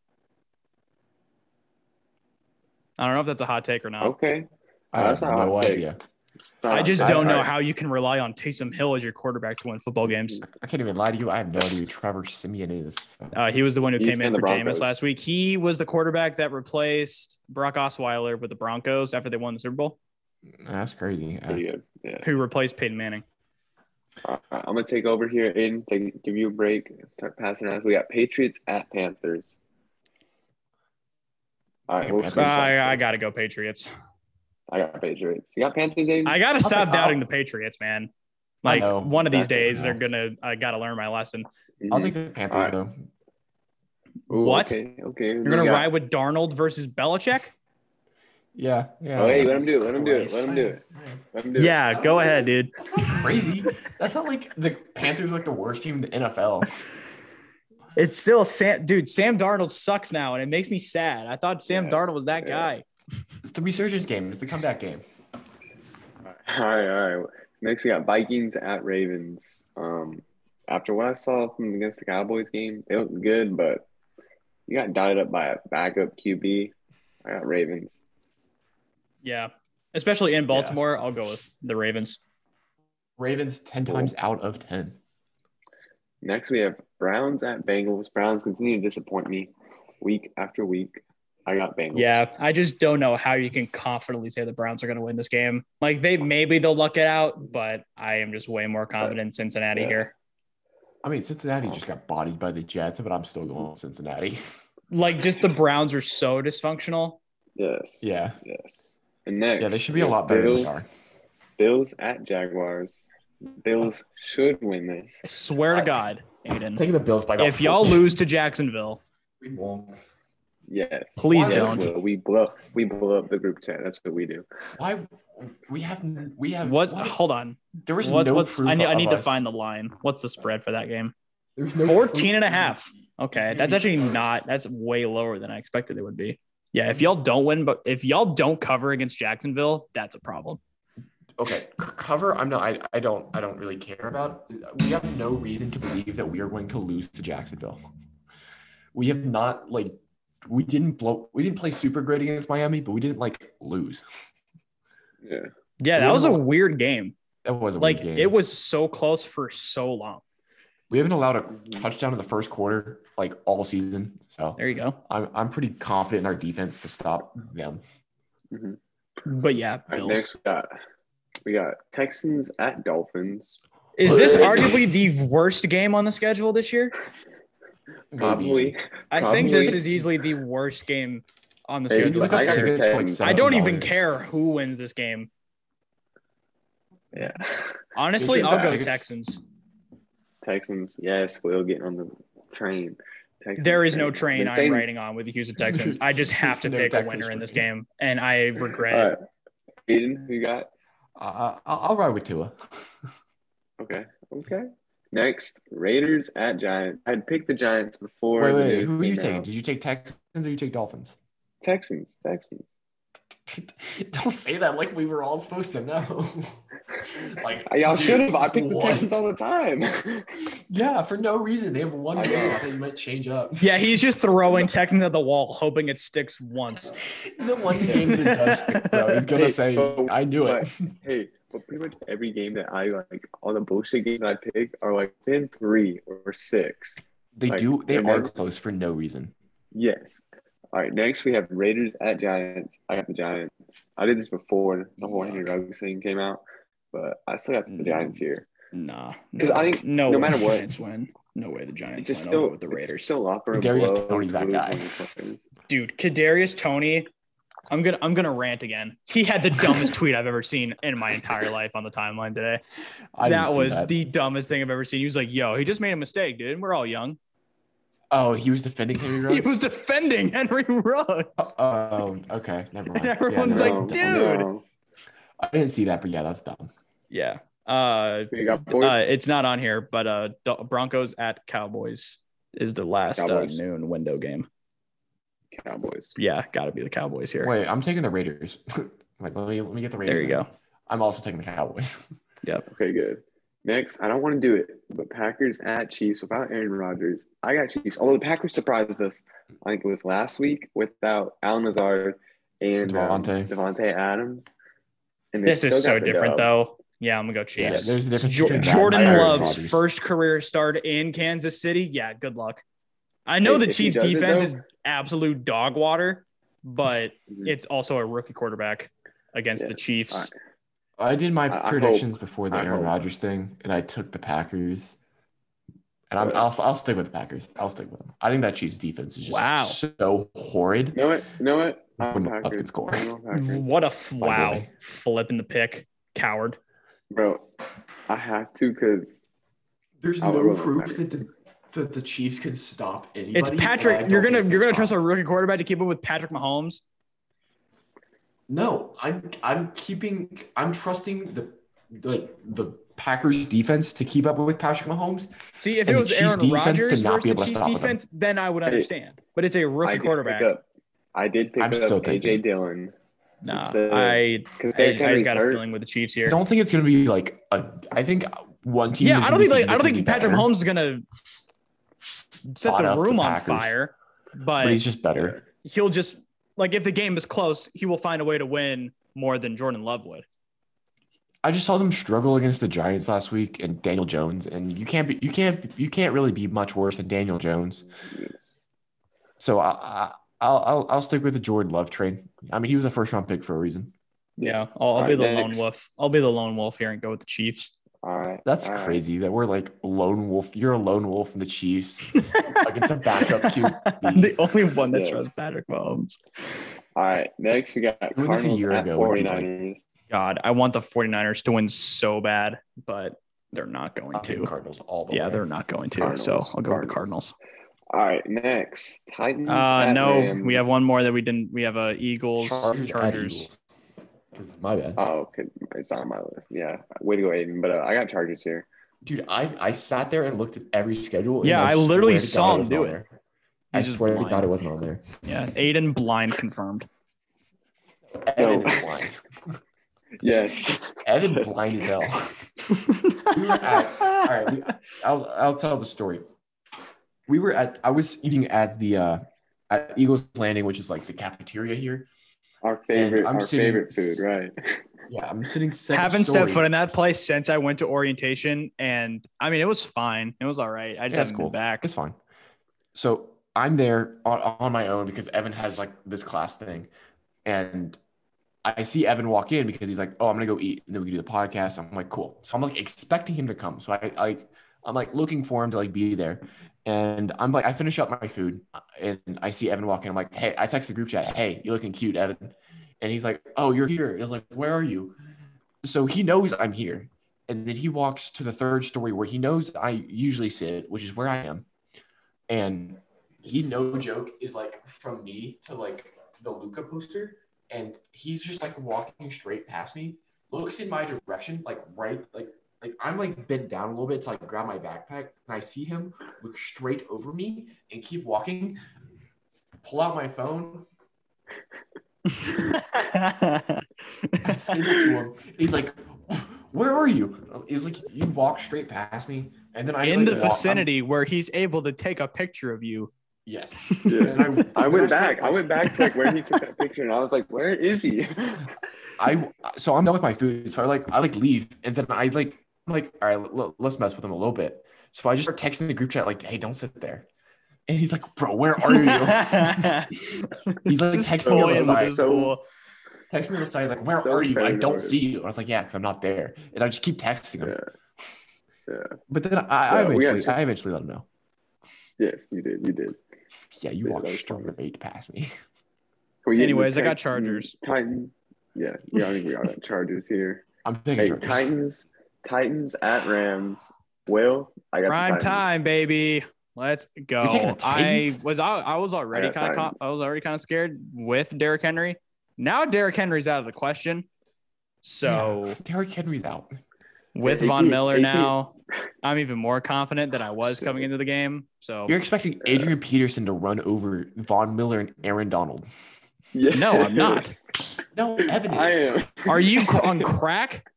[SPEAKER 2] I don't know if that's a hot take or not.
[SPEAKER 3] Okay.
[SPEAKER 1] I
[SPEAKER 3] That's
[SPEAKER 1] have
[SPEAKER 3] a hot
[SPEAKER 1] no
[SPEAKER 3] take.
[SPEAKER 1] idea.
[SPEAKER 3] Stop.
[SPEAKER 2] I just
[SPEAKER 1] I-
[SPEAKER 2] don't know
[SPEAKER 1] I-
[SPEAKER 2] how you can rely on Taysom Hill as your quarterback to win football games.
[SPEAKER 1] I can't even lie to you. I have no idea who Trevor Simeon is.
[SPEAKER 2] Uh, he was the one who
[SPEAKER 3] He's
[SPEAKER 2] came
[SPEAKER 3] been
[SPEAKER 2] in
[SPEAKER 3] the
[SPEAKER 2] for Jameis
[SPEAKER 3] Broncos.
[SPEAKER 2] last week. He was the quarterback that replaced Brock Osweiler with the Broncos after they won the Super Bowl,
[SPEAKER 1] That's crazy. Uh,
[SPEAKER 3] Pretty good. Yeah.
[SPEAKER 2] who replaced Peyton Manning.
[SPEAKER 3] All right, Uh, I'm gonna take over here and take, give you a break. Start passing around. We got Patriots at Panthers. All right,
[SPEAKER 1] Yeah,
[SPEAKER 3] we'll
[SPEAKER 1] Panthers.
[SPEAKER 3] switch that
[SPEAKER 2] I, I
[SPEAKER 3] first.
[SPEAKER 2] got to go Patriots.
[SPEAKER 3] I got Patriots. You got Panthers, Aiden?
[SPEAKER 2] I got to stop
[SPEAKER 1] I'll-
[SPEAKER 2] doubting the Patriots, man.
[SPEAKER 1] I
[SPEAKER 2] Like
[SPEAKER 1] know.
[SPEAKER 2] one of these
[SPEAKER 1] Exactly.
[SPEAKER 2] days, they're gonna. I got to learn my lesson.
[SPEAKER 1] I'll
[SPEAKER 3] Mhm.
[SPEAKER 1] take the Panthers
[SPEAKER 3] Alright.
[SPEAKER 1] though.
[SPEAKER 3] Ooh,
[SPEAKER 2] what?
[SPEAKER 3] Okay, okay.
[SPEAKER 2] You're gonna ride with Darnold versus Belichick?
[SPEAKER 1] Yeah. Yeah.
[SPEAKER 3] Oh, hey, let him do it. Let him do it. Let him do it.
[SPEAKER 1] Christ.
[SPEAKER 3] Let him do it.
[SPEAKER 2] Yeah, go ahead, dude.
[SPEAKER 1] That's not crazy. That's not like the Panthers are like the worst team in the NFL.
[SPEAKER 2] It's still Sam, dude. Sam Darnold sucks now, and it makes me sad. I thought Sam
[SPEAKER 3] Yeah,
[SPEAKER 2] Darnold was that
[SPEAKER 3] yeah.
[SPEAKER 2] guy.
[SPEAKER 1] It's the resurgence game. It's the comeback game.
[SPEAKER 3] All right, all right. Next, we got Vikings at Ravens. Um, after what I saw from against the Cowboys game, they looked good, but you got dotted up by a backup QB. I got Ravens.
[SPEAKER 2] Yeah, especially in Baltimore. I'll go with the Ravens.
[SPEAKER 1] Ravens ten times out of ten.
[SPEAKER 3] Next, we have Browns at Bengals. Browns continue to disappoint me week after week. I got Bengals.
[SPEAKER 2] Yeah, I just don't know how you can confidently say the Browns are going to win this game. Like they maybe they'll luck it out, but I am just way more confident in Cincinnati
[SPEAKER 3] Yeah.
[SPEAKER 2] here.
[SPEAKER 1] I mean,
[SPEAKER 2] Oh.
[SPEAKER 1] Cincinnati just got bodied by the Jets, but I'm still going with Cincinnati.
[SPEAKER 2] Like just the Browns are so dysfunctional.
[SPEAKER 3] Yes.
[SPEAKER 1] Yeah.
[SPEAKER 3] Yes. And next,
[SPEAKER 1] Yeah, they should be a lot better than they
[SPEAKER 3] Bills,
[SPEAKER 1] are.
[SPEAKER 3] Bills at Jaguars. Bills should win this.
[SPEAKER 2] I swear to
[SPEAKER 1] I-
[SPEAKER 2] God, Aiden,
[SPEAKER 1] Taking the Bills by about
[SPEAKER 2] if y'all
[SPEAKER 1] 14.
[SPEAKER 2] lose to Jacksonville,
[SPEAKER 1] we won't.
[SPEAKER 3] Yes.
[SPEAKER 2] Please
[SPEAKER 3] Yes,
[SPEAKER 2] don't.
[SPEAKER 3] Will. We blow. We blow up the group chat. That's what we do.
[SPEAKER 1] Why? We have we have
[SPEAKER 2] what? Hold on.
[SPEAKER 1] There was
[SPEAKER 2] What's
[SPEAKER 1] no
[SPEAKER 2] what's?
[SPEAKER 1] proof
[SPEAKER 2] I need I
[SPEAKER 1] of
[SPEAKER 2] need to
[SPEAKER 1] us.
[SPEAKER 2] find the line. What's the spread for that game?
[SPEAKER 1] There's no
[SPEAKER 2] 14
[SPEAKER 1] proof
[SPEAKER 2] and a
[SPEAKER 1] of
[SPEAKER 2] half.
[SPEAKER 1] us.
[SPEAKER 2] Okay, that's actually not. That's way lower than I expected it would be. Yeah,
[SPEAKER 1] Mm-hmm.
[SPEAKER 2] if y'all don't win, but if y'all don't cover against Jacksonville, that's a problem.
[SPEAKER 1] okay c- cover i'm not I, I don't i don't really care about we have no reason to believe that we are going to lose to jacksonville we have not like we didn't blow we didn't play super great against miami but we didn't like lose
[SPEAKER 3] Yeah.
[SPEAKER 2] Yeah, that
[SPEAKER 1] We
[SPEAKER 2] was a
[SPEAKER 1] haven't-
[SPEAKER 2] weird game.
[SPEAKER 1] that was a
[SPEAKER 2] Like
[SPEAKER 1] weird game.
[SPEAKER 2] it was so close for so long.
[SPEAKER 1] we haven't allowed a touchdown in the first quarter like all season so
[SPEAKER 2] There you go.
[SPEAKER 1] I'm, I'm pretty confident in our defense to stop them
[SPEAKER 2] But yeah,
[SPEAKER 3] All right,
[SPEAKER 2] Bills.
[SPEAKER 3] next we got we got Texans at Dolphins.
[SPEAKER 2] Is this arguably the worst game on the schedule this year?
[SPEAKER 1] Maybe.
[SPEAKER 3] Probably.
[SPEAKER 2] I think this
[SPEAKER 3] Probably.
[SPEAKER 2] is easily the worst game on the
[SPEAKER 3] Hey,
[SPEAKER 1] Dude,
[SPEAKER 2] schedule.
[SPEAKER 1] look up
[SPEAKER 3] I got your
[SPEAKER 1] tickets for,
[SPEAKER 3] text.
[SPEAKER 2] I don't even
[SPEAKER 1] $17.
[SPEAKER 2] care who wins this game.
[SPEAKER 3] Yeah.
[SPEAKER 2] Honestly,
[SPEAKER 3] Who's
[SPEAKER 2] I'll
[SPEAKER 3] your
[SPEAKER 2] go
[SPEAKER 1] tickets?
[SPEAKER 2] Texans.
[SPEAKER 3] Texans. Yes, we'll get on the train. Texans,
[SPEAKER 2] There is no train
[SPEAKER 3] Been
[SPEAKER 2] I'm
[SPEAKER 3] saying-
[SPEAKER 2] riding on with the Houston Texans. I just have to
[SPEAKER 1] No
[SPEAKER 2] pick a
[SPEAKER 1] Texans
[SPEAKER 2] winner in this
[SPEAKER 1] train.
[SPEAKER 2] game, and I regret
[SPEAKER 3] All
[SPEAKER 2] it.
[SPEAKER 3] right. Aiden, who you got?
[SPEAKER 1] I, I, i'll ride with tua
[SPEAKER 3] Okay. Okay. Next, Raiders at Giants. I'd pick the Giants before.
[SPEAKER 1] wait
[SPEAKER 3] the
[SPEAKER 1] wait
[SPEAKER 3] news
[SPEAKER 1] who are you
[SPEAKER 3] came
[SPEAKER 1] taking
[SPEAKER 3] out.
[SPEAKER 1] did you take texans or you take dolphins
[SPEAKER 3] Texans. Texans.
[SPEAKER 1] Don't say that like we were all supposed to know. like
[SPEAKER 3] Y'all should have. I pick the
[SPEAKER 1] what?
[SPEAKER 3] Texans all the time.
[SPEAKER 1] Yeah, for no reason. They have one
[SPEAKER 3] I
[SPEAKER 1] game
[SPEAKER 3] know.
[SPEAKER 1] that you might change up.
[SPEAKER 2] Yeah, he's just throwing Texans at the wall, hoping it sticks once.
[SPEAKER 1] the one game that does stick, bro. He's gonna
[SPEAKER 3] Hey,
[SPEAKER 1] say,
[SPEAKER 3] but-
[SPEAKER 1] "I knew it."
[SPEAKER 3] hey, but pretty much every game that I like, all the bullshit games I pick are like within three or six.
[SPEAKER 1] They
[SPEAKER 3] like,
[SPEAKER 1] do. They
[SPEAKER 3] and
[SPEAKER 1] are
[SPEAKER 3] then-
[SPEAKER 1] close for no reason.
[SPEAKER 3] Yes. All right. Next, we have Raiders at Giants. I got the Giants. I did this before the whole Henry Ruggs thing came out, but I still got the
[SPEAKER 1] Mm-hmm.
[SPEAKER 3] Giants here.
[SPEAKER 2] Nah,
[SPEAKER 3] 'Cause I think
[SPEAKER 2] no,
[SPEAKER 3] no
[SPEAKER 2] way
[SPEAKER 3] matter
[SPEAKER 2] the
[SPEAKER 3] what-
[SPEAKER 2] Giants win. No way the Giants
[SPEAKER 3] It's just
[SPEAKER 2] win over
[SPEAKER 3] still
[SPEAKER 2] with the
[SPEAKER 3] It's
[SPEAKER 2] Raiders.
[SPEAKER 3] still upper and
[SPEAKER 1] Darius
[SPEAKER 3] below
[SPEAKER 1] Tony's that
[SPEAKER 3] to
[SPEAKER 1] guy.
[SPEAKER 3] lose when you fucking-
[SPEAKER 2] Dude, Kadarius Tony, I'm gonna I'm gonna rant again. He had the dumbest tweet I've ever seen in my entire life on the timeline today.
[SPEAKER 1] I didn't
[SPEAKER 2] that
[SPEAKER 1] see
[SPEAKER 2] was
[SPEAKER 1] that.
[SPEAKER 2] the dumbest thing I've ever seen. He was like, "Yo, he just made a mistake, dude. We're all young."
[SPEAKER 1] Oh, he was defending Henry
[SPEAKER 2] He
[SPEAKER 1] Ruggs.
[SPEAKER 2] was defending Henry Ruggs.
[SPEAKER 1] Oh, okay, never mind.
[SPEAKER 2] And everyone's It's
[SPEAKER 1] yeah,
[SPEAKER 2] like,
[SPEAKER 1] never mind.
[SPEAKER 2] dude.
[SPEAKER 1] I didn't see that, but yeah, that's dumb.
[SPEAKER 2] Yeah. Uh,
[SPEAKER 3] You got boys?
[SPEAKER 2] uh, it's not on here, but uh, Do- Broncos at Cowboys is the last uh,
[SPEAKER 3] Cowboys.
[SPEAKER 2] noon window game.
[SPEAKER 3] Cowboys.
[SPEAKER 2] Yeah, got to be the Cowboys here.
[SPEAKER 1] Wait, I'm taking the Raiders. like, let me let me get the Raiders.
[SPEAKER 2] there you go.
[SPEAKER 1] I'm also taking the Cowboys.
[SPEAKER 3] Okay, good. Next, I don't want to do it, but Packers at Chiefs without Aaron Rodgers. I got Chiefs. Although the Packers surprised us, I think it was last week without Alan Lazard and um,
[SPEAKER 1] Devontae.
[SPEAKER 3] Devontae Adams. And they
[SPEAKER 2] This is
[SPEAKER 3] still
[SPEAKER 2] so
[SPEAKER 3] got the
[SPEAKER 2] different,
[SPEAKER 3] dub.
[SPEAKER 2] though. Yeah, I'm gonna go Chiefs.
[SPEAKER 1] there's a difference
[SPEAKER 2] Jo-
[SPEAKER 1] between that and
[SPEAKER 2] Jordan
[SPEAKER 1] Aaron
[SPEAKER 2] Love's
[SPEAKER 1] Rodgers.
[SPEAKER 2] first career start in Kansas City. Yeah, good luck. I know
[SPEAKER 3] If-
[SPEAKER 2] the
[SPEAKER 3] if he
[SPEAKER 2] Chiefs'
[SPEAKER 3] does it,
[SPEAKER 2] defense
[SPEAKER 3] though-
[SPEAKER 2] is absolute dog water, but
[SPEAKER 3] Mhm.
[SPEAKER 2] it's also a rookie quarterback against the
[SPEAKER 3] Yes.
[SPEAKER 2] Chiefs.
[SPEAKER 1] I did my
[SPEAKER 3] I- I hope.
[SPEAKER 1] predictions before the
[SPEAKER 3] I
[SPEAKER 1] Aaron
[SPEAKER 3] hope.
[SPEAKER 1] Rodgers thing, and I took the Packers. And I'm,
[SPEAKER 3] Right.
[SPEAKER 1] I'll I'll stick with the Packers. I'll stick with them. I think that Chiefs defense is just
[SPEAKER 2] Wow.
[SPEAKER 1] so horrid.
[SPEAKER 3] You know what? You know what?
[SPEAKER 1] When
[SPEAKER 3] I'm
[SPEAKER 1] the
[SPEAKER 3] Packers.
[SPEAKER 1] Falcons score.
[SPEAKER 3] I'm Packers.
[SPEAKER 2] What a f- wow!
[SPEAKER 1] way.
[SPEAKER 2] Flipping the pick, coward.
[SPEAKER 3] Bro, I have to because
[SPEAKER 1] There's
[SPEAKER 3] I would no roll the proof Packers.
[SPEAKER 1] the, that the Chiefs can stop anybody.
[SPEAKER 2] It's Patrick. You're gonna you're gonna trust a rookie quarterback to keep up with Patrick Mahomes?
[SPEAKER 1] No, I'm I'm keeping I'm trusting the like the Packers defense to keep up with Patrick Mahomes.
[SPEAKER 2] See, if
[SPEAKER 1] And
[SPEAKER 2] it
[SPEAKER 1] the
[SPEAKER 2] was
[SPEAKER 1] Chiefs'
[SPEAKER 2] Aaron
[SPEAKER 1] defense to
[SPEAKER 2] Rodgers
[SPEAKER 1] not be
[SPEAKER 2] versus
[SPEAKER 1] able to
[SPEAKER 2] the Chiefs'
[SPEAKER 1] stop them.
[SPEAKER 2] defense, then I would
[SPEAKER 3] Hey,
[SPEAKER 2] understand. But it's a
[SPEAKER 3] I
[SPEAKER 2] rookie
[SPEAKER 3] did
[SPEAKER 2] quarterback.
[SPEAKER 3] Pick up, I did pick
[SPEAKER 1] I'm
[SPEAKER 3] up
[SPEAKER 1] still
[SPEAKER 3] AJ
[SPEAKER 1] taking-
[SPEAKER 3] Dillon
[SPEAKER 2] Nah,
[SPEAKER 3] It's the-
[SPEAKER 2] I
[SPEAKER 3] because
[SPEAKER 2] I, I
[SPEAKER 3] Derrick Henry's
[SPEAKER 2] just got a
[SPEAKER 3] hurt.
[SPEAKER 2] feeling with the Chiefs
[SPEAKER 1] I
[SPEAKER 2] here.
[SPEAKER 1] don't think it's gonna be like a. I think one team.
[SPEAKER 2] yeah,
[SPEAKER 1] is
[SPEAKER 2] I
[SPEAKER 1] gonna
[SPEAKER 2] don't think
[SPEAKER 1] be
[SPEAKER 2] like I don't think
[SPEAKER 1] significantly
[SPEAKER 2] Patrick
[SPEAKER 1] better,
[SPEAKER 2] Mahomes is gonna set
[SPEAKER 1] Spot
[SPEAKER 2] the
[SPEAKER 1] up the
[SPEAKER 2] room on
[SPEAKER 1] Packers.
[SPEAKER 2] fire,
[SPEAKER 1] but
[SPEAKER 2] but
[SPEAKER 1] he's just better.
[SPEAKER 2] he'll just like if the game is close, he will find a way to win more than Jordan Love would.
[SPEAKER 1] I just saw them struggle against the Giants last week and Daniel Jones, and you can't be you can't you can't really be much worse than Daniel Jones. So I, I I'll, I'll I'll stick with the Jordan Love train. I mean, he was a first round pick for a reason.
[SPEAKER 2] Yeah, I'll, I'll
[SPEAKER 3] All
[SPEAKER 2] be
[SPEAKER 3] right,
[SPEAKER 2] the
[SPEAKER 3] next.
[SPEAKER 2] lone wolf. I'll be the lone wolf here and go with the Chiefs.
[SPEAKER 3] All right.
[SPEAKER 1] That's
[SPEAKER 3] all right.
[SPEAKER 1] crazy that we're like lone wolf. You're a lone wolf in the Chiefs. like it's a backup
[SPEAKER 2] I'm the
[SPEAKER 1] QB.
[SPEAKER 2] only one that
[SPEAKER 3] Yeah.
[SPEAKER 2] trusts Patrick Mahomes.
[SPEAKER 3] All right. Next, we got
[SPEAKER 1] this a
[SPEAKER 3] Cardinals
[SPEAKER 1] year
[SPEAKER 3] at
[SPEAKER 1] ago would be like-
[SPEAKER 3] 49ers.
[SPEAKER 2] God, I want the 49ers to win so bad, but they're not going
[SPEAKER 1] I'm taking
[SPEAKER 2] to.
[SPEAKER 1] Cardinals all the
[SPEAKER 2] Yeah,
[SPEAKER 1] way.
[SPEAKER 2] they're not going to.
[SPEAKER 3] Cardinals,
[SPEAKER 2] So I'll go with the Cardinals.
[SPEAKER 3] Cardinals. All right. Next, Titans.
[SPEAKER 2] Uh,
[SPEAKER 3] at
[SPEAKER 2] no,
[SPEAKER 3] Rams.
[SPEAKER 2] we have one more that we didn't. We have uh, Eagles, Chargers.
[SPEAKER 1] Chargers. Because my bad,
[SPEAKER 3] Oh, okay. It's not on my list. Yeah. Way to go, Aiden. But uh, I got Chargers here.
[SPEAKER 1] dude. I I sat there and looked at every schedule. and
[SPEAKER 2] Yeah, I
[SPEAKER 1] swear
[SPEAKER 2] literally
[SPEAKER 1] to God
[SPEAKER 2] saw him
[SPEAKER 1] wasn't
[SPEAKER 2] do
[SPEAKER 1] on
[SPEAKER 2] it.
[SPEAKER 1] there. I
[SPEAKER 2] He's just
[SPEAKER 1] swear to
[SPEAKER 2] blind.
[SPEAKER 1] God, it wasn't on there.
[SPEAKER 2] Yeah, Aiden blind confirmed.
[SPEAKER 1] Evan is blind.
[SPEAKER 3] Yes.
[SPEAKER 1] Evan blind as hell. All right, we, I'll I'll tell the story. We were at I was eating at the uh, at Eagles Landing, which is like the cafeteria here.
[SPEAKER 3] Our favorite.
[SPEAKER 1] I'm
[SPEAKER 3] Our
[SPEAKER 1] sitting-
[SPEAKER 3] favorite food, right?
[SPEAKER 1] Yeah, I'm sitting second.
[SPEAKER 2] Haven't stepped
[SPEAKER 1] story.
[SPEAKER 2] foot in that place since I went to orientation, and I mean it was fine. It was all right. I just
[SPEAKER 1] Yeah, that's
[SPEAKER 2] haven't
[SPEAKER 1] cool.
[SPEAKER 2] been back.
[SPEAKER 1] It's fine. So I'm there on, on my own because Evan has like this class thing. And I see Evan walk in because he's like, oh, I'm going to go eat. And then we can do the podcast. I'm like, cool. So I'm like expecting him to come. So I, I, I'm like looking for him to like be there. And I'm like, I finish up my food uh, and I see Evan walk in. I'm like, hey, I text the group chat, hey, you're looking cute, Evan. And he's like, oh, you're here. And I was like, where are you? So he knows I'm here. And then he walks to the third story where he knows I usually sit, which is where I am. And he, no joke, is like from me to like the Luca poster. And he's just like walking straight past me, looks in my direction, like right, like, like I'm like bent down a little bit to like grab my backpack. And I see him look straight over me and keep walking, pull out my phone, I sent it to him. And he's like, "Where were you?" I was- He's like, "You walked straight past me." And then I
[SPEAKER 2] in
[SPEAKER 1] like,
[SPEAKER 2] the
[SPEAKER 1] walked- I'm-
[SPEAKER 2] vicinity where he's able to take a picture of you.
[SPEAKER 1] Yes.
[SPEAKER 3] Yeah.
[SPEAKER 1] And
[SPEAKER 3] I went
[SPEAKER 1] then
[SPEAKER 3] back. I went back to like where he took that picture, and I was like, "Where is he?"
[SPEAKER 1] I so I'm done with my food, so I like I like leave, and then I like I'm like all right, l- let's mess with him a little bit. So I just start texting the group chat like, "Hey, don't sit there," and he's like, "Bro, where are you?" he's like
[SPEAKER 2] Just
[SPEAKER 1] texting me on
[SPEAKER 2] toying
[SPEAKER 1] the
[SPEAKER 2] with
[SPEAKER 1] side.
[SPEAKER 2] his
[SPEAKER 3] So-
[SPEAKER 2] bull.
[SPEAKER 1] Text me on the side like, "Where
[SPEAKER 3] So
[SPEAKER 1] are you?" I don't
[SPEAKER 3] paranoid.
[SPEAKER 1] see you. And I was like, "Yeah, because I'm not there," and I just keep texting him.
[SPEAKER 3] Yeah.
[SPEAKER 1] But then I, I
[SPEAKER 3] Yeah, we got
[SPEAKER 1] eventually
[SPEAKER 3] you.
[SPEAKER 1] I eventually let him know.
[SPEAKER 3] yes, you did. You did.
[SPEAKER 1] Yeah, you
[SPEAKER 3] Yeah,
[SPEAKER 1] walked
[SPEAKER 3] that was
[SPEAKER 1] straight past me.
[SPEAKER 3] Can we get into
[SPEAKER 2] Anyways, I got
[SPEAKER 3] Texans,
[SPEAKER 2] Chargers.
[SPEAKER 3] Titan. Yeah, yeah, I think we got it. Chargers here.
[SPEAKER 1] I'm taking
[SPEAKER 3] Hey,
[SPEAKER 1] Chargers.
[SPEAKER 3] Titans, Titans at Rams. Will I got the
[SPEAKER 2] Prime
[SPEAKER 3] Titans.
[SPEAKER 2] time, baby. Let's
[SPEAKER 1] taking the
[SPEAKER 2] go. I
[SPEAKER 1] Titans?
[SPEAKER 2] was I, I was already
[SPEAKER 3] I got
[SPEAKER 2] kind of
[SPEAKER 3] Titans.
[SPEAKER 2] I was already kind of scared with Derrick Henry. Now Derrick Henry's out of the question. So
[SPEAKER 1] yeah, Derrick Henry's out.
[SPEAKER 2] with
[SPEAKER 3] Hey,
[SPEAKER 2] Von
[SPEAKER 3] hey,
[SPEAKER 2] Miller
[SPEAKER 3] hey,
[SPEAKER 2] now, I'm even more confident than I was coming into the game. So
[SPEAKER 1] You're expecting Adrian Peterson to run over Von Miller and Aaron Donald.
[SPEAKER 3] Yes.
[SPEAKER 2] No, I'm not.
[SPEAKER 1] No, Evan is.
[SPEAKER 3] I am.
[SPEAKER 2] are you cr- on crack?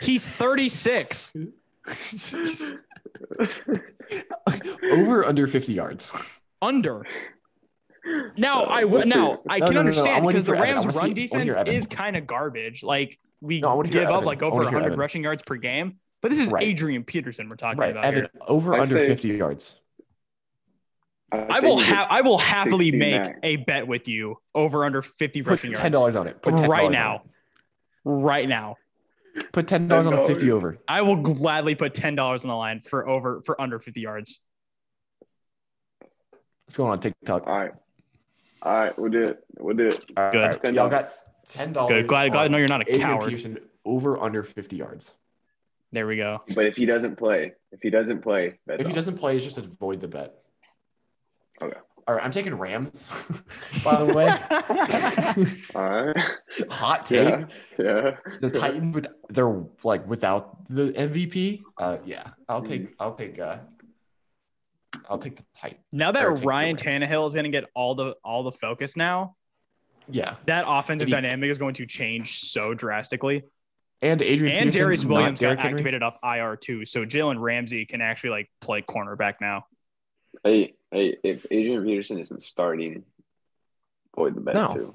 [SPEAKER 2] He's 36.
[SPEAKER 1] Over or under 50 yards.
[SPEAKER 2] under. Now
[SPEAKER 3] Uh,
[SPEAKER 2] I w-
[SPEAKER 3] let's
[SPEAKER 2] now
[SPEAKER 3] hear it.
[SPEAKER 2] I
[SPEAKER 1] No, no, no,
[SPEAKER 2] can
[SPEAKER 1] no, I
[SPEAKER 2] understand
[SPEAKER 1] wanna
[SPEAKER 2] because
[SPEAKER 1] hear
[SPEAKER 2] the
[SPEAKER 1] Evan. I
[SPEAKER 2] Rams'
[SPEAKER 1] wanna see-
[SPEAKER 2] run
[SPEAKER 1] I wanna hear
[SPEAKER 2] defense
[SPEAKER 1] Evan.
[SPEAKER 2] is kind of garbage. Like we
[SPEAKER 1] No, I wanna hear
[SPEAKER 2] give up
[SPEAKER 1] Evan.
[SPEAKER 2] like
[SPEAKER 1] I
[SPEAKER 2] over
[SPEAKER 1] wanna hear
[SPEAKER 2] 100
[SPEAKER 1] Evan.
[SPEAKER 2] rushing yards per game. But this is
[SPEAKER 1] Right.
[SPEAKER 2] Adrian Peterson we're talking
[SPEAKER 1] Right,
[SPEAKER 2] about
[SPEAKER 1] Evan,
[SPEAKER 2] here.
[SPEAKER 1] over
[SPEAKER 3] I'd
[SPEAKER 1] under
[SPEAKER 3] say-
[SPEAKER 1] 50 yards.
[SPEAKER 2] I will
[SPEAKER 3] have.
[SPEAKER 2] ha- I will happily
[SPEAKER 3] 60
[SPEAKER 2] make
[SPEAKER 3] max.
[SPEAKER 2] a bet with you over under 50
[SPEAKER 1] Put
[SPEAKER 2] rushing
[SPEAKER 1] ten
[SPEAKER 2] yards
[SPEAKER 1] dollars on it. Put $10
[SPEAKER 2] right
[SPEAKER 1] on
[SPEAKER 2] now. Right now.
[SPEAKER 1] it. Put ten dollars on a fifty
[SPEAKER 3] $10.
[SPEAKER 1] over.
[SPEAKER 2] I will gladly put ten dollars on the line for over for under 50 yards.
[SPEAKER 1] What's going on TikTok?
[SPEAKER 3] All right. All right, we'll do it. We'll do it.
[SPEAKER 1] All right,
[SPEAKER 2] Good.
[SPEAKER 1] all right. Y'all got ten dollars.
[SPEAKER 2] Good. Glad glad no, you're not a
[SPEAKER 1] Adrian
[SPEAKER 2] coward.
[SPEAKER 1] Peterson over under fifty yards.
[SPEAKER 2] There we go.
[SPEAKER 3] But if he doesn't play, if he doesn't play, that's
[SPEAKER 1] If he
[SPEAKER 3] all.
[SPEAKER 1] doesn't play, it's just avoid the bet.
[SPEAKER 3] Okay.
[SPEAKER 1] All right, I'm taking Rams. By the way,
[SPEAKER 3] All right.
[SPEAKER 1] hot take.
[SPEAKER 3] Yeah. Yeah.
[SPEAKER 1] The Titans with they're like without the MVP. Uh, yeah, I'll take.
[SPEAKER 3] Mm-hmm.
[SPEAKER 1] I'll take. Uh, I'll take the Titan.
[SPEAKER 2] Now
[SPEAKER 1] Or take
[SPEAKER 2] that
[SPEAKER 1] the
[SPEAKER 2] Ryan
[SPEAKER 1] Rams.
[SPEAKER 2] Tannehill is gonna get all the all the focus now,
[SPEAKER 1] Yeah,
[SPEAKER 2] that offensive
[SPEAKER 1] Maybe-
[SPEAKER 2] dynamic is going to change so drastically.
[SPEAKER 1] and Adrian
[SPEAKER 2] And
[SPEAKER 1] Peterson,
[SPEAKER 2] Darius
[SPEAKER 1] not
[SPEAKER 2] Williams got
[SPEAKER 1] Derrick Henry.
[SPEAKER 2] activated off IR too. So Jalen Ramsey can actually like play cornerback now.
[SPEAKER 3] Hey, hey, if Adrian Peterson isn't starting, avoid the bet
[SPEAKER 1] No.
[SPEAKER 3] too.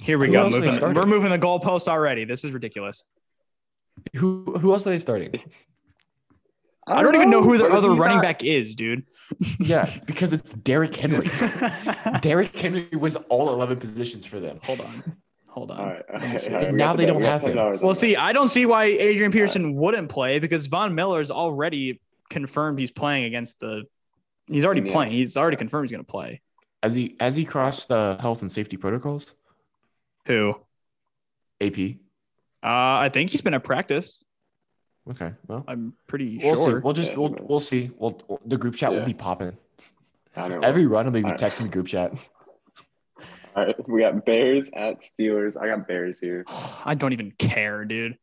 [SPEAKER 2] Here we
[SPEAKER 1] Who
[SPEAKER 2] go.
[SPEAKER 1] else they
[SPEAKER 2] Moving,
[SPEAKER 1] started?
[SPEAKER 2] we're moving the goalposts already. This is ridiculous.
[SPEAKER 1] Who who else are they starting?
[SPEAKER 2] I don't, even know who their
[SPEAKER 3] But if
[SPEAKER 2] other
[SPEAKER 3] he's
[SPEAKER 2] running
[SPEAKER 3] not-
[SPEAKER 2] back is, dude.
[SPEAKER 1] yeah, because it's Derrick Henry. Derrick Henry was all eleven positions for them.
[SPEAKER 2] Hold on. Hold on.
[SPEAKER 3] All right. all
[SPEAKER 2] Let me
[SPEAKER 3] right,
[SPEAKER 2] see.
[SPEAKER 3] all right,
[SPEAKER 1] And
[SPEAKER 3] we got
[SPEAKER 1] now
[SPEAKER 3] the
[SPEAKER 1] they
[SPEAKER 3] bet.
[SPEAKER 1] don't
[SPEAKER 3] We got
[SPEAKER 1] have him.
[SPEAKER 3] $10 on
[SPEAKER 2] Well,
[SPEAKER 3] that.
[SPEAKER 2] see, I don't see why Adrian Peterson wouldn't play because Von Miller's already confirmed he's playing against the. He's already
[SPEAKER 3] Yeah.
[SPEAKER 2] playing. He's already confirmed he's going to play.
[SPEAKER 1] As he as he crossed the health and safety protocols,
[SPEAKER 2] Who?
[SPEAKER 1] AP.
[SPEAKER 2] Uh, I think he's been at practice.
[SPEAKER 1] Okay, well,
[SPEAKER 2] I'm pretty
[SPEAKER 1] we'll
[SPEAKER 2] sure.
[SPEAKER 1] see. We'll just
[SPEAKER 3] Yeah.
[SPEAKER 1] we'll, we'll see. We'll, we'll- the group chat
[SPEAKER 3] Yeah.
[SPEAKER 1] will be popping.
[SPEAKER 3] I know.
[SPEAKER 1] Every run will be
[SPEAKER 3] Alright.
[SPEAKER 1] texting the group chat.
[SPEAKER 3] All right, we got Bears at Steelers. I got Bears here.
[SPEAKER 2] I don't even care, dude.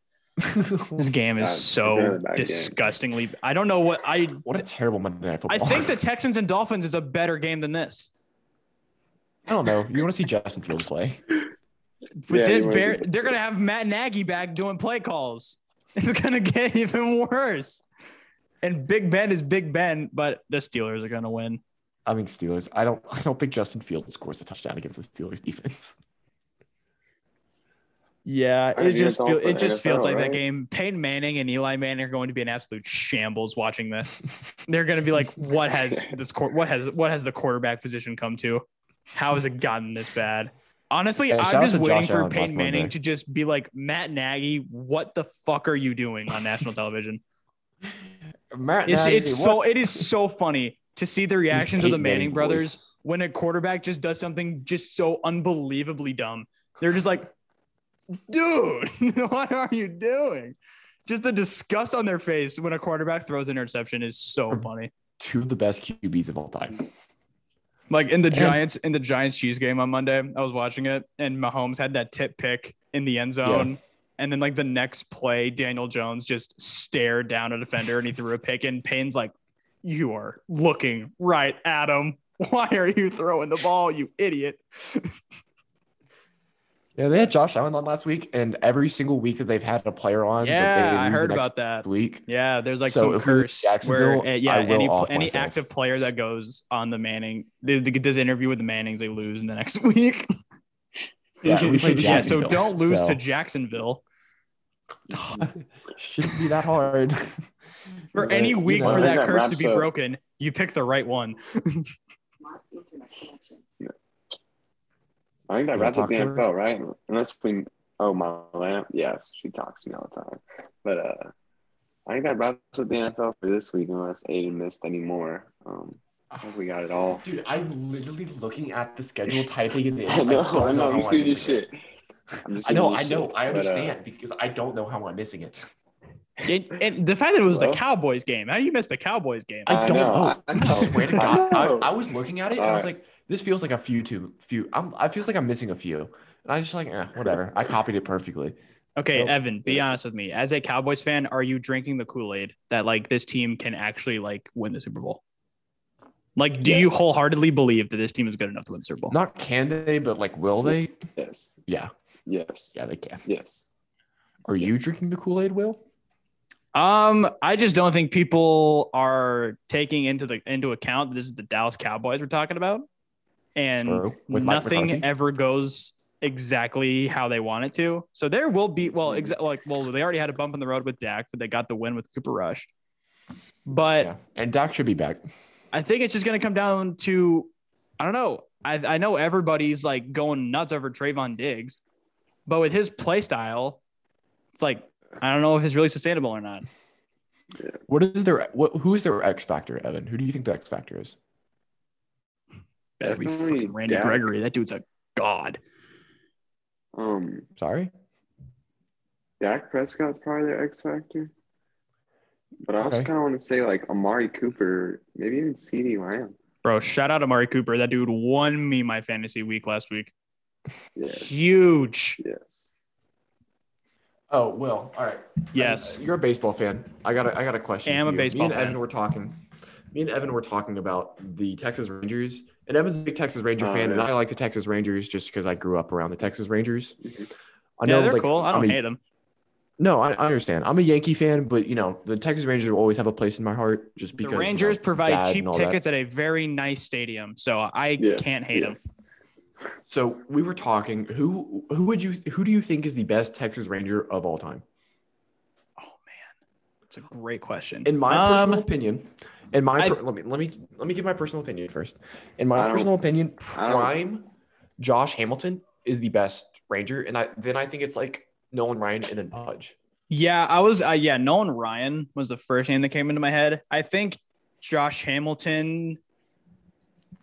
[SPEAKER 2] This game is
[SPEAKER 3] Yeah, it's really
[SPEAKER 2] so
[SPEAKER 3] bad game.
[SPEAKER 2] disgustingly. I don't know what I.
[SPEAKER 1] what a terrible Monday night
[SPEAKER 2] I
[SPEAKER 1] football.
[SPEAKER 2] think the Texans and Dolphins is a better game than this.
[SPEAKER 1] I don't know. You want to see Justin Fields play?
[SPEAKER 2] With
[SPEAKER 3] Yeah,
[SPEAKER 2] this
[SPEAKER 3] you
[SPEAKER 2] bear,
[SPEAKER 3] wanna-
[SPEAKER 2] they're gonna have Matt Nagy back doing play calls. It's gonna get even worse. And Big Ben is Big Ben, but the Steelers are gonna win.
[SPEAKER 1] I mean Steelers. I don't. I don't think Justin Fields scores a touchdown against the Steelers defense.
[SPEAKER 2] Yeah,
[SPEAKER 3] I mean,
[SPEAKER 2] it just
[SPEAKER 3] it's all
[SPEAKER 2] feel,
[SPEAKER 3] for
[SPEAKER 2] it just
[SPEAKER 3] NFL,
[SPEAKER 2] feels like that
[SPEAKER 3] right?
[SPEAKER 2] game. Peyton Manning and Eli Manning are going to be an absolute shambles watching this. They're gonna be like, "What has this? quar- What has what has the quarterback position come to? How has it gotten this bad?" Honestly,
[SPEAKER 1] Hey, shout
[SPEAKER 2] I'm
[SPEAKER 1] out
[SPEAKER 2] just
[SPEAKER 1] to
[SPEAKER 2] waiting
[SPEAKER 1] Josh
[SPEAKER 2] for
[SPEAKER 1] Allen last
[SPEAKER 2] Peyton Manning
[SPEAKER 1] Monday.
[SPEAKER 2] to just be like, "Matt Nagy, what the fuck are you doing on national television?"
[SPEAKER 1] Matt
[SPEAKER 2] It's,
[SPEAKER 1] Nagy,
[SPEAKER 2] it's
[SPEAKER 1] what-
[SPEAKER 2] so it is so funny to see the
[SPEAKER 1] These
[SPEAKER 2] reactions of the
[SPEAKER 1] Peyton
[SPEAKER 2] Manning
[SPEAKER 1] boys.
[SPEAKER 2] brothers when a quarterback just does something just so unbelievably dumb. They're just like, dude, what are you doing? Just the disgust on their face when a quarterback throws an interception is so funny.
[SPEAKER 1] Two of the best QBs of all time.
[SPEAKER 2] Like in the
[SPEAKER 1] And-
[SPEAKER 2] Giants in the Giants Chiefs game on Monday, I was watching it and Mahomes had that tip pick in the end zone. And then like the next play, Daniel Jones just stared down a defender and he threw a pick and Payne's like, You are looking right at him. Why are you throwing the ball, you idiot?
[SPEAKER 1] Yeah, they had Josh Allen on last week, and every single week that they've had a player on, that
[SPEAKER 2] yeah,
[SPEAKER 1] they
[SPEAKER 2] I
[SPEAKER 1] lose the
[SPEAKER 2] heard
[SPEAKER 1] next
[SPEAKER 2] about that.
[SPEAKER 1] Week.
[SPEAKER 2] Yeah, there's like
[SPEAKER 1] So
[SPEAKER 2] some
[SPEAKER 1] if we lose
[SPEAKER 2] curse where
[SPEAKER 1] Jacksonville,
[SPEAKER 2] uh, yeah,
[SPEAKER 1] I will
[SPEAKER 2] any pl-
[SPEAKER 1] off
[SPEAKER 2] any
[SPEAKER 1] myself.
[SPEAKER 2] active player that goes on the Manning, they, they does interview with the Mannings, they lose in the next week.
[SPEAKER 1] Yeah, we played
[SPEAKER 2] yeah, so
[SPEAKER 1] Jacksonville,
[SPEAKER 2] don't lose
[SPEAKER 1] so-
[SPEAKER 2] to Jacksonville
[SPEAKER 1] Shouldn't be that hard.
[SPEAKER 2] for
[SPEAKER 1] But,
[SPEAKER 2] any
[SPEAKER 1] you
[SPEAKER 2] week
[SPEAKER 1] know,
[SPEAKER 2] for
[SPEAKER 3] I think
[SPEAKER 2] that
[SPEAKER 3] that
[SPEAKER 2] curse to
[SPEAKER 3] wraps
[SPEAKER 2] be
[SPEAKER 3] up-
[SPEAKER 2] broken. You pick the right one.
[SPEAKER 4] lost internet connection.
[SPEAKER 3] I think that
[SPEAKER 1] You wanna
[SPEAKER 3] wraps up
[SPEAKER 1] talk
[SPEAKER 3] the
[SPEAKER 1] to her?
[SPEAKER 3] NFL, right? Unless we, oh my lamp, yes, she talks to me all the time. But uh, I think that wraps up the NFL for this week, unless Aiden missed any more. Um, I think we got it all.
[SPEAKER 1] Dude, I'm literally looking at the schedule, typing it in.
[SPEAKER 3] I know,
[SPEAKER 1] don't
[SPEAKER 3] I know, I'm just
[SPEAKER 1] how I'm
[SPEAKER 3] giving you
[SPEAKER 1] missing it.
[SPEAKER 3] shit. I'm just
[SPEAKER 1] I know,
[SPEAKER 3] giving
[SPEAKER 1] I
[SPEAKER 3] you
[SPEAKER 1] know,
[SPEAKER 3] shit,
[SPEAKER 1] I
[SPEAKER 3] but, uh,
[SPEAKER 1] understand because I don't know how I'm missing it.
[SPEAKER 2] And, and the fact that it was
[SPEAKER 3] Well-
[SPEAKER 2] the Cowboys game. How do you miss the Cowboys game?
[SPEAKER 1] I
[SPEAKER 3] I
[SPEAKER 1] don't
[SPEAKER 3] know,
[SPEAKER 1] know.
[SPEAKER 3] I-
[SPEAKER 1] I,
[SPEAKER 3] I know.
[SPEAKER 1] swear to
[SPEAKER 3] I
[SPEAKER 1] God, I,
[SPEAKER 3] know.
[SPEAKER 1] I, was looking at it and I was like, this feels like a few too few. I'm, I feels like I'm missing a few, and I just like, eh, whatever. I copied it perfectly.
[SPEAKER 2] Okay,
[SPEAKER 1] Nope.
[SPEAKER 2] Evan, be honest with me. As a Cowboys fan, are you drinking the Kool Aid that like this team can actually like win the Super Bowl? Like, do you
[SPEAKER 3] Yes.
[SPEAKER 2] wholeheartedly believe that this team is good enough to win the Super Bowl?
[SPEAKER 1] Not can they, but like, will they?
[SPEAKER 3] yes,
[SPEAKER 1] Yeah,
[SPEAKER 3] yes,
[SPEAKER 1] yeah, they can.
[SPEAKER 3] yes.
[SPEAKER 1] Are you drinking the Kool Aid, Will?
[SPEAKER 2] Um, I just don't think people are taking into the into account that this is the Dallas Cowboys we're talking about, and
[SPEAKER 1] True. With Mike
[SPEAKER 2] nothing
[SPEAKER 1] McCarthy?
[SPEAKER 2] ever goes exactly how they want it to. So there will be well,
[SPEAKER 1] Hmm.
[SPEAKER 2] exa- like well, they already had a bump in the road with Dak, but they got the win with Cooper Rush. But
[SPEAKER 1] yeah. And Dak should be back.
[SPEAKER 2] I think it's just going to come down to, I don't know. I, I know everybody's like going nuts over Trayvon Diggs, but with his play style, it's like I don't know if it's really sustainable or not.
[SPEAKER 1] What is their what who is their X factor, Evan? Who do you think the X factor is?
[SPEAKER 2] Better be
[SPEAKER 3] Definitely
[SPEAKER 2] fucking Randy
[SPEAKER 3] Dak.
[SPEAKER 2] Gregory. That dude's a god.
[SPEAKER 3] Um,
[SPEAKER 1] Sorry?
[SPEAKER 3] Dak Prescott's probably their X factor. But I also
[SPEAKER 1] Okay.
[SPEAKER 3] kind of want to say like Amari Cooper, maybe even CD Lamb.
[SPEAKER 2] Bro, shout out to Amari Cooper. That dude won me my fantasy week last week.
[SPEAKER 3] Yes,
[SPEAKER 2] Huge.
[SPEAKER 3] yes.
[SPEAKER 1] Oh, Will. All right.
[SPEAKER 2] Yes.
[SPEAKER 1] Uh, you're a baseball fan. I got a, I got a question.
[SPEAKER 2] I am
[SPEAKER 1] for
[SPEAKER 2] a
[SPEAKER 1] you.
[SPEAKER 2] baseball
[SPEAKER 1] Me and
[SPEAKER 2] fan.
[SPEAKER 1] Evan were talking. Me and Evan were talking about the Texas Rangers, and Evan's a big Texas Ranger
[SPEAKER 3] Oh,
[SPEAKER 1] fan, and
[SPEAKER 3] yeah.
[SPEAKER 1] I like the Texas Rangers just because I grew up around the Texas Rangers.
[SPEAKER 3] Mhm.
[SPEAKER 1] I
[SPEAKER 2] yeah, they're
[SPEAKER 1] like,
[SPEAKER 2] cool. I don't
[SPEAKER 1] I'm a-
[SPEAKER 2] hate them.
[SPEAKER 1] No, I, I understand. I'm a Yankee fan, but you know the Texas Rangers will always have a place in my heart just
[SPEAKER 2] The
[SPEAKER 1] because you know,
[SPEAKER 2] Rangers
[SPEAKER 1] dad
[SPEAKER 2] provide
[SPEAKER 1] and
[SPEAKER 2] cheap
[SPEAKER 1] all that.
[SPEAKER 2] tickets at a very nice stadium, so I
[SPEAKER 3] Yes,
[SPEAKER 2] can't hate them.
[SPEAKER 3] yes.
[SPEAKER 1] So we were talking. Who who would you who do you think is the best Texas Ranger of all time?
[SPEAKER 2] Oh man, it's a great question.
[SPEAKER 1] In my
[SPEAKER 2] Um,
[SPEAKER 1] personal opinion, in my
[SPEAKER 2] I-
[SPEAKER 1] per, let me let me let me give my personal opinion first. In my
[SPEAKER 3] I don't-
[SPEAKER 1] personal opinion,
[SPEAKER 3] I don't-
[SPEAKER 1] prime Josh Hamilton is the best Ranger, and I then I think it's like Nolan Ryan and then Pudge.
[SPEAKER 2] yeah, I was. Uh, yeah, Nolan Ryan was the first name that came into my head. I think Josh Hamilton,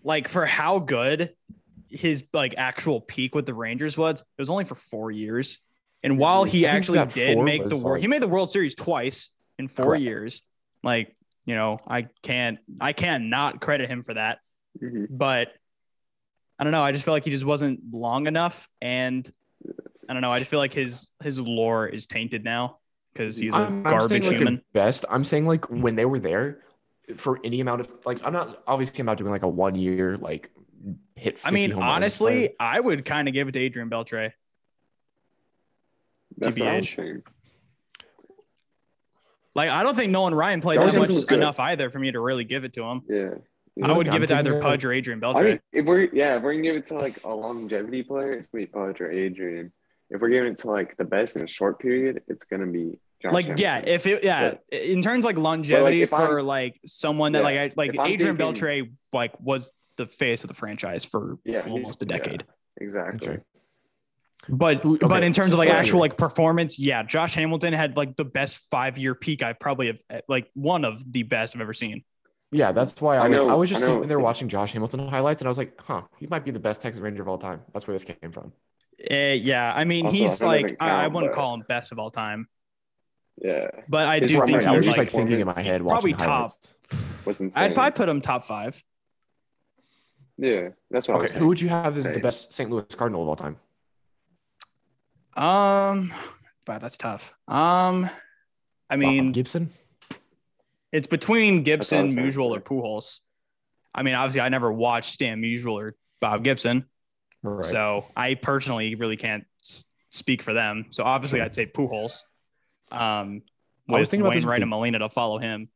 [SPEAKER 2] like for how good his like actual peak with the Rangers was, it was only for four years. And while he
[SPEAKER 1] I think
[SPEAKER 2] actually
[SPEAKER 1] that
[SPEAKER 2] did
[SPEAKER 1] four
[SPEAKER 2] make the
[SPEAKER 1] was,
[SPEAKER 2] world, he
[SPEAKER 1] like-
[SPEAKER 2] made the World Series twice in four
[SPEAKER 1] Correct.
[SPEAKER 2] years. Like you know, I can't, I can't not credit him for that.
[SPEAKER 3] Mhm.
[SPEAKER 2] but I don't know. I just feel like he just wasn't long enough, and I don't know. I just feel like his his lore is tainted now because he's a
[SPEAKER 1] I'm, I'm saying,
[SPEAKER 2] garbage
[SPEAKER 1] like,
[SPEAKER 2] human.
[SPEAKER 1] the best. I'm saying like when they were there for any amount of like I'm not obviously I'm not doing like a one year like hit.
[SPEAKER 2] I mean,
[SPEAKER 1] 50 home runs player.
[SPEAKER 2] honestly, I would kind of give it to Adrian Beltre.
[SPEAKER 3] That's what I was
[SPEAKER 2] TBH.
[SPEAKER 3] saying.
[SPEAKER 2] Like, I don't think Nolan Ryan played
[SPEAKER 3] Beltre
[SPEAKER 2] that much
[SPEAKER 3] was good.
[SPEAKER 2] enough either for me to really give it to him.
[SPEAKER 3] Yeah.
[SPEAKER 2] I would
[SPEAKER 1] I'm
[SPEAKER 2] give it to
[SPEAKER 1] thinking
[SPEAKER 2] either
[SPEAKER 1] of-
[SPEAKER 2] Pudge or Adrian
[SPEAKER 3] I
[SPEAKER 2] Beltre.
[SPEAKER 3] think if we're yeah, if we're gonna give it to like a longevity player, it's gonna be Pudge or Adrian. If we're giving it to like the best in a short period, it's gonna be Josh
[SPEAKER 2] Like,
[SPEAKER 3] Hamilton.
[SPEAKER 2] yeah, if it, yeah, in terms like longevity
[SPEAKER 3] if
[SPEAKER 2] for
[SPEAKER 3] I'm-
[SPEAKER 2] like someone that
[SPEAKER 3] yeah,
[SPEAKER 2] like I like
[SPEAKER 3] if I'm
[SPEAKER 2] Adrian
[SPEAKER 3] thinking-
[SPEAKER 2] Beltre like was the face of the franchise for
[SPEAKER 3] Yeah, he's-
[SPEAKER 2] almost a
[SPEAKER 3] yeah.
[SPEAKER 2] decade.
[SPEAKER 3] exactly.
[SPEAKER 1] Okay.
[SPEAKER 2] But
[SPEAKER 1] Who-
[SPEAKER 2] but
[SPEAKER 1] okay,
[SPEAKER 2] in terms of
[SPEAKER 1] so
[SPEAKER 2] like
[SPEAKER 1] Flaherty.
[SPEAKER 2] actual like performance, yeah, Josh Hamilton had like the best five year peak I probably have eh, like one of the best I've ever seen.
[SPEAKER 1] Yeah, that's why I,
[SPEAKER 3] I
[SPEAKER 1] was,
[SPEAKER 3] know-
[SPEAKER 1] I was
[SPEAKER 3] I
[SPEAKER 1] just
[SPEAKER 3] know.
[SPEAKER 1] sitting there watching Josh Hamilton highlights, and I was like, huh, he might be the best Texas Ranger of all time. That's where this came from.
[SPEAKER 2] Eh, yeah, I mean
[SPEAKER 3] Also,
[SPEAKER 2] he's
[SPEAKER 3] that doesn't
[SPEAKER 2] like I, I
[SPEAKER 3] count,
[SPEAKER 2] wouldn't
[SPEAKER 3] but-
[SPEAKER 2] call him best of all time,
[SPEAKER 3] Yeah.
[SPEAKER 2] but I
[SPEAKER 3] His
[SPEAKER 2] do
[SPEAKER 1] Right,
[SPEAKER 2] think
[SPEAKER 1] I was
[SPEAKER 2] he's
[SPEAKER 1] just
[SPEAKER 2] like,
[SPEAKER 1] like thinking in my head,
[SPEAKER 2] probably
[SPEAKER 1] watching
[SPEAKER 2] top.
[SPEAKER 1] highlights.
[SPEAKER 3] Was insane.
[SPEAKER 2] I'd probably put him top five.
[SPEAKER 3] yeah, that's what I was
[SPEAKER 1] Okay,
[SPEAKER 3] saying.
[SPEAKER 1] who would you have as the
[SPEAKER 3] Same.
[SPEAKER 1] best St. Louis Cardinal of all time?
[SPEAKER 2] Um, but that's tough. Um, I mean
[SPEAKER 1] Bob Gibson.
[SPEAKER 2] it's between
[SPEAKER 3] That's what I
[SPEAKER 2] Gibson,
[SPEAKER 3] was saying,
[SPEAKER 2] Musial, or
[SPEAKER 3] sure.
[SPEAKER 2] Pujols. I mean, obviously, I never watched Stan Musial or Bob Gibson.
[SPEAKER 1] Right.
[SPEAKER 2] So I personally really can't s- speak for them. So obviously, I'd say Pujols. Um,
[SPEAKER 1] I was
[SPEAKER 2] with
[SPEAKER 1] thinking about this
[SPEAKER 2] Wainwright
[SPEAKER 1] with
[SPEAKER 2] and Molina to follow him.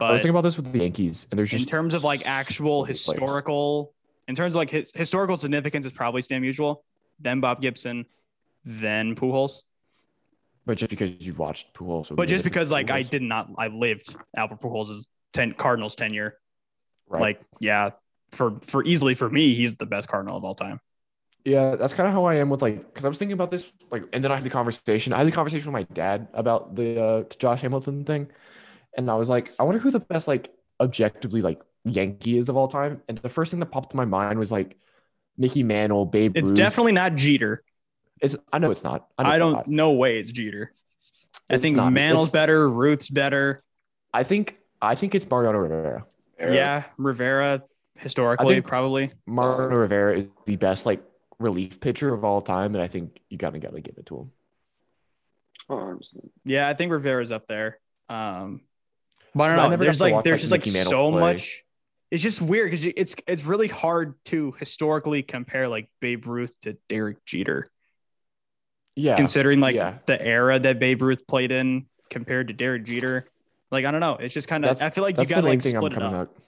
[SPEAKER 1] I was
[SPEAKER 2] But
[SPEAKER 1] thinking about this with the Yankees, and there's
[SPEAKER 2] uh, in
[SPEAKER 1] just
[SPEAKER 2] terms of like actual
[SPEAKER 1] players.
[SPEAKER 2] historical, in terms of like his historical significance, it's probably Stan Musial, then Bob Gibson, then Pujols.
[SPEAKER 1] but just because you've watched Pujols, would
[SPEAKER 2] But
[SPEAKER 1] be
[SPEAKER 2] just
[SPEAKER 1] different
[SPEAKER 2] because like I
[SPEAKER 1] Pujols.
[SPEAKER 2] did not, I lived Albert Pujols' ten Cardinals tenure.
[SPEAKER 1] Right.
[SPEAKER 2] Like, yeah, for for easily for me, he's the best Cardinal of all time.
[SPEAKER 1] Yeah, that's kind of how I am with like, because I was thinking about this, like, and then I had the conversation. I had the conversation with my dad about the uh, Josh Hamilton thing, and I was like, I wonder who the best, like, objectively, like, Yankee is of all time. And the first thing that popped in my mind was like Mickey Mantle, Babe
[SPEAKER 2] It's
[SPEAKER 1] Ruth.
[SPEAKER 2] definitely not Jeter.
[SPEAKER 1] It's I know it's not. know
[SPEAKER 2] I,
[SPEAKER 1] it's
[SPEAKER 2] don't.
[SPEAKER 1] not.
[SPEAKER 2] No way. It's Jeter. I
[SPEAKER 1] It's
[SPEAKER 2] think
[SPEAKER 1] not.
[SPEAKER 2] Mantle's
[SPEAKER 1] It's-
[SPEAKER 2] better. Ruth's better.
[SPEAKER 1] I think I think it's Mariano Rivera.
[SPEAKER 3] Era.
[SPEAKER 2] Yeah, Rivera historically
[SPEAKER 1] I think-
[SPEAKER 2] probably.
[SPEAKER 1] Mariano Rivera is the best like relief pitcher of all time, and I think you gotta gotta give it to him.
[SPEAKER 3] Oh, I'm just-
[SPEAKER 2] Yeah, I think Rivera's up there. Um, but I
[SPEAKER 1] So I
[SPEAKER 2] don't know.
[SPEAKER 1] never got
[SPEAKER 2] There's
[SPEAKER 1] to
[SPEAKER 2] like
[SPEAKER 1] watch,
[SPEAKER 2] there's
[SPEAKER 1] like,
[SPEAKER 2] just like
[SPEAKER 1] Mickey Mantle
[SPEAKER 2] so
[SPEAKER 1] play.
[SPEAKER 2] much. It's just weird because it's it's really hard to historically compare like Babe Ruth to Derek Jeter,
[SPEAKER 1] Yeah,
[SPEAKER 2] considering like
[SPEAKER 1] yeah.
[SPEAKER 2] the era that Babe Ruth played in compared to Derek Jeter. Like I don't know. It's just kind of
[SPEAKER 1] That's-
[SPEAKER 2] uh, I feel like you
[SPEAKER 1] that's the
[SPEAKER 2] got to
[SPEAKER 1] main
[SPEAKER 2] like
[SPEAKER 1] thing I'm
[SPEAKER 2] split it
[SPEAKER 1] coming
[SPEAKER 2] up.
[SPEAKER 1] up.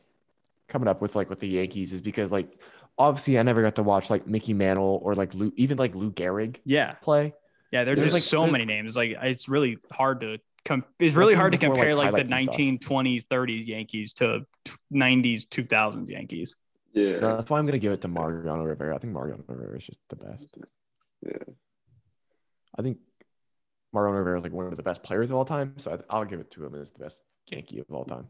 [SPEAKER 1] coming up with like with the Yankees is because like obviously I never got to watch like Mickey Mantle or like Lou, even like Lou Gehrig
[SPEAKER 2] Yeah,
[SPEAKER 1] play.
[SPEAKER 2] yeah. There's
[SPEAKER 1] There's
[SPEAKER 2] just
[SPEAKER 1] like-
[SPEAKER 2] so
[SPEAKER 1] there's-
[SPEAKER 2] many names. Like it's really hard to com- It's really
[SPEAKER 1] Listen
[SPEAKER 2] hard to
[SPEAKER 1] to more, like,
[SPEAKER 2] compare like, the
[SPEAKER 1] highlights and stuff.
[SPEAKER 2] 1920s, 30s Yankees to t- 90s, 2000s Yankees.
[SPEAKER 3] Yeah.
[SPEAKER 1] No, that's why I'm gonna give it to Mariano Rivera. I think Mariano Rivera is just the best.
[SPEAKER 3] Yeah.
[SPEAKER 1] I think Mariano Rivera is like one of the best players of all time, so I, I'll give it to him as the best Yankee of all time.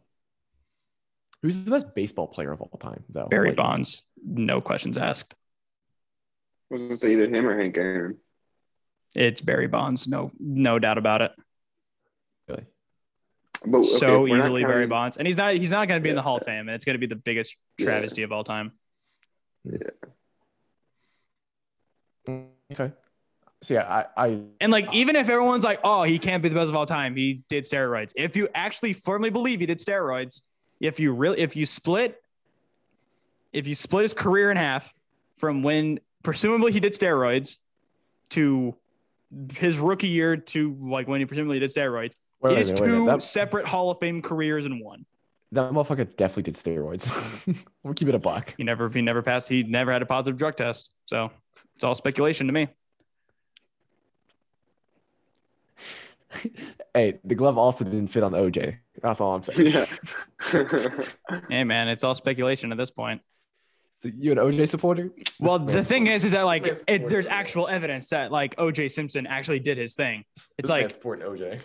[SPEAKER 1] Who's the best baseball player of all time, though?
[SPEAKER 2] Barry
[SPEAKER 1] Like,
[SPEAKER 2] Bonds, no questions asked.
[SPEAKER 3] I was gonna say either him or Hank Aaron.
[SPEAKER 2] It's Barry Bonds, no, no doubt about it.
[SPEAKER 1] really?
[SPEAKER 3] But Oh, okay,
[SPEAKER 2] so
[SPEAKER 3] if we're not
[SPEAKER 2] easily Barry
[SPEAKER 3] counting-
[SPEAKER 2] Bonds, and he's not he's not going to be in the Hall of Fame, and it's going to be the biggest
[SPEAKER 3] Yeah.
[SPEAKER 2] travesty of all time.
[SPEAKER 1] Mm, Okay. So yeah, I, I
[SPEAKER 2] And like, even if everyone's like, "Oh, he can't be the best of all time," he did steroids. If you actually firmly believe he did steroids, if you really, if you split, if you split his career in half from when presumably he did steroids to his rookie year to like when he presumably did steroids,
[SPEAKER 1] wait,
[SPEAKER 2] it
[SPEAKER 1] wait a
[SPEAKER 2] is
[SPEAKER 1] minute, wait a minute.
[SPEAKER 2] two
[SPEAKER 1] That-
[SPEAKER 2] separate Hall of Fame careers in one.
[SPEAKER 1] That motherfucker definitely did steroids. we'll keep it a buck.
[SPEAKER 2] He never, he never passed. He never had a positive drug test, so it's all speculation to me.
[SPEAKER 1] Hey, the glove also didn't fit on OJ. That's all I'm saying.
[SPEAKER 3] Yeah.
[SPEAKER 2] Hey man, it's all speculation at this point.
[SPEAKER 1] So you an OJ supporter?
[SPEAKER 2] Well,
[SPEAKER 1] This
[SPEAKER 2] the
[SPEAKER 1] man's
[SPEAKER 2] thing
[SPEAKER 1] supporter.
[SPEAKER 2] is, is that like
[SPEAKER 1] man's
[SPEAKER 2] it,
[SPEAKER 1] supporting
[SPEAKER 2] there's
[SPEAKER 1] OJ.
[SPEAKER 2] actual evidence that like O.J. Simpson actually did his thing,
[SPEAKER 1] This
[SPEAKER 2] like-
[SPEAKER 1] man's supporting OJ.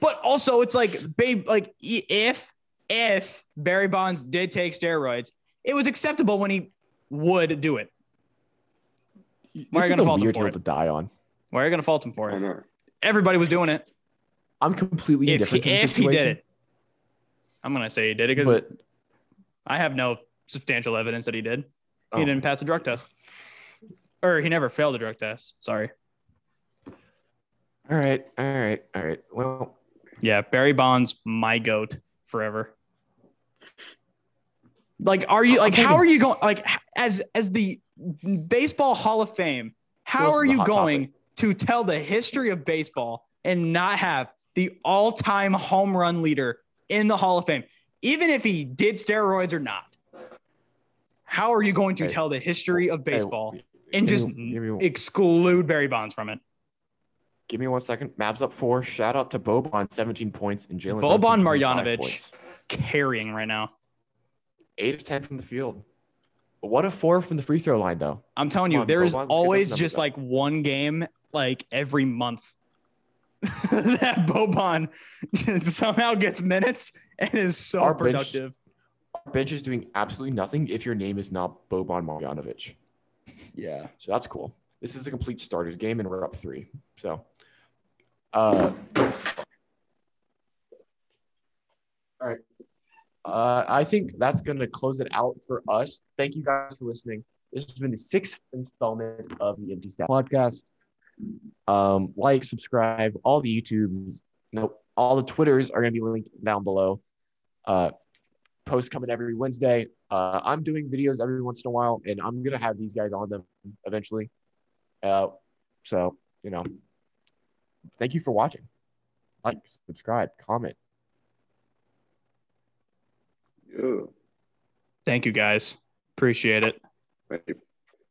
[SPEAKER 2] but also it's like, babe, like e- if if Barry Bonds did take steroids, it was acceptable when he would do it. Why are you
[SPEAKER 1] This is
[SPEAKER 2] gonna
[SPEAKER 1] a
[SPEAKER 2] fault him
[SPEAKER 1] weird
[SPEAKER 2] for
[SPEAKER 1] hill
[SPEAKER 2] it?
[SPEAKER 1] to die on?
[SPEAKER 2] Why are you gonna fault him for
[SPEAKER 3] I
[SPEAKER 2] it?
[SPEAKER 3] know.
[SPEAKER 2] Everybody was doing it.
[SPEAKER 1] I'm completely
[SPEAKER 2] If he,
[SPEAKER 1] indifferent to the
[SPEAKER 2] if he
[SPEAKER 1] situation.
[SPEAKER 2] did it, I'm gonna say he did it because
[SPEAKER 1] but
[SPEAKER 2] I have no substantial evidence that he did.
[SPEAKER 1] Oh.
[SPEAKER 2] He didn't pass a drug test, or he never failed a drug test. Sorry.
[SPEAKER 1] all right, all right, all right. Well,
[SPEAKER 2] Yeah, Barry Bonds, my goat forever. Like, are you like how are you going like h- as as the baseball Hall of Fame? How
[SPEAKER 1] This
[SPEAKER 2] are
[SPEAKER 1] is a
[SPEAKER 2] you
[SPEAKER 1] hot
[SPEAKER 2] going to tell the history of baseball and not have the all-time home run leader in the Hall of Fame, even if he did steroids or not? How are you going to
[SPEAKER 1] Hey.
[SPEAKER 2] tell the history of
[SPEAKER 1] Hey,
[SPEAKER 2] baseball
[SPEAKER 1] give
[SPEAKER 2] and
[SPEAKER 1] me-
[SPEAKER 2] just
[SPEAKER 1] give me,
[SPEAKER 2] exclude Barry Bonds from it?
[SPEAKER 1] give me one second. Mavs up four. Shout out to Boban, 17 points and Jalen.
[SPEAKER 2] Boban
[SPEAKER 1] Brunson, 25
[SPEAKER 2] Marjanovic.
[SPEAKER 1] points.
[SPEAKER 2] Carrying right now.
[SPEAKER 1] eight of ten from the field. What a four from the free throw line though.
[SPEAKER 2] I'm telling
[SPEAKER 1] Come
[SPEAKER 2] you,
[SPEAKER 1] on,
[SPEAKER 2] there
[SPEAKER 1] Boban,
[SPEAKER 2] is
[SPEAKER 1] let's get those
[SPEAKER 2] always
[SPEAKER 1] numbers
[SPEAKER 2] just
[SPEAKER 1] up.
[SPEAKER 2] like one game, like every month, that Boban somehow gets minutes and is so
[SPEAKER 1] Our bench-
[SPEAKER 2] productive.
[SPEAKER 1] Our bench is doing absolutely nothing if your name is not Boban Marjanovic.
[SPEAKER 2] Yeah.
[SPEAKER 1] So that's cool. This is a complete starters game, and we're up three. So, uh, all right. Uh, I think that's going to close it out for us. Thank you guys for listening. This has been the sixth installment of the Empty Stat Podcast. Um, like, subscribe, all the YouTubes, nope, all the Twitters are going to be linked down below. Uh, posts coming every Wednesday. Uh, I'm doing videos every once in a while, and I'm gonna have these guys on them eventually. Uh, so you know, thank you for watching. Like, subscribe, comment.
[SPEAKER 3] Ew.
[SPEAKER 2] Thank you guys. Appreciate it.
[SPEAKER 3] Like,